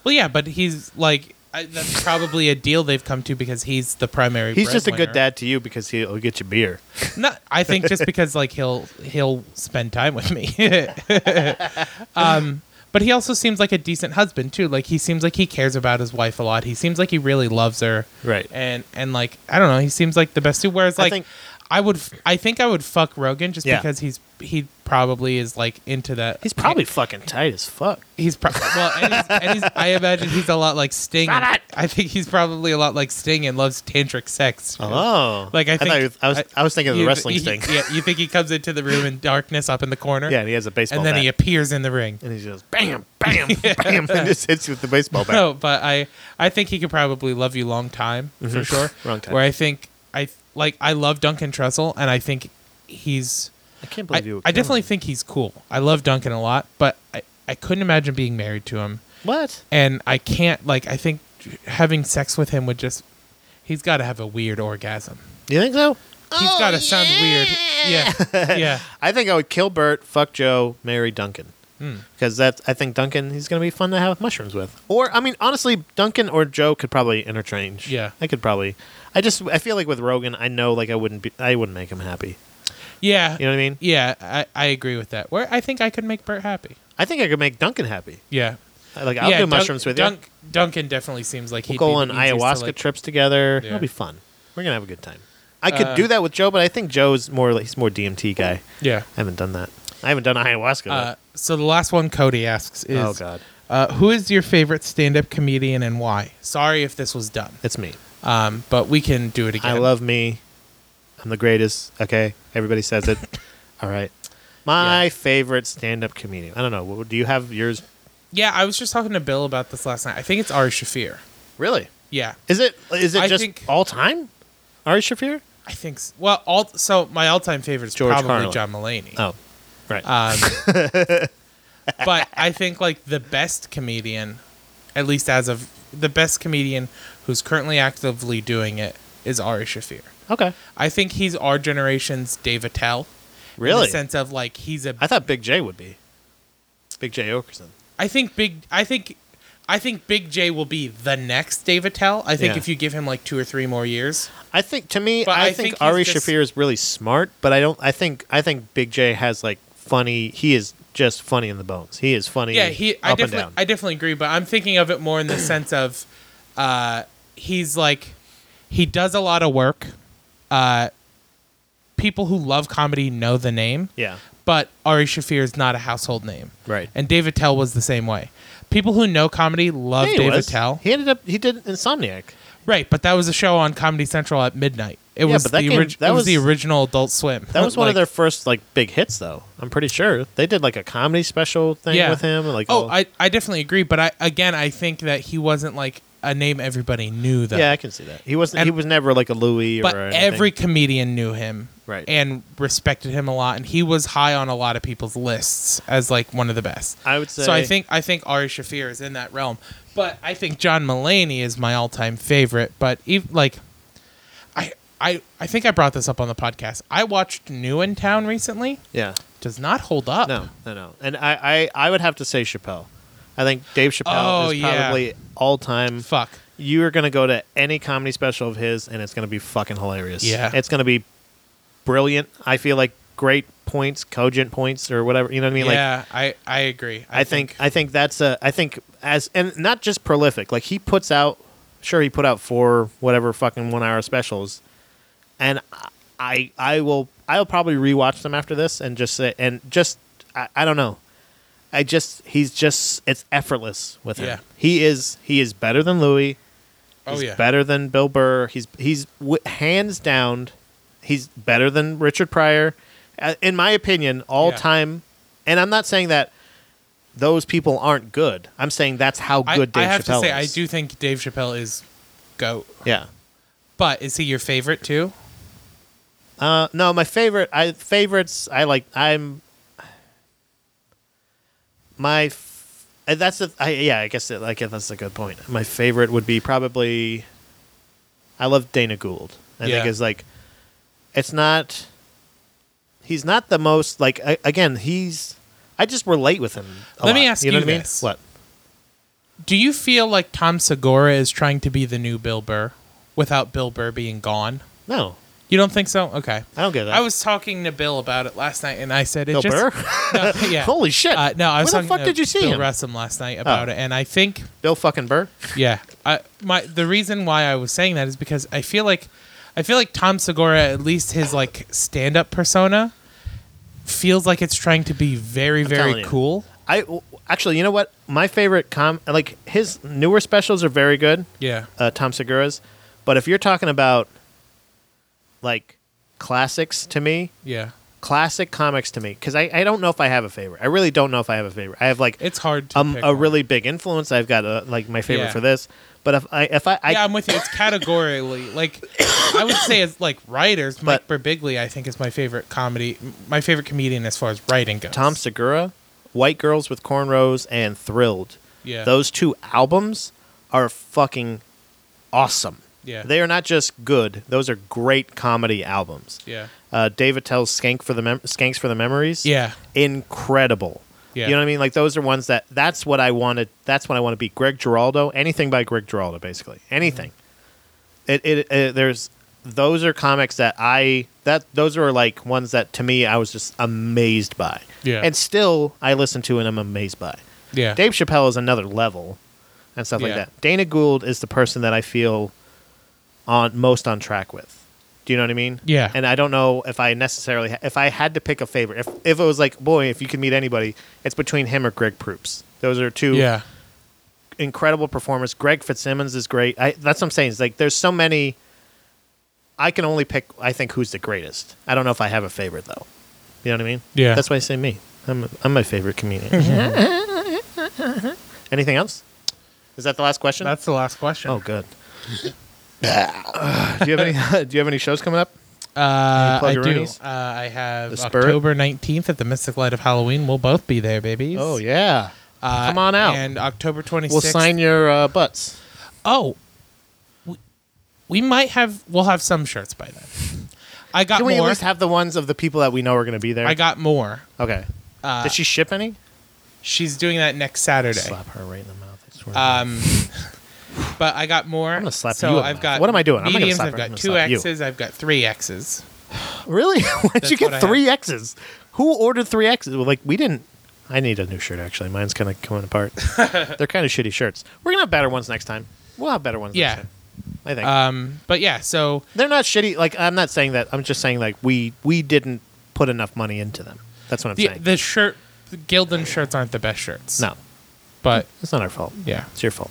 Speaker 2: Well, yeah, but he's like I, that's probably a deal they've come to because he's the primary.
Speaker 1: He's just a good
Speaker 2: breadwinner.
Speaker 1: dad to you because he'll get you beer.
Speaker 2: No, I think just because like he'll he'll spend time with me. um, but he also seems like a decent husband too. Like he seems like he cares about his wife a lot. He seems like he really loves her.
Speaker 1: Right.
Speaker 2: And and like I don't know, he seems like the best dude. Whereas
Speaker 1: I
Speaker 2: like I,
Speaker 1: think-
Speaker 2: would f- I think I would fuck Rogan just
Speaker 1: Yeah.
Speaker 2: because he's he probably is like into that.
Speaker 1: He's probably fucking tight as fuck.
Speaker 2: He's pro- well, and he's, and he's, I imagine he's a lot like Sting.
Speaker 1: Shut it!
Speaker 2: I think he's probably a lot like Sting and loves tantric sex.
Speaker 1: Oh,
Speaker 2: Like, I
Speaker 1: thought
Speaker 2: think-
Speaker 1: you- I was, I, was thinking of the
Speaker 2: You-
Speaker 1: wrestling
Speaker 2: you-
Speaker 1: thing.
Speaker 2: Yeah, you think he comes into the room in darkness up in the corner?
Speaker 1: Yeah, and he has a baseball
Speaker 2: and then
Speaker 1: bat,
Speaker 2: he appears in the ring.
Speaker 1: and he just bam, bam, bam, and just hits you with the baseball bat.
Speaker 2: No, but I I think he could probably love you long time for sure.
Speaker 1: Wrong Mm-hmm. time.
Speaker 2: Where I think I like I love Duncan Trussell and I think he's
Speaker 1: I can't believe
Speaker 2: I,
Speaker 1: you.
Speaker 2: I definitely think he's cool. I love Duncan a lot, but I, I couldn't imagine being married to him.
Speaker 1: what?
Speaker 2: And I can't like I think having sex with him would just he's got to have a weird orgasm.
Speaker 1: You think so?
Speaker 2: He's got to sound weird. Yeah. Yeah.
Speaker 1: I think I would kill Bert, fuck Joe, marry Duncan.
Speaker 2: Hmm.
Speaker 1: Because that's I think Duncan he's gonna be fun to have mushrooms with. Or I mean, honestly, Duncan or Joe could probably interchange.
Speaker 2: Yeah.
Speaker 1: I could probably. I just I feel like with Rogan, I know like I wouldn't be I wouldn't make him happy.
Speaker 2: Yeah.
Speaker 1: You know what I mean?
Speaker 2: Yeah, I, I agree with that. Where I think I could make Bert happy.
Speaker 1: I think I could make Duncan happy.
Speaker 2: Yeah.
Speaker 1: Like I'll
Speaker 2: yeah,
Speaker 1: do
Speaker 2: Dunk-
Speaker 1: mushrooms with
Speaker 2: Dunk, Duncan definitely seems like
Speaker 1: you.
Speaker 2: he'd
Speaker 1: We'll go
Speaker 2: be
Speaker 1: on
Speaker 2: the easiest to,
Speaker 1: ayahuasca
Speaker 2: like-
Speaker 1: trips together.
Speaker 2: Yeah.
Speaker 1: It'll be fun. We're gonna have a good time. I could
Speaker 2: Uh,
Speaker 1: do that with Joe, but I think Joe's more like he's more DMT guy.
Speaker 2: Yeah.
Speaker 1: I haven't done that. I haven't done ayahuasca.
Speaker 2: Uh,
Speaker 1: though.
Speaker 2: so the last one Cody asks is
Speaker 1: oh God,
Speaker 2: Uh, who is your favorite stand-up comedian and why? Sorry if this was dumb,
Speaker 1: it's me.
Speaker 2: um, but we can do it again.
Speaker 1: I love me. I'm the greatest. Okay, everybody says it. All right. My
Speaker 2: Yeah.
Speaker 1: favorite stand-up comedian. I don't know. what- Do you have yours?
Speaker 2: Yeah, I was just talking to Bill about this last night. I think it's Ari Shafir.
Speaker 1: Really?
Speaker 2: Yeah,
Speaker 1: Is it? Is it
Speaker 2: I
Speaker 1: just
Speaker 2: think-
Speaker 1: all time? Ari Shafir?
Speaker 2: I think. s Well, all so my all-time favorite is
Speaker 1: George
Speaker 2: probably
Speaker 1: Carlin.
Speaker 2: John Mulaney.
Speaker 1: Oh, right.
Speaker 2: Um, but I think like the best comedian, at least as of the best comedian who's currently actively doing it, is Ari Shafir.
Speaker 1: okay.
Speaker 2: I think he's our generation's Dave Attell. In
Speaker 1: Really?
Speaker 2: the sense of like he's a.
Speaker 1: I thought Big J would be. Big J Okerson.
Speaker 2: I think big. I think. I think Big J will be the next Dave Attell. I think
Speaker 1: Yeah.
Speaker 2: if you give him like two or three more years,
Speaker 1: I think to me,
Speaker 2: But
Speaker 1: I,
Speaker 2: I
Speaker 1: think,
Speaker 2: think he's
Speaker 1: Ari
Speaker 2: just-
Speaker 1: Shafir is really smart, but I don't. I think I think Big J has like funny. He is just funny in the bones. He is funny.
Speaker 2: yeah, he.
Speaker 1: up
Speaker 2: I
Speaker 1: and
Speaker 2: definitely.
Speaker 1: down.
Speaker 2: I definitely agree, but I'm thinking of it more in the sense of, uh, he's like, he does a lot of work. Uh, people who love comedy know the name.
Speaker 1: yeah.
Speaker 2: but Ari Shafir is not a household name.
Speaker 1: Right.
Speaker 2: And Dave Attell was the same way. People who know comedy love
Speaker 1: Yeah, he
Speaker 2: Dave
Speaker 1: was.
Speaker 2: Attell.
Speaker 1: He ended up. He did Insomniac.
Speaker 2: right, but that was a show on Comedy Central at midnight. It
Speaker 1: Yeah,
Speaker 2: was
Speaker 1: but that
Speaker 2: the
Speaker 1: came-
Speaker 2: orig-
Speaker 1: that
Speaker 2: it was, the
Speaker 1: was-
Speaker 2: original Adult Swim.
Speaker 1: That was one of
Speaker 2: Like-
Speaker 1: their first like big hits, though. I'm pretty sure they did like a comedy special thing
Speaker 2: Yeah.
Speaker 1: with him. and, Like,
Speaker 2: Oh,
Speaker 1: all-
Speaker 2: I, I definitely agree, but I again I think that he wasn't like a name everybody knew though.
Speaker 1: yeah, I can see that. He wasn't.
Speaker 2: And-
Speaker 1: he was never like a Louis
Speaker 2: but
Speaker 1: or anything.
Speaker 2: every comedian knew him
Speaker 1: Right.
Speaker 2: and respected him a lot and he was high on a lot of people's lists as like one of the best
Speaker 1: I would say.
Speaker 2: so i think i think ari shafir is in that realm but i think john mullaney is my all-time favorite but ev- like i i i think i brought this up on the podcast i watched new in town recently
Speaker 1: Yeah.
Speaker 2: does not hold up
Speaker 1: No, no, no. And I, I, I would have to say Chappelle. I think Dave Chappelle
Speaker 2: Oh,
Speaker 1: is
Speaker 2: yeah.
Speaker 1: probably all time.
Speaker 2: fuck
Speaker 1: You are going to go to any comedy special of his, and it's going to be fucking hilarious.
Speaker 2: Yeah.
Speaker 1: It's going to be brilliant. I feel like great points, cogent points, or whatever. You know what I mean? Like,
Speaker 2: yeah i i agree
Speaker 1: I think I think that's a I think as and not just prolific. Like he puts out sure he put out four whatever fucking one hour specials, and I I will I'll probably rewatch them after this and just say and just I, I don't know. I just he's just it's effortless with him.
Speaker 2: Yeah.
Speaker 1: He is he is better than Louis.
Speaker 2: Oh
Speaker 1: He's
Speaker 2: yeah.
Speaker 1: better than Bill Burr. He's he's w- hands down. He's better than Richard Pryor, Uh, in my opinion, all
Speaker 2: Yeah.
Speaker 1: time. And I'm not saying that those people aren't good. I'm saying that's how
Speaker 2: I,
Speaker 1: good Dave
Speaker 2: I have
Speaker 1: Chappelle
Speaker 2: to say, I
Speaker 1: is.
Speaker 2: do think Dave Chappelle is goat.
Speaker 1: Yeah.
Speaker 2: But is he your favorite too?
Speaker 1: Uh, no, my favorite. I favorites. I like. I'm. My. F- uh, that's the. I, yeah, I guess. It, I guess that's a good point. My favorite would be probably. I love Dana Gould. I think
Speaker 2: Yeah.
Speaker 1: is like. It's not. He's not the most like. I, again, he's. I just relate with him. a
Speaker 2: Let me
Speaker 1: lot.
Speaker 2: ask
Speaker 1: know
Speaker 2: you
Speaker 1: what I mean?
Speaker 2: this.
Speaker 1: What?
Speaker 2: Do you feel like Tom Segura is trying to be the new Bill Burr without Bill Burr being gone?
Speaker 1: No,
Speaker 2: You don't think so? Okay.
Speaker 1: I don't get that.
Speaker 2: I was talking to Bill about it last night, and I said it
Speaker 1: Bill
Speaker 2: just.
Speaker 1: Burr.
Speaker 2: No, yeah.
Speaker 1: Holy shit!
Speaker 2: Uh, no, I was
Speaker 1: Where the
Speaker 2: talking
Speaker 1: fuck
Speaker 2: to
Speaker 1: did you see
Speaker 2: Bill
Speaker 1: him?
Speaker 2: Russum last night about
Speaker 1: Oh.
Speaker 2: it, and I think
Speaker 1: Bill fucking Burr.
Speaker 2: yeah, I my the reason why I was saying that is because I feel like I feel like Tom Segura, at least his like stand up persona, feels like it's trying to be very
Speaker 1: telling
Speaker 2: very
Speaker 1: you.
Speaker 2: cool.
Speaker 1: I w- actually, you know what? My favorite com like his newer specials are very good.
Speaker 2: Yeah,
Speaker 1: Uh, Tom Segura's, but if you're talking about like classics to me,
Speaker 2: yeah.
Speaker 1: classic comics to me, because I, I don't know if I have a favorite. I really don't know if I have a favorite. I have like
Speaker 2: It's hard to
Speaker 1: um,
Speaker 2: pick
Speaker 1: a
Speaker 2: one.
Speaker 1: really big influence. I've got a, like my favorite
Speaker 2: Yeah.
Speaker 1: for this, but if I if I, I
Speaker 2: yeah, I'm with you. It's categorically like I would say as like writers, Mike Birbiglia I think is my favorite comedy, my favorite comedian as far as writing goes.
Speaker 1: Tom Segura, White Girls with Cornrows, and Thrilled.
Speaker 2: Yeah.
Speaker 1: Those two albums are fucking awesome.
Speaker 2: Yeah.
Speaker 1: They are not just good, those are great comedy albums.
Speaker 2: Yeah,
Speaker 1: Uh, David Tell's Skank for the Mem- Skanks for the Memories.
Speaker 2: yeah,
Speaker 1: Incredible.
Speaker 2: Yeah.
Speaker 1: You know what I mean? Like those are ones that that's what I wanted. That's what I want to be. Greg Giraldo, anything by Greg Giraldo, basically anything. It, it it there's those are comics that I that those are like ones that to me I was just amazed by.
Speaker 2: Yeah.
Speaker 1: And still I listen to and I'm amazed by.
Speaker 2: yeah.
Speaker 1: Dave Chappelle is another level and stuff like
Speaker 2: Yeah.
Speaker 1: that. Dana Gould is the person that I feel on most on track with. Do you know what I mean?
Speaker 2: Yeah.
Speaker 1: And I don't know if I necessarily ha- if I had to pick a favorite. If if it was like, boy, if you could meet anybody, it's between him or Greg Proops. Those are two
Speaker 2: yeah,
Speaker 1: incredible performers. Greg Fitzsimmons is great. I, that's what I'm saying. It's like there's so many. I can only pick. I think who's the greatest. I don't know if I have a favorite though. You know what I mean?
Speaker 2: Yeah.
Speaker 1: That's why I say me. I'm I'm my favorite comedian. Anything else? Is that the last question?
Speaker 2: That's the last question.
Speaker 1: oh, good. do you have any Do you have any shows coming up?
Speaker 2: Uh,
Speaker 1: plug
Speaker 2: I
Speaker 1: your
Speaker 2: do.
Speaker 1: roomies?
Speaker 2: Uh, I have
Speaker 1: The Spirit?
Speaker 2: October 19th at the Mystic Light of Halloween. We'll both be there, babies.
Speaker 1: Oh yeah.
Speaker 2: Uh,
Speaker 1: Come on out.
Speaker 2: And October 26th.
Speaker 1: we'll sign your uh, butts.
Speaker 2: Oh, we, we might have. We'll have some shirts by then. I got
Speaker 1: Can we at
Speaker 2: more.
Speaker 1: least have the ones of the people that we know are going to be there?
Speaker 2: I got more.
Speaker 1: okay.
Speaker 2: Uh,
Speaker 1: Did she ship any?
Speaker 2: She's doing that next Saturday.
Speaker 1: Slap her right in the mouth. I swear to God.
Speaker 2: Um, but I got more. I'm
Speaker 1: gonna slap
Speaker 2: so
Speaker 1: you in the
Speaker 2: I've
Speaker 1: mouth.
Speaker 2: got.
Speaker 1: What am I doing? I'm not gonna
Speaker 2: Mediums.
Speaker 1: slap
Speaker 2: I've
Speaker 1: her. I'm
Speaker 2: got
Speaker 1: gonna
Speaker 2: two
Speaker 1: slap you.
Speaker 2: X's. I've got three X's.
Speaker 1: Really? Why did you
Speaker 2: That's what
Speaker 1: get
Speaker 2: I
Speaker 1: three X's? Who ordered three X's? Well, like we didn't. I need a new shirt actually. Mine's kind of coming apart. They're kind of shitty shirts. We're gonna have better ones next time. We'll have better ones.
Speaker 2: Yeah.
Speaker 1: Next time, I think
Speaker 2: Um, but yeah. So
Speaker 1: they're not shitty. Like I'm not saying that. I'm just saying like we we didn't put enough money into them. That's what I'm
Speaker 2: the
Speaker 1: saying.
Speaker 2: the shirt, the Gildan shirts aren't the best shirts.
Speaker 1: no,
Speaker 2: but
Speaker 1: it's not our fault.
Speaker 2: yeah,
Speaker 1: It's your fault.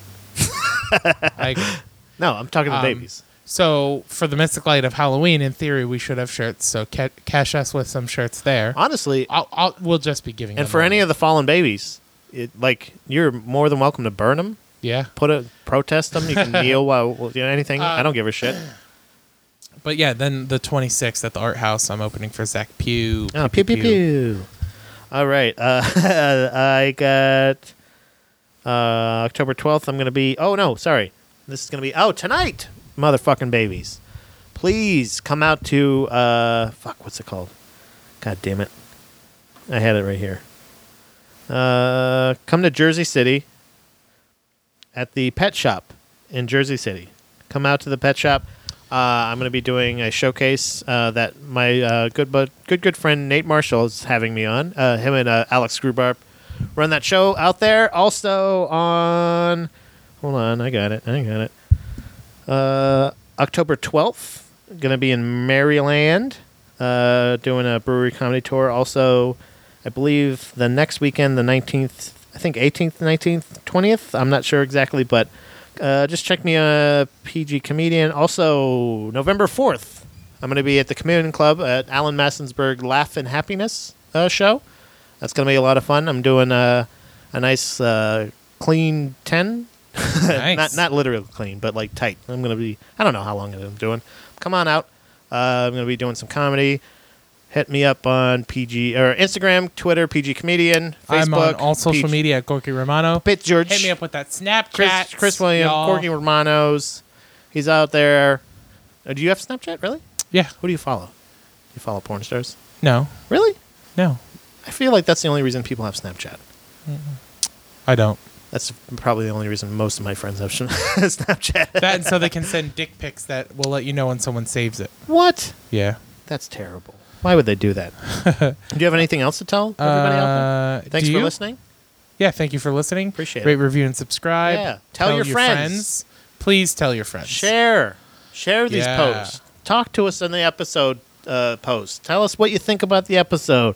Speaker 2: I agree.
Speaker 1: No, I'm talking to
Speaker 2: Um,
Speaker 1: babies.
Speaker 2: So for the Mystic Light of Halloween, in theory, we should have shirts. So ca- cash us with some shirts there.
Speaker 1: Honestly,
Speaker 2: I'll, I'll, we'll just be giving.
Speaker 1: and
Speaker 2: them
Speaker 1: for any
Speaker 2: away.
Speaker 1: of the fallen babies, it, like you're more than welcome to burn them.
Speaker 2: yeah,
Speaker 1: Put a protest them. You can kneel while you know anything.
Speaker 2: Uh,
Speaker 1: I don't give a shit.
Speaker 2: but yeah, then the twenty sixth at the art house, I'm opening for Zach Pugh.
Speaker 1: Oh, pew pew pew. All right. Uh, I got uh, October 12th. I'm going to be. Oh, no. Sorry. This is going to be. Oh, tonight. Motherfucking babies. Please come out to. Uh, fuck, what's it called? God damn it. I had it right here. Uh, come to Jersey City at the pet shop in Jersey City. Come out to the pet shop. Uh, I'm going to be doing a showcase uh, that my uh, good bud, good good friend Nate Marshall is having me on. Uh, him and uh, Alex Screwbarp run that show out there. Also on, hold on, I got it, I got it. Uh, October 12th, going to be in Maryland, uh, doing a brewery comedy tour. Also, I believe the next weekend, the 19th, I think 18th, 19th, 20th. I'm not sure exactly, but uh, just check me a PG comedian. Also, November 4th, I'm going to be at the Comedian Club at Alan Massensburg Laugh and Happiness uh, show. That's going to be a lot of fun. I'm doing a, a nice uh, clean 10
Speaker 2: Nice.
Speaker 1: not not literally clean, but like tight. I'm gonna be. I don't know how long I'm doing. Come on out. Uh, I'm gonna be doing some comedy. Hit me up on PG or Instagram, Twitter, PG comedian, Facebook.
Speaker 2: I'm on all social
Speaker 1: PG
Speaker 2: media at Gorky Romano.
Speaker 1: Bit George.
Speaker 2: Hit me up with that Snapchat.
Speaker 1: Chris, Chris William,
Speaker 2: y'all.
Speaker 1: Corky Romanos. He's out there. Uh, do you have Snapchat? Really?
Speaker 2: Yeah.
Speaker 1: Who do you follow? You follow porn stars?
Speaker 2: No.
Speaker 1: Really?
Speaker 2: No.
Speaker 1: I feel like that's the only reason people have Snapchat.
Speaker 2: I don't.
Speaker 1: That's probably the only reason most of my friends have sh- Snapchat.
Speaker 2: That and so they can send dick pics that will let you know when someone saves it.
Speaker 1: what?
Speaker 2: Yeah.
Speaker 1: That's terrible. Why would they do that? do you have anything else to tell everybody out
Speaker 2: Uh,
Speaker 1: there? Thanks
Speaker 2: do
Speaker 1: for
Speaker 2: you?
Speaker 1: listening.
Speaker 2: Yeah, thank you for listening.
Speaker 1: Appreciate it.
Speaker 2: Rate, review, and subscribe.
Speaker 1: Yeah. Tell your friends.
Speaker 2: Please tell your friends.
Speaker 1: Share. Share these
Speaker 2: Yeah.
Speaker 1: posts. Talk to us in the episode uh, post. Tell us what you think about the episode.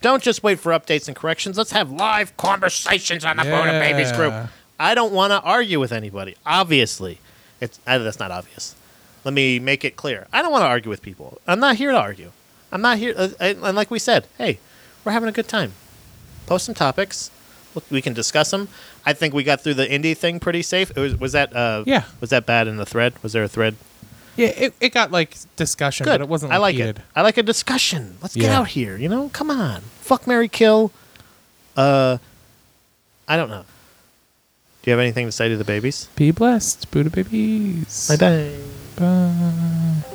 Speaker 1: Don't just wait for updates and corrections. Let's have live conversations on the Buddha Babies
Speaker 2: Yeah.
Speaker 1: group. I don't want to argue with anybody. Obviously, it's I, that's not obvious. Let me make it clear. I don't want to argue with people. I'm not here to argue. I'm not here. Uh, I, and like we said, hey, we're having a good time. Post some topics. Look, We can discuss them. I think we got through the indie thing pretty safe. It was was that uh,
Speaker 2: Yeah.
Speaker 1: was that bad in the thread? Was there a thread?
Speaker 2: Yeah, it, it got like discussion,
Speaker 1: Good.
Speaker 2: but it wasn't.
Speaker 1: I like
Speaker 2: heated.
Speaker 1: it. I like a discussion. Let's get
Speaker 2: Yeah.
Speaker 1: out here. You know, come on. Fuck Mary Kill. Uh, I don't know. Do you have anything to say to the babies?
Speaker 2: Be blessed, Buddha babies.
Speaker 1: Bye bye.
Speaker 2: Bye.